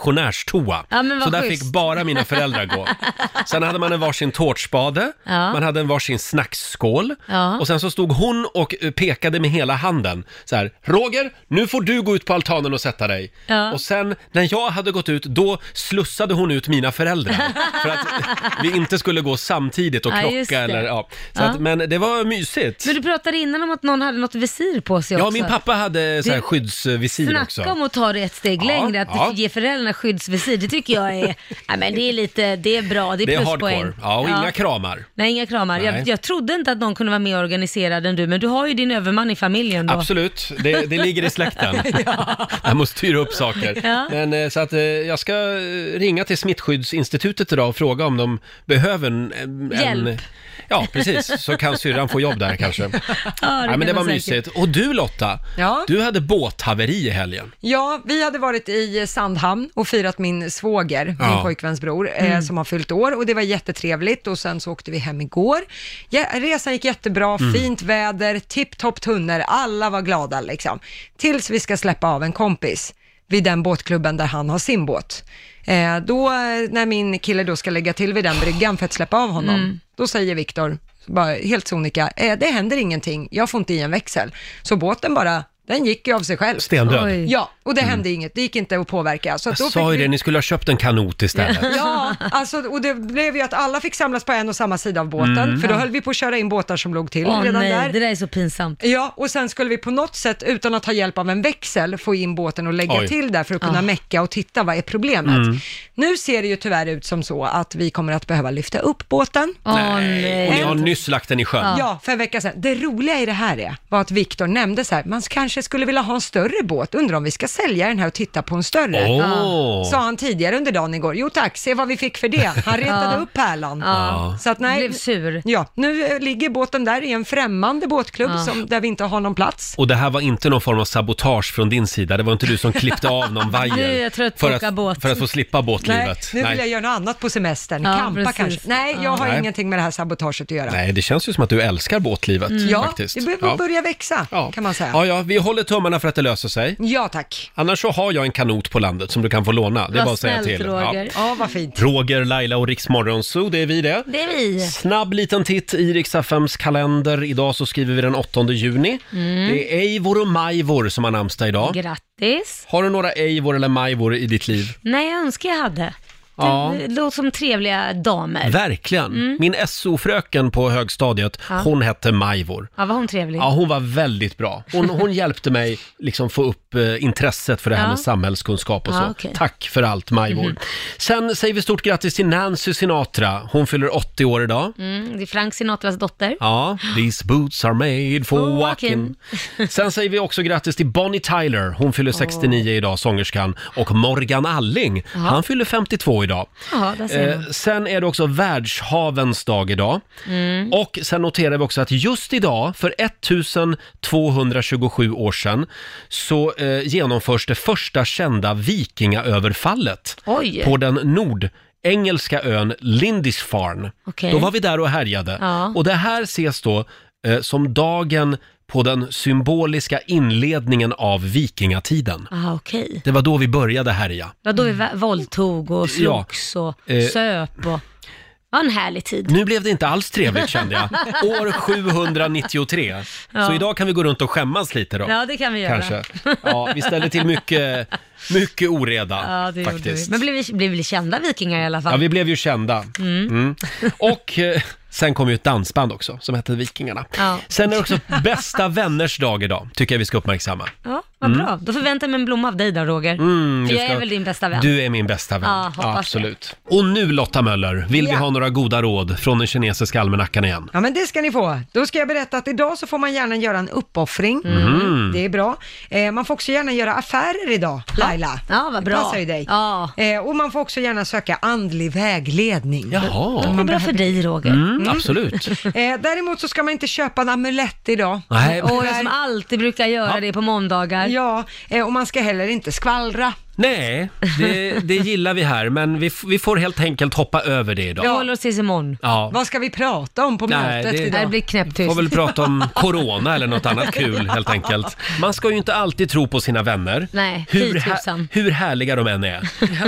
[SPEAKER 1] pensionärstoa.
[SPEAKER 3] Ja, men vad
[SPEAKER 1] så där
[SPEAKER 3] schysst.
[SPEAKER 1] fick bara mina föräldrar gå. Sen hade man en varsin tårtspade,
[SPEAKER 3] Ja.
[SPEAKER 1] man hade en varsin snacksskål
[SPEAKER 3] Ja.
[SPEAKER 1] och sen så stod hon och eh, pekade med hela handen så här, Roger, nu får du gå ut på altanen och sätta dig.
[SPEAKER 3] Ja.
[SPEAKER 1] Och sen när jag hade gått ut, då slussade hon ut mina föräldrar för att vi inte skulle gå samtidigt och
[SPEAKER 3] Ja, just
[SPEAKER 1] klocka
[SPEAKER 3] det.
[SPEAKER 1] eller ja. Så
[SPEAKER 3] Ja.
[SPEAKER 1] Att, men det var mysigt.
[SPEAKER 3] Men du pratade innan om att någon hade något visir på sig
[SPEAKER 1] Ja,
[SPEAKER 3] också.
[SPEAKER 1] min pappa hade så här skyddsvisir också.
[SPEAKER 3] Snacka om att ta det ett steg
[SPEAKER 1] Ja,
[SPEAKER 3] längre, att
[SPEAKER 1] ja.
[SPEAKER 3] ge föräldrarna skyddsvisir, det tycker jag är, ja, men det är lite, det är bra, det är
[SPEAKER 1] Det är
[SPEAKER 3] pluspoäng.
[SPEAKER 1] hardcore. Ja, och inga kramar.
[SPEAKER 3] Nej, inga kramar.
[SPEAKER 1] Nej.
[SPEAKER 3] Jag, jag trodde inte att någon kunde vara mer organiserad än du, men du har ju din överman i familjen då.
[SPEAKER 1] Absolut, det, det ligger i släkten. Jag måste styra upp saker.
[SPEAKER 3] Ja.
[SPEAKER 1] Men, eh, så att, eh, jag ska eh, ringa till Smittskyddsinstitutet idag och fråga om de behöver en... en
[SPEAKER 3] Hjälp.
[SPEAKER 1] Ja, precis. Så kan syrran få jobb där kanske. Ja,
[SPEAKER 2] kan
[SPEAKER 1] men det var
[SPEAKER 2] man säkert.
[SPEAKER 1] mysigt. Och du Lotta,
[SPEAKER 2] Ja.
[SPEAKER 1] du hade båthaveri i helgen.
[SPEAKER 2] Ja, vi hade varit i Sandhamn och firat min svåger,
[SPEAKER 1] Ja.
[SPEAKER 2] min pojkväns bror, eh,
[SPEAKER 1] Mm.
[SPEAKER 2] som har fyllt år och det var jättetrevligt och sen så åkte vi hem igår. Ja, resan gick jättebra,
[SPEAKER 15] Mm.
[SPEAKER 2] fint väder, tipptopp tunnor, alla var glada liksom. Tills vi ska släppa av en kompis vid den båtklubben där han har sin båt. Eh, då, eh, när min kille då ska lägga till vid den bryggan för att släppa av honom,
[SPEAKER 3] Mm.
[SPEAKER 2] då säger Viktor, bara helt sonika, eh, det händer ingenting, jag får inte i en växel. Så båten bara, den gick ju av sig själv.
[SPEAKER 1] Stendöd. Oj.
[SPEAKER 2] Ja, och det
[SPEAKER 1] Mm.
[SPEAKER 2] hände inget, det gick inte att påverka. Så att
[SPEAKER 1] Jag
[SPEAKER 2] då
[SPEAKER 1] sa ju
[SPEAKER 2] fick
[SPEAKER 1] det,
[SPEAKER 2] vi...
[SPEAKER 1] ni skulle ha köpt en kanot istället.
[SPEAKER 2] Ja, alltså, och det blev ju att alla fick samlas på en och samma sida av båten,
[SPEAKER 1] Mm.
[SPEAKER 2] för då höll vi på att köra in båtar som låg till
[SPEAKER 3] Åh
[SPEAKER 2] redan
[SPEAKER 3] nej,
[SPEAKER 2] där.
[SPEAKER 3] det där är så pinsamt.
[SPEAKER 2] Ja, och sen skulle vi på något sätt, utan att ta hjälp av en växel, få in båten och lägga
[SPEAKER 3] Oj.
[SPEAKER 2] till där för att kunna
[SPEAKER 3] Ah.
[SPEAKER 2] mecka och titta, vad är problemet?
[SPEAKER 3] Mm.
[SPEAKER 2] Nu ser det ju tyvärr ut som så att vi kommer att behöva lyfta upp båten.
[SPEAKER 1] nej. Och ni har nyss lagt den i sjön.
[SPEAKER 2] Ja. för en vecka sedan. Det roliga i det här är, var att Viktor nämnde så här, man kanske skulle vilja ha en större båt, undrar om vi ska sälja den här och titta på en större?
[SPEAKER 1] Åh.
[SPEAKER 2] Sa han tidigare under dagen igår. Jo tack, se vad vi fick för det. Han retade
[SPEAKER 3] Ja.
[SPEAKER 2] upp pärlan.
[SPEAKER 3] Ja.
[SPEAKER 2] Så att nej.
[SPEAKER 3] Blev sur.
[SPEAKER 2] Ja, nu eh, ligger båten där i en främmande båtklubb
[SPEAKER 3] Ja.
[SPEAKER 2] som, där vi inte har någon plats.
[SPEAKER 1] Och det här var inte någon form av sabotage från din sida. Det var inte du som klippte av någon vajer
[SPEAKER 2] Nu är jag trött på
[SPEAKER 1] för,
[SPEAKER 2] att åka
[SPEAKER 1] att,
[SPEAKER 2] båt.
[SPEAKER 1] för att få slippa båtlivet.
[SPEAKER 2] Nej, nu vill jag göra något annat på semestern.
[SPEAKER 3] Ja,
[SPEAKER 2] Kampa
[SPEAKER 3] precis.
[SPEAKER 2] kanske. Nej, jag har
[SPEAKER 1] Nej.
[SPEAKER 2] ingenting med det här sabotaget att göra.
[SPEAKER 1] Nej, det känns ju som att du älskar båtlivet
[SPEAKER 2] Mm. Ja,
[SPEAKER 1] faktiskt.
[SPEAKER 2] det bör-
[SPEAKER 1] ja.
[SPEAKER 2] börjar växa kan man säga.
[SPEAKER 1] ja, ja, vi håller tummarna för att det löser sig.
[SPEAKER 2] Ja, tack.
[SPEAKER 1] Annars så har jag en kanot på landet som du kan få låna. Det är bara att säga till.
[SPEAKER 2] Roger. Ja, vad fint.
[SPEAKER 1] Ja. Roger, Laila och Riksmorgonzoo, det är vi det.
[SPEAKER 3] Det är vi.
[SPEAKER 1] Snabb liten titt i Rix FMs kalender. Idag så skriver vi den 8 juni.
[SPEAKER 3] Mm.
[SPEAKER 1] Det är Eivor och Majvor som har namnsdag idag.
[SPEAKER 3] Grattis.
[SPEAKER 1] Har du några Eivor eller Majvor i ditt liv?
[SPEAKER 3] Nej, jag önskar jag hade.
[SPEAKER 1] Ja.
[SPEAKER 3] Det låter som trevliga damer.
[SPEAKER 1] Verkligen.
[SPEAKER 3] Mm.
[SPEAKER 1] Min SO-fröken på högstadiet,
[SPEAKER 3] Ja.
[SPEAKER 1] hon hette Majvor.
[SPEAKER 3] Ja, var hon trevlig?
[SPEAKER 1] Ja, hon var väldigt bra. Hon, hon hjälpte mig liksom få upp eh, intresset för det här
[SPEAKER 3] Ja.
[SPEAKER 1] med samhällskunskap och så.
[SPEAKER 3] Ja, okej.
[SPEAKER 1] Tack för allt, Majvor.
[SPEAKER 3] Mhm.
[SPEAKER 1] Sen säger vi stort grattis till Nancy Sinatra. Hon fyller 80 år idag.
[SPEAKER 3] Mm, det är Frank Sinatras dotter.
[SPEAKER 1] Ja, these boots are made for
[SPEAKER 3] For
[SPEAKER 1] walking. Sen säger vi också grattis till Bonnie Tyler. Hon fyller 69 idag, sångerskan. Och Morgan Alling,
[SPEAKER 3] Ja.
[SPEAKER 1] han fyller 52 idag.
[SPEAKER 3] Ja, där ser
[SPEAKER 1] Eh,
[SPEAKER 3] man.
[SPEAKER 1] sen är det också världshavens dag idag.
[SPEAKER 3] Mm.
[SPEAKER 1] Och sen noterar vi också att just idag, för 1227 år sedan, så eh, genomförs det första kända vikingaöverfallet
[SPEAKER 3] Oj.
[SPEAKER 1] på den nordengelska ön Lindisfarne.
[SPEAKER 3] Okej.
[SPEAKER 1] Då var vi där och härjade.
[SPEAKER 3] Ja.
[SPEAKER 1] Och det här ses då eh, som dagen på den symboliska inledningen av vikingatiden.
[SPEAKER 3] Ah, okej.
[SPEAKER 1] Det var då vi började härja.
[SPEAKER 3] Det var då vi va- våldtog och
[SPEAKER 1] Ja.
[SPEAKER 3] slogs och
[SPEAKER 1] Eh.
[SPEAKER 3] söp och... Det var en härlig tid.
[SPEAKER 1] Nu blev det inte alls trevligt kände jag. År 793. Så
[SPEAKER 3] Ja.
[SPEAKER 1] idag kan vi gå runt och skämmas lite då.
[SPEAKER 3] Ja, det kan vi göra.
[SPEAKER 1] Kanske. Ja, vi ställde till mycket, mycket oreda
[SPEAKER 3] Ja, det gjorde vi.
[SPEAKER 1] faktiskt.
[SPEAKER 3] Men blev vi, blev vi kända vikingar i alla fall?
[SPEAKER 1] Ja, vi blev ju kända.
[SPEAKER 3] Mm.
[SPEAKER 1] Mm. Och eh, sen kom ju ett dansband också som hette Vikingarna.
[SPEAKER 3] Ja.
[SPEAKER 1] Sen är det också bästa vänners dag idag, tycker jag vi ska uppmärksamma.
[SPEAKER 3] Ja, vad
[SPEAKER 1] Mm.
[SPEAKER 3] bra. Då förväntar jag mig en blomma av dig då, Roger.
[SPEAKER 1] Mm,
[SPEAKER 3] För
[SPEAKER 1] du
[SPEAKER 3] jag
[SPEAKER 1] ska-
[SPEAKER 3] är väl din bästa vän?
[SPEAKER 1] Du är min bästa vän.
[SPEAKER 3] Ja, hoppas det.
[SPEAKER 1] Absolut. Och nu Lotta Möller, vill vi
[SPEAKER 2] Ja.
[SPEAKER 1] ha några goda råd från den kinesiska almanackan igen?
[SPEAKER 2] Ja, men det ska ni få. Då ska jag berätta att idag så får man gärna göra en uppoffring.
[SPEAKER 1] Mm.
[SPEAKER 2] Det är bra. Eh, man får också gärna göra affärer idag, Laila.
[SPEAKER 3] Ja, vad bra.
[SPEAKER 2] Det passar ju dig.
[SPEAKER 3] Ja.
[SPEAKER 2] Eh, och man får också gärna söka andlig vägledning.
[SPEAKER 1] Jaha. Det är bra för
[SPEAKER 3] dig, Roger.
[SPEAKER 1] Mm, absolut.
[SPEAKER 2] eh, däremot så ska man inte köpa en amulett idag.
[SPEAKER 1] Nej.
[SPEAKER 3] Och jag som alltid brukar göra det på måndagar.
[SPEAKER 2] Ja, eh, och man ska heller inte skvallra.
[SPEAKER 1] Nej, det, det gillar vi här, men vi, f- vi får helt enkelt hoppa över det idag.
[SPEAKER 3] Vi håller oss tills imorgon.
[SPEAKER 1] Ja.
[SPEAKER 2] Vad ska vi prata om på
[SPEAKER 1] Nej,
[SPEAKER 2] mötet
[SPEAKER 1] det-
[SPEAKER 2] idag?
[SPEAKER 1] Det
[SPEAKER 3] blir knäpptyst.
[SPEAKER 1] Får väl prata om corona eller något annat kul helt enkelt. Man ska ju inte alltid tro på sina vänner.
[SPEAKER 3] Nej,
[SPEAKER 1] hur,
[SPEAKER 3] fy tusan.
[SPEAKER 1] hur härliga de än är.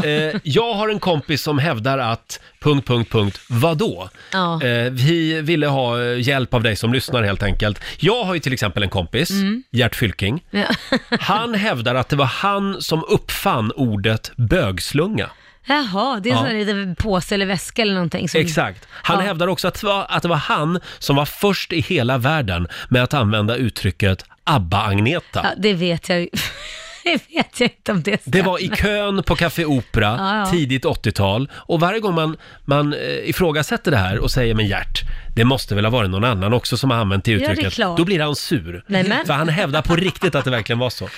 [SPEAKER 1] Eh, jag har en kompis som hävdar att... Punkt, punkt, punkt. Vadå?
[SPEAKER 3] Ja.
[SPEAKER 1] Eh, vi ville ha eh, hjälp av dig som lyssnar helt enkelt. Jag har ju till exempel en kompis,
[SPEAKER 3] Mm.
[SPEAKER 1] Gert Fylking.
[SPEAKER 3] Ja.
[SPEAKER 1] Han hävdar att det var han som uppfann ordet bögslunga.
[SPEAKER 3] Jaha, det är
[SPEAKER 1] Ja.
[SPEAKER 3] en sån där liten påse eller väska eller någonting. Som...
[SPEAKER 1] Exakt. Han
[SPEAKER 3] Ja.
[SPEAKER 1] hävdar också att det, var, att det var han som var först i hela världen med att använda uttrycket ABBA-Agneta.
[SPEAKER 3] Ja, det vet jag ju. det vet jag inte om det
[SPEAKER 1] Det var i
[SPEAKER 3] stämmer.
[SPEAKER 1] kön på Café Opera,
[SPEAKER 3] Ja, ja.
[SPEAKER 1] tidigt 80-tal. Och varje gång man, man eh, ifrågasätter det här och säger men Gert, det måste väl ha varit någon annan också som har använt det
[SPEAKER 3] Ja, det är
[SPEAKER 1] uttrycket.
[SPEAKER 3] klart.
[SPEAKER 1] Då blir han sur.
[SPEAKER 3] Nej, men-
[SPEAKER 1] För han hävdar på riktigt att det verkligen var så.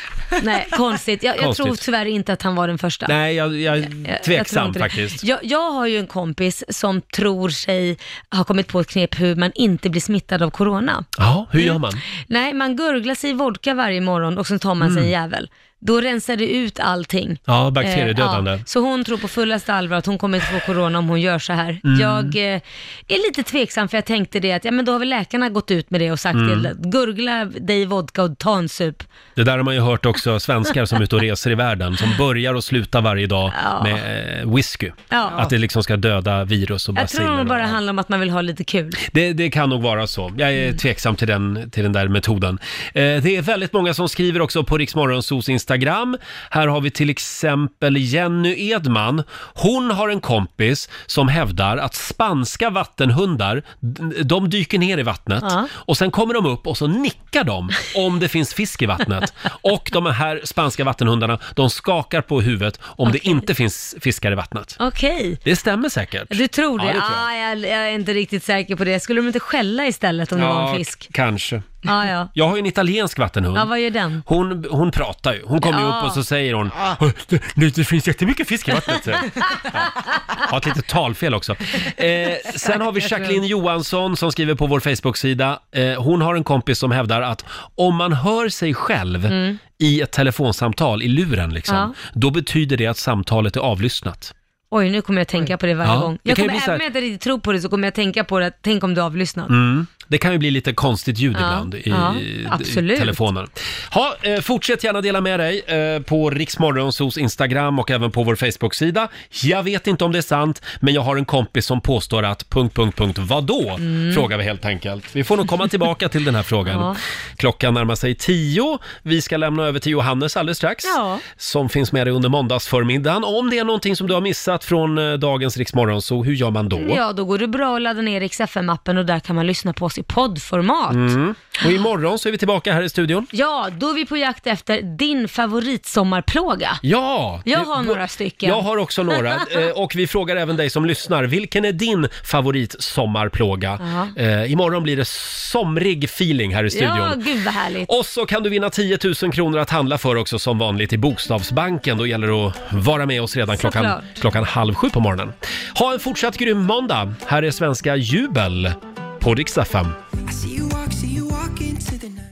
[SPEAKER 3] Nej, konstigt. Jag, jag
[SPEAKER 1] Konstigt.
[SPEAKER 3] tror tyvärr inte att han var den första.
[SPEAKER 1] Nej, jag, jag är
[SPEAKER 3] Jag- jag tror
[SPEAKER 1] tveksam
[SPEAKER 3] inte det.
[SPEAKER 1] faktiskt.
[SPEAKER 3] Jag, jag har ju en kompis som tror sig ha kommit på ett knep hur man inte blir smittad av corona.
[SPEAKER 1] Ja, hur gör man?
[SPEAKER 3] Nej, man gurglar sig i vodka varje morgon och så tar man sig
[SPEAKER 1] Mm.
[SPEAKER 3] en jävel. Då rensar det ut allting.
[SPEAKER 1] Ja, bakteriedödande.
[SPEAKER 3] Eh, ja. Så hon tror på fullaste allvar att hon kommer inte få corona om hon gör så här.
[SPEAKER 1] Mm.
[SPEAKER 3] Jag eh, är lite tveksam för jag tänkte det att ja, men då har väl läkarna gått ut med det och sagt
[SPEAKER 1] Mm.
[SPEAKER 3] det. Gurgla dig i vodka och ta en sup.
[SPEAKER 1] Det där har man ju hört också svenskar som är ute och reser i världen, som börjar och slutar varje dag
[SPEAKER 3] Ja.
[SPEAKER 1] med eh, whisky.
[SPEAKER 3] Ja.
[SPEAKER 1] Att det liksom ska döda virus och
[SPEAKER 3] Jag tror
[SPEAKER 1] baciller.
[SPEAKER 3] det
[SPEAKER 1] och-
[SPEAKER 3] bara handlar om att man vill ha lite kul.
[SPEAKER 1] Det, det kan nog vara så. Jag är
[SPEAKER 3] Mm.
[SPEAKER 1] tveksam till den, till den där metoden. Eh, det är väldigt många som skriver också på Riksmorgonsos Instagram. Här har vi till exempel Jenny Edman. Hon har en kompis som hävdar att spanska vattenhundar, d- de dyker ner i vattnet
[SPEAKER 3] Ja.
[SPEAKER 1] och sen kommer de upp och så nickar de om det finns fisk i vattnet. Och de här spanska vattenhundarna, de skakar på huvudet om det inte finns fiskar i vattnet.
[SPEAKER 3] Okej.
[SPEAKER 1] Det stämmer säkert.
[SPEAKER 3] Du tror det? Ah,
[SPEAKER 1] Ja,
[SPEAKER 3] Ja,
[SPEAKER 1] det tror jag.
[SPEAKER 3] jag. jag är inte riktigt säker på det. Skulle de inte skälla istället om det var en fisk?
[SPEAKER 1] k- kanske.
[SPEAKER 3] Ja, ja.
[SPEAKER 1] Jag har ju en italiensk vattenhund.
[SPEAKER 3] Ja, vad gör den?
[SPEAKER 1] Hon, hon pratar ju. Hon kommer ju
[SPEAKER 3] Ja.
[SPEAKER 1] upp och så säger hon "Det- det, det finns jättemycket fisk i vattnet. säger hon. Ja. Har ett litet talfel också. Eh, sen har vi Jacqueline Johansson som skriver på vår Facebook-sida. Eh, hon har en kompis som hävdar att om man hör sig själv
[SPEAKER 3] Mm.
[SPEAKER 1] i ett telefonsamtal i luren liksom,
[SPEAKER 3] Ja.
[SPEAKER 1] då betyder det att samtalet är avlyssnat.
[SPEAKER 3] Oj, nu kommer jag tänka på det varje
[SPEAKER 1] Ja,
[SPEAKER 3] gång.
[SPEAKER 1] det
[SPEAKER 3] Jag
[SPEAKER 1] kan ju
[SPEAKER 3] kommer,
[SPEAKER 1] bli så här-
[SPEAKER 3] även om jag inte riktigt tror på det så kommer jag tänka på det, att tänk om du är avlyssnad.
[SPEAKER 1] Mm. Det kan ju bli lite konstigt ljud
[SPEAKER 3] Ja,
[SPEAKER 1] ibland i,
[SPEAKER 3] ja,
[SPEAKER 1] i
[SPEAKER 3] absolut.
[SPEAKER 1] telefonen. Ha, eh, fortsätt gärna dela med dig eh, på Riksmorgonsos Instagram och även på vår Facebook-sida. Jag vet inte om det är sant, men jag har en kompis som påstår att... Punkt, punkt, punkt, vadå?
[SPEAKER 3] Mm.
[SPEAKER 1] Frågar vi helt enkelt. Vi får nog komma tillbaka till den här frågan.
[SPEAKER 3] Ja.
[SPEAKER 1] Klockan närmar sig tio. Vi ska lämna över till Johannes alldeles strax.
[SPEAKER 3] Ja.
[SPEAKER 1] Som finns med dig under måndagsförmiddagen. Om det är någonting som du har missat missat från eh, dagens Riksmorgon, så hur gör man då?
[SPEAKER 3] Ja, då går det bra att ladda ner XFM-appen och där kan man lyssna på oss i poddformat.
[SPEAKER 1] Mm. Och imorgon så är vi tillbaka här i studion.
[SPEAKER 3] Ja, då är vi på jakt efter din favoritsommarplåga.
[SPEAKER 1] Ja!
[SPEAKER 3] Jag
[SPEAKER 1] det-
[SPEAKER 3] har några stycken.
[SPEAKER 1] Jag har också några. Eh, Och vi frågar även dig som lyssnar, vilken är din favorit sommarplåga?
[SPEAKER 3] Ja.
[SPEAKER 1] Eh, imorgon blir det somrig feeling här i studion.
[SPEAKER 3] Ja, gud vad härligt.
[SPEAKER 1] Och så kan du vinna 10 000 kronor att handla för också som vanligt i Bokstavsbanken. Då gäller det att vara med oss redan klockan,
[SPEAKER 3] Såklart.
[SPEAKER 1] klockan halv sju på morgonen. Ha en fortsatt grym måndag. Här är svenska Jubel på Dixtafem.
[SPEAKER 15] I see you